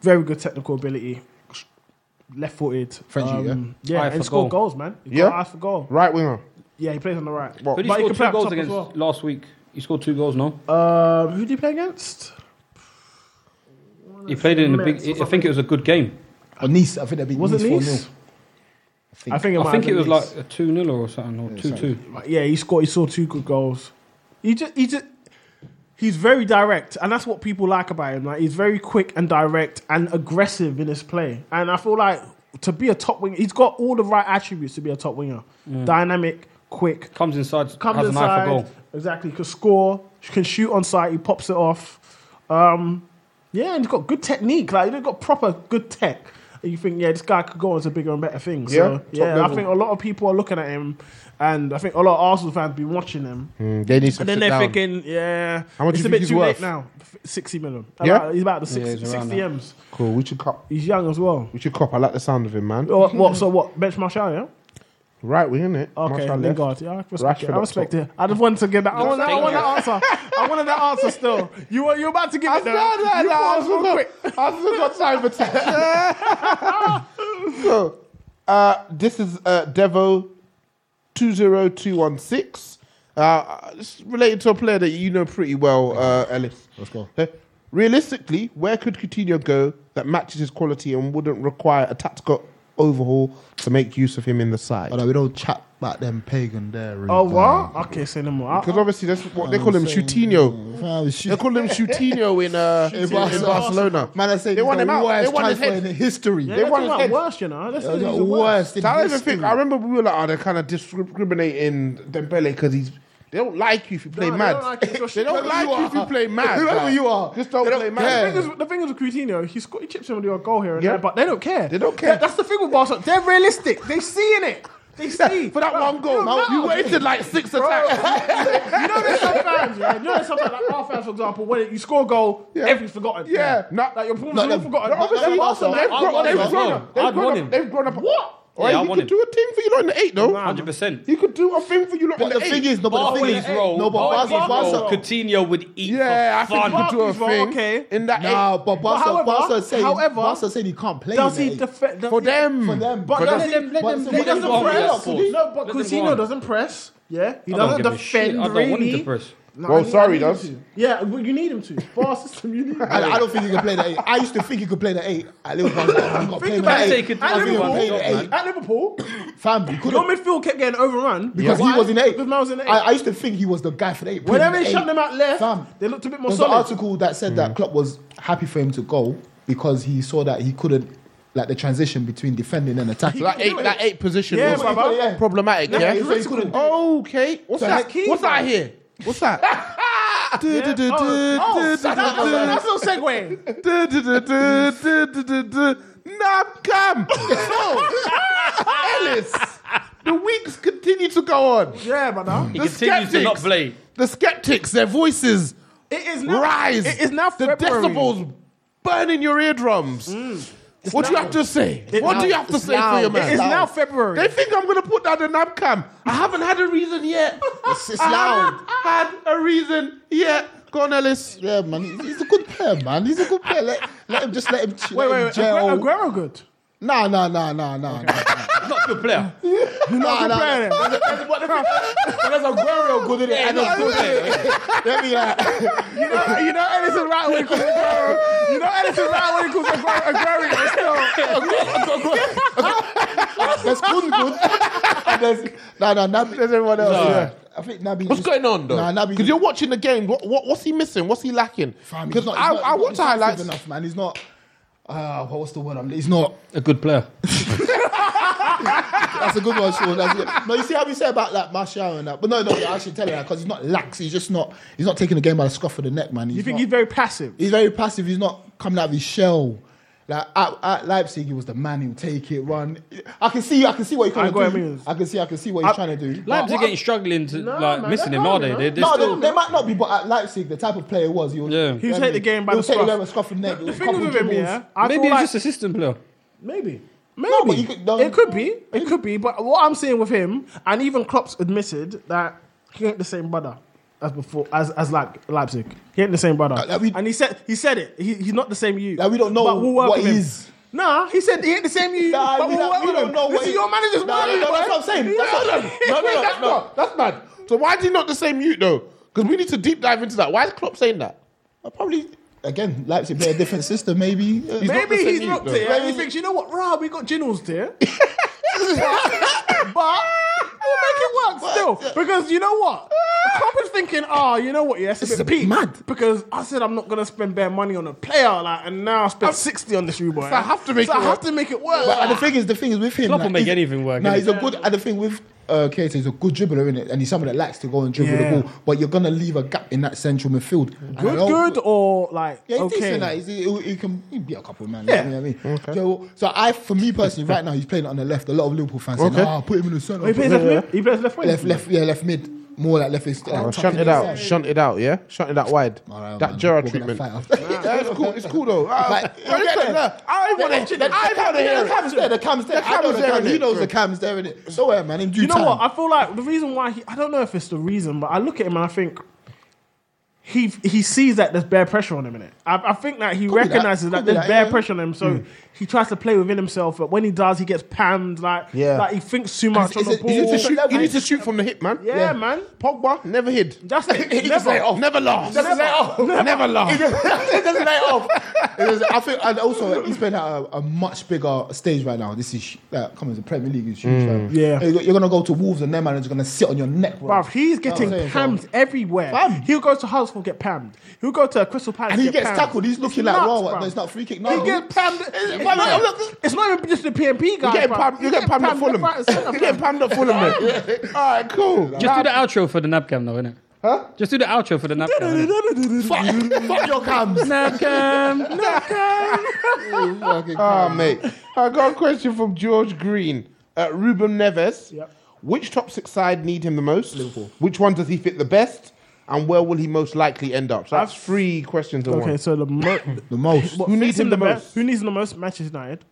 very good technical ability. Left footed.
Frenchie,
Um, yeah,
Eye
and
for
scored
goal.
goals, man. He got
Yeah?
eye for goal.
Right winger.
Yeah, he plays on the right.
Well,
But he
But he
scored
can play
two
up
goals
top as
against last week. He scored two goals. No,
Um, who did he play against?
he played in a
minutes
big. I think it was a good game.
Or Nice, I think that'd be
Was it
Nice 4
Nice?
0.
I think it, might
I think
have
it was
been
like a two 0 or something or two two.
Nice. yeah, he scored. He saw two good goals. He just he just. He's very direct, and that's what people like about him. Like he's very quick and direct and aggressive in his play. And I feel like to be a top winger, he's got all the right attributes to be a top winger: dynamic, quick,
Comes inside,
comes
has an eye
inside,
for goal.
exactly, can score, can shoot on site, he pops it off. Um, yeah, and he's got good technique. Like he's got proper good tech. And you think, yeah, this guy could go on to bigger and better things.
Yeah,
so,
top
yeah. I
level.
think a lot of people are looking at him, and I think a lot of Arsenal fans have been watching him.
They need to
And then
Hmm. sit
they're
down.
thinking, yeah,
How much
it's
do
a
you
bit
think he's
too
worth?
late now. F- Sixty million.
Yeah?
About- he's about the six,
Yeah, he's around
60
that.
M's.
Cool. We should cop.
He's young
*laughs*
as well.
We should cop. I like the sound of him, man.
What, what? So what? Bench Martial, yeah.
Right wing, isn't it?
Okay, thank God. Yeah, I respect
Rashford
it. I
up
respect
top.
it. I just wanted to get that. I want that, I
Thank
want that answer. I wanted that answer still. You were you're about to give it. though. You thought it was real quick.
I've still got time for so, uh, this is uh, Devo 20216. Uh, it's related to a player that you know pretty well, uh, Ellis.
Let's go.
Uh, Realistically, where could Coutinho go that matches his quality and wouldn't require a tactical overhaul to make use of him in the side?
Oh, no, we don't chat about them pagan there. really,
Oh
man.
what? Okay, say no more. I-
Because obviously, that's what they call him,
Saying,
Coutinho.
yeah, if I was
They
shoot-
*laughs* call him Coutinho in, uh,
*laughs*
in
Barcelona.
Barcelona.
Man, I say
they want him out. They want his
transfer
head.
in history.
yeah,
they
that's
want his
not
head.
worst, you know. That's
They're the
the worst.
worst in
I don't even
history.
think. I remember we were like, oh, they're kind of discriminating Dembele because he's. They don't like you if you play
they
mad.
don't like you
*laughs*
if you're
they don't
shit.
like you
Whoever
if
you
you
*laughs*
are.
play mad.
Whoever
like,
you are.
just don't
They don't
play
care.
mad.
The thing, is, the thing is with Coutinho, he, sco- he chips him with your goal here and
Yeah.
there, but they don't care.
They don't care.
That- that's the thing with Barcelona. They're realistic. They see in it. They
*laughs*
see.
For that
Bro,
one goal,
you know,
you wasted like six
Bro,
attacks.
*laughs* you know there's some fans, yeah. You know there's some fans, like our fans, for example, when you score a goal,
Yeah.
everything's forgotten.
*laughs* Yeah. No.
like your performance
No,
is all
them-
forgotten.
No, obviously,
Them
they've
Barcelona-
I'd
grown
want
they've
him as
grown
well.
up. They've
I'd
grown
want
up.
him.
They've grown up. What? Oi,
Yeah, I
he
want
could
him.
do a thing for you lot in the eight, though.
Hundred percent.
He could do a thing for you lot in
But
the
the
eight.
thing is, no, but the thing
Barley's
is,
role.
no, but
Barley's
Barca,
role.
Barca,
Coutinho would eat
yeah, I
for
think he could
fun.
do a
Barkley's wrong,
thing
okay.
in that
Nah,
eight.
but Barca,
however-
Barca said,
however,
Barca said he can't play.
Does
in
he
the eight.
defend
For them.
For them,
But let
but does
them-
he-
let
but
them-
so
let
he
them
doesn't
go on,
press.
yeah, for
No, but
Let them go
Coutinho
on.
doesn't press. Yeah, he
I don't
doesn't
give a shit.
defend
I don't
really.
want him to press.
No,
Well,
I need-
sorry,
I need
does.
him to. Yeah, well, you need him to. Bar system, you need. Him.
I, I don't think he can play the eight. I used to think he could play the eight at Liverpool. I got
Think
playing
about
the
it.
eight.
He could-
I
At
think
think he
about
could play
Liverpool,
it.
the eight.
at Liverpool,
Fam, he
your
couldn't
midfield kept getting overrun
because
Why?
he was in eight.
Because man was in eight.
I, I used to think he was the guy for the eight.
Whenever
playing
they
the
shut
eight.
them out left,
Fam,
they looked a bit more
there was
solid.
an article that said that Klopp was happy for him to go because he saw that he couldn't like the transition between defending and attacking.
That eight, that eight position
Yeah,
was
but- but-
yeah.
problematic.
Yeah,
Yeah.
he said he
couldn't-
okay. What's
So
that?
that's key,
What's that
man.
here? What's that? Du- du- du-
Yeah.
du-
Oh,
*laughs* du-
oh,
du-
that's
du-
no- that's no segue.
du- du- du- du- du- du- du- Nam Cam. So, Ellis, the weeks continue to go on.
Yeah, but now
*laughs*
He
The
continues to not
skeptics.
play.
The skeptics, their voices
it is now,
rise.
It is now
the
February.
decibels burn in your eardrums. What do you have to say? What do you have to say for your man?
It is now February.
They think I'm going to put down the nab cam. I haven't had a reason yet.
It's- it's
I
loud.
haven't had a reason yet. Go on, Ellis.
Yeah, man, he's- he's a good player, man. He's a good player. Let, let him just let him. Ch-
wait,
let
wait,
him
wait. Aguero,
gel.
Aguero good.
Nah, nah, nah, nah, nah. nah.
Not a good
*laughs*
player.
You're not
Nah, nah.
comparing him.
There's Aguero good in it. and there's good. Let me uh, like.
You
Uh,
know, you know, Edison right when he calls Aguero. You know, Edison right when he calls Aguero. Aguero is still.
There's Kun good. And there's nah, nah, Nabi. There's everyone else. Yeah. I think Nabi.
What's
just-
going on though?
Nah, Nabi.
Because you're watching the game. What, what, what's he missing? What's he lacking?
Fam, he's
Because
not-
I,
he's not-
I
he's not
watch
defensive
highlights.
Enough, man. He's not. Uh, what was the word? I'm, he's not.
A good player.
That's a good one, Sean. That's good. No, you see how we say about like Martial and that, but no, no, you're actually telling that because he's not lax. He's just not. He's not taking the game by the scruff of the neck, man. He's
You think
not-
he's very passive?
He's very passive. He's not coming out of his shell. Like at, at Leipzig, he was the man who take it, run. I can see, I can see what he's
I
trying
got
to
what he
do.
means.
I can see, I can see what
I-
he's trying to do. But-
Leipzig ain't struggling to
No,
like
man,
missing
they
him, are
can't,
they?
you know.
They're, they're
no,
still
they, they might not be, but at Leipzig, the type of player he was, he was.
Yeah. He'll
you know
take
what I
the game by
He'll
the
take
scruff.
the scruff of the neck.
The
he'll
thing
couple
with him,
dribbles.
yeah, I
maybe
feel
he's
like
just a system player.
Maybe.
No,
Maybe.
but you could- no.
it could be. It could be. But what I'm saying with him, and even Klopp's admitted that he ain't the same brother as before, as as like Leipzig. He ain't the same brother.
Uh, that we-
and he said he said it. He, he's not the same you.
That we don't know
But we'll
what
welcome
he
him.
is.
Nah,
He said he ain't the same you.
Nah,
but
you
well,
don't- you
hold
don't
on.
know
This
what
is
he-
your manager's
Nah,
manager.
no, no,
that's what I'm saying. That's,
*laughs* Yeah.
what- no, no, no, that's,
no.
Not, that's mad. So why is he not the same you though? Because we need to deep dive into that. Why is Klopp saying that?
Uh, Probably again, Leipzig play a different system. Maybe Uh,
not
Maybe
the same
he's
youth,
looked
though.
at it and he
Maybe-
thinks, you know what, rah, we got Jinnels there. but we'll make it work still. Because you know what? Klopp is thinking, oh, you know what, yeah, it's a bit,
is a bit
peak.
mad.
Because I said I'm not going to spend bare money on a player, like, and now I spent 60 on this new boy.
So I have to make
so
it
I have
work.
to make it work.
But and the thing is, the thing is with him,
Ah. Klopp will
like,
make
he's-
anything work,
Nah,
innit?
he's a good. And the thing with uh, Keita, he's a good dribbler, is it? And he's someone that likes to go and dribble
Yeah.
the ball. But you're gonna leave a gap in that central midfield. And I
good,
don't-
good, or like,
Yeah, he's
okay.
decent. Like, he's, he, he can he beat a couple of man.
Yeah.
You know what I mean? So, so I, for me personally, right now he's playing on the left. A lot of Liverpool fans saying, "Ah, put him in the centre."
Oh, he plays left mid? He plays left wing?
left, left, yeah, left mid. More like left. Oh,
Oh, shunt it out. Shunt it out, yeah? Shunt it out wide. that Gerard treatment. Yeah, it's cool. It's cool though. I,
Like,
I, I want to hear it. I want to hear
The cam's there.
it.
The cam's there.
The
I know
cam's
the
there,
cam.
innit?
He knows the cam's there. innit? So yeah, man. In due
you know
time.
what? I feel like the reason why he, I don't know if it's the reason, but I look at him and I think he he sees that there's bare pressure on him in it. I, I think that he
Could be that.
recognizes that,
Could be
there's
that,
bare
yeah. Hmm.
pressure on him, so he tries to play within himself. But when he does, he gets pammed. Like
Yeah.
like he thinks too much on
it's-
the
You
it's- it's
ball.
need, to
Different
shoot, you
level.
need to shoot from the hip, man.
yeah, man.
Pogba never hid.
That's it.
*laughs* He just
Never.
let it off. Never laughed.
Just let it off.
Never, never laughed.
*laughs* it doesn't let off. It doesn't- I think, and also he's playing at a, a much bigger stage right now. This is uh, like, coming to Premier League is huge.
Mm.
fam.
Yeah.
you're, you're gonna go to Wolves and their manager's gonna sit on your neck, bro.
Bruv, he's getting
That's what I'm
pammed
saying,
everywhere.
Fam.
He'll go to Huddersfield get pammed. He'll go to Crystal Palace
And he
get
gets
pammed.
tackled. He's looking
It's
like,
nuts,
"Wow,
bruv.
there's not free kick."
He
No.
gets pammed. It's,
Fam, I'm not-
it's not even just the PMP
You're
guy.
getting
bruv.
pammed
You
you're getting
get
pammed at Fulham.
left, right, and centre,
You're getting
bruv.
pammed at Fulham, man. All right, cool.
Just do the outro for the nab cam, though, innit? Huh? Just do the outro for the nab cam. innit?
fuck, fuck your cams.
Nab cam.
*laughs* Fucking
Ah, mate. I got a question from George Green at Ruben Neves.
Yep.
Which top six side need him the most? Liverpool. Which one does he fit the best? And where will he most likely end up? So that's three questions in
Okay,
one.
so the mo-
the most.
What
Who needs
fits
him the
be-
most?
Who needs him the most? Manchester United.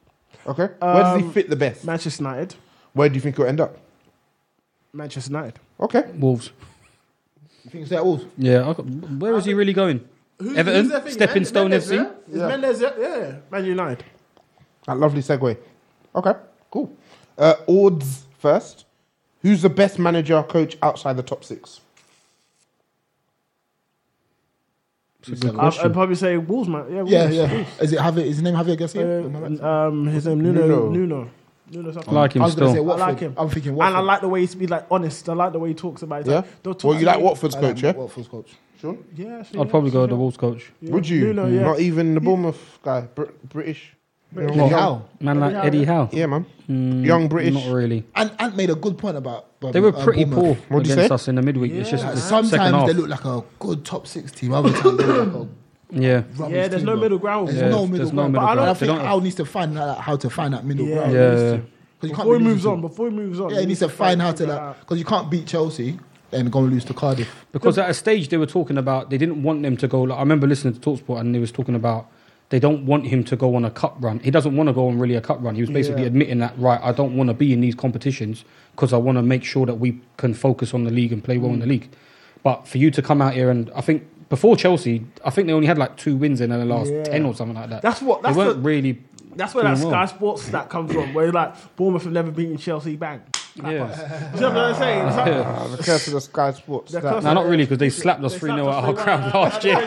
Okay. Where does he
Um,
fit the best?
Manchester United.
Where do you think he'll end up?
Manchester United.
Okay.
Wolves.
You think it's at Wolves?
Yeah. I- Where is he really going? Everton. Stepping Stone FC.
Is Mendes, yeah, yeah, Man United.
That lovely segue. Okay. Cool. Uh, odds first. Who's the best manager or coach outside the top six?
I'd, I'd probably say Wolves, man. Yeah, Wolves.
Yeah, yeah. Is it Javier? Is his name Javier Garcia? Am I right?
Uh, um, his name Nuno.
Nuno.
Nuno. Nuno. something.
Like him
I was gonna say
still.
I
Watford.
like him.
I'm thinking
and
Watford.
I like the way he used to be like honest. I like the way he talks about it.
Yeah.
Like, don't talk
Well, you
about
like
me.
Watford's
I
coach, yeah?
Watford's coach.
Sure.
Yeah, actually,
I'd
yeah,
probably go with the
yeah.
Wolves coach.
Yeah.
Would you?
Nuno, yeah.
Not even the Bournemouth guy, Br- British.
Eddie Howe.
Man like Eddie Howe. Hmm,
Yeah,
*laughs*
man. Young British.
Not really.
And Ant made a good point about. uh,
They were pretty poor
What'd you
against
say?
us in the midweek. It's just the
Sometimes
second half.
they look like a good top six team. Other times they
*coughs*
look like a
yeah.
rubbish
Yeah, there's
team,
no
bro.
middle ground.
There's
Yeah,
no middle
there's no
ground.
middle
but I don't
ground. They
think
don't-
Al needs to find out how to find that middle
Yeah.
ground.
Yeah.
Yeah.
Because you can't
Before
be
he moves
losing
on, before he moves on,
Yeah, he needs to find how to
figure
that
out.
because you can't beat Chelsea and go and lose to Cardiff.
Because at a stage they were talking about they didn't want them to go. Like, I remember listening to Talksport and they was talking about they don't want him to go on a cup run. He doesn't want to go on really a cup run. He was basically
Yeah.
admitting that right. I don't want to be in these competitions because I want to make sure that we can focus on the league and play well in
Mm.
the league. But for you to come out here and I think before Chelsea, I think they only had like two wins in the last
Yeah.
ten or something like that.
That's what- that's
they weren't
the-
really.
That's where
doing
that Sky
well.
Sports stat comes from, where like Bournemouth have never beaten Chelsea. Bang.
Yeah.
Do you know what I'm saying? It's like-
Ah, the curse of the Sky Sports.
The
stat.
curse
No,
of
not really, because they *laughs* slapped us
They
3
slapped
0
us
at our
3-0
crowd
at-
last year.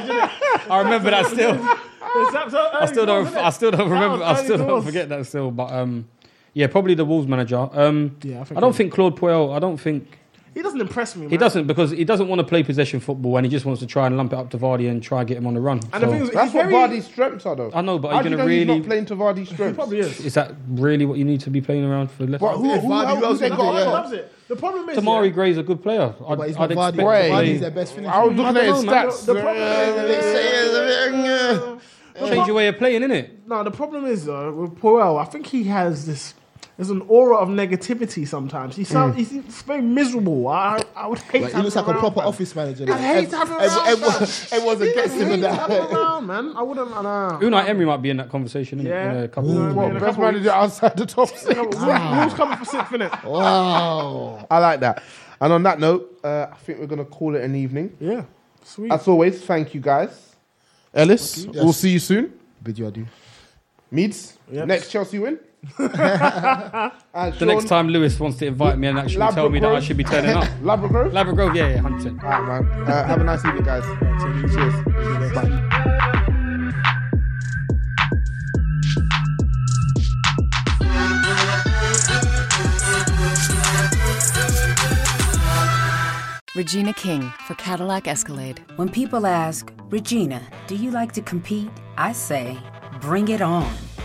I remember that
*laughs*
still. *laughs*
They slapped us
I
early
still
doors,
don't.
innit?
I still don't
That
remember.
was
I still
early
don't
doors.
forget that still. But um, yeah, probably the Wolves manager. Um,
Yeah, I think
I, don't
he-
think Claude Puel. I don't think
He doesn't impress me. Man.
he doesn't because he doesn't want to play possession football and he just wants to try and lump it up to Vardy and try and get him on the run.
And the
So,
thing is,
That's
he's
what
very,
Vardy's strengths are, though.
I know, but are
How
you
do
gonna
know he's
really-
not playing to
*laughs*
Vardy's strengths?
Probably is.
is that really what you need to be playing around for? Left?
But who,
Yeah,
who,
Vardy,
else
who else
they
they
got?
got?
Vardy
on?
loves it. The problem is
Tamari
yeah,
Gray's a good player. I'd,
But he's not
I'd
Vardy.
expect.
Vardy.
Vardy's
to
their best finisher.
Mm. I was looking at his
don't know, man.
stats.
The- the problem
*laughs* Uh,
play, change your way of playing, innit?
No, the problem is uh, with Powell. I think he has this. There's an aura of negativity sometimes. He sounds. He's, he's very miserable. I, I would hate.
Like,
to
he
have
looks
him
like a
around,
proper
man.
office manager.
I hate
Ev-
to have him
ev-
around,
everyone- *laughs*
man.
Everyone's against him
Hate
and
to have him
that.
around, man. I wouldn't. Nah.
Unai Emery might be in that conversation innit?
Yeah.
in a couple.
You know
of
what I
What,
mean?
best manager outside the top six?
Wolves coming for six minutes.
Wow.
*laughs* I like that. And on that note, uh, I think we're going to call it an evening.
Yeah. Sweet.
As always, thank you guys. Ellis,
you.
we'll
Yes.
see you soon.
Bid you adieu.
Meads, next
*laughs*
Chelsea win. And
The
Sean,
next time Lewis wants to invite me and actually tell me that I should be turning
*laughs*
up.
Labra Grove.
Labra Grove, yeah, yeah, 100%.
All right, man. Uh, have a nice evening, guys. Cheers. Bye.
Regina King for Cadillac Escalade.
When people ask, Regina, do you like to compete? I say, bring it on.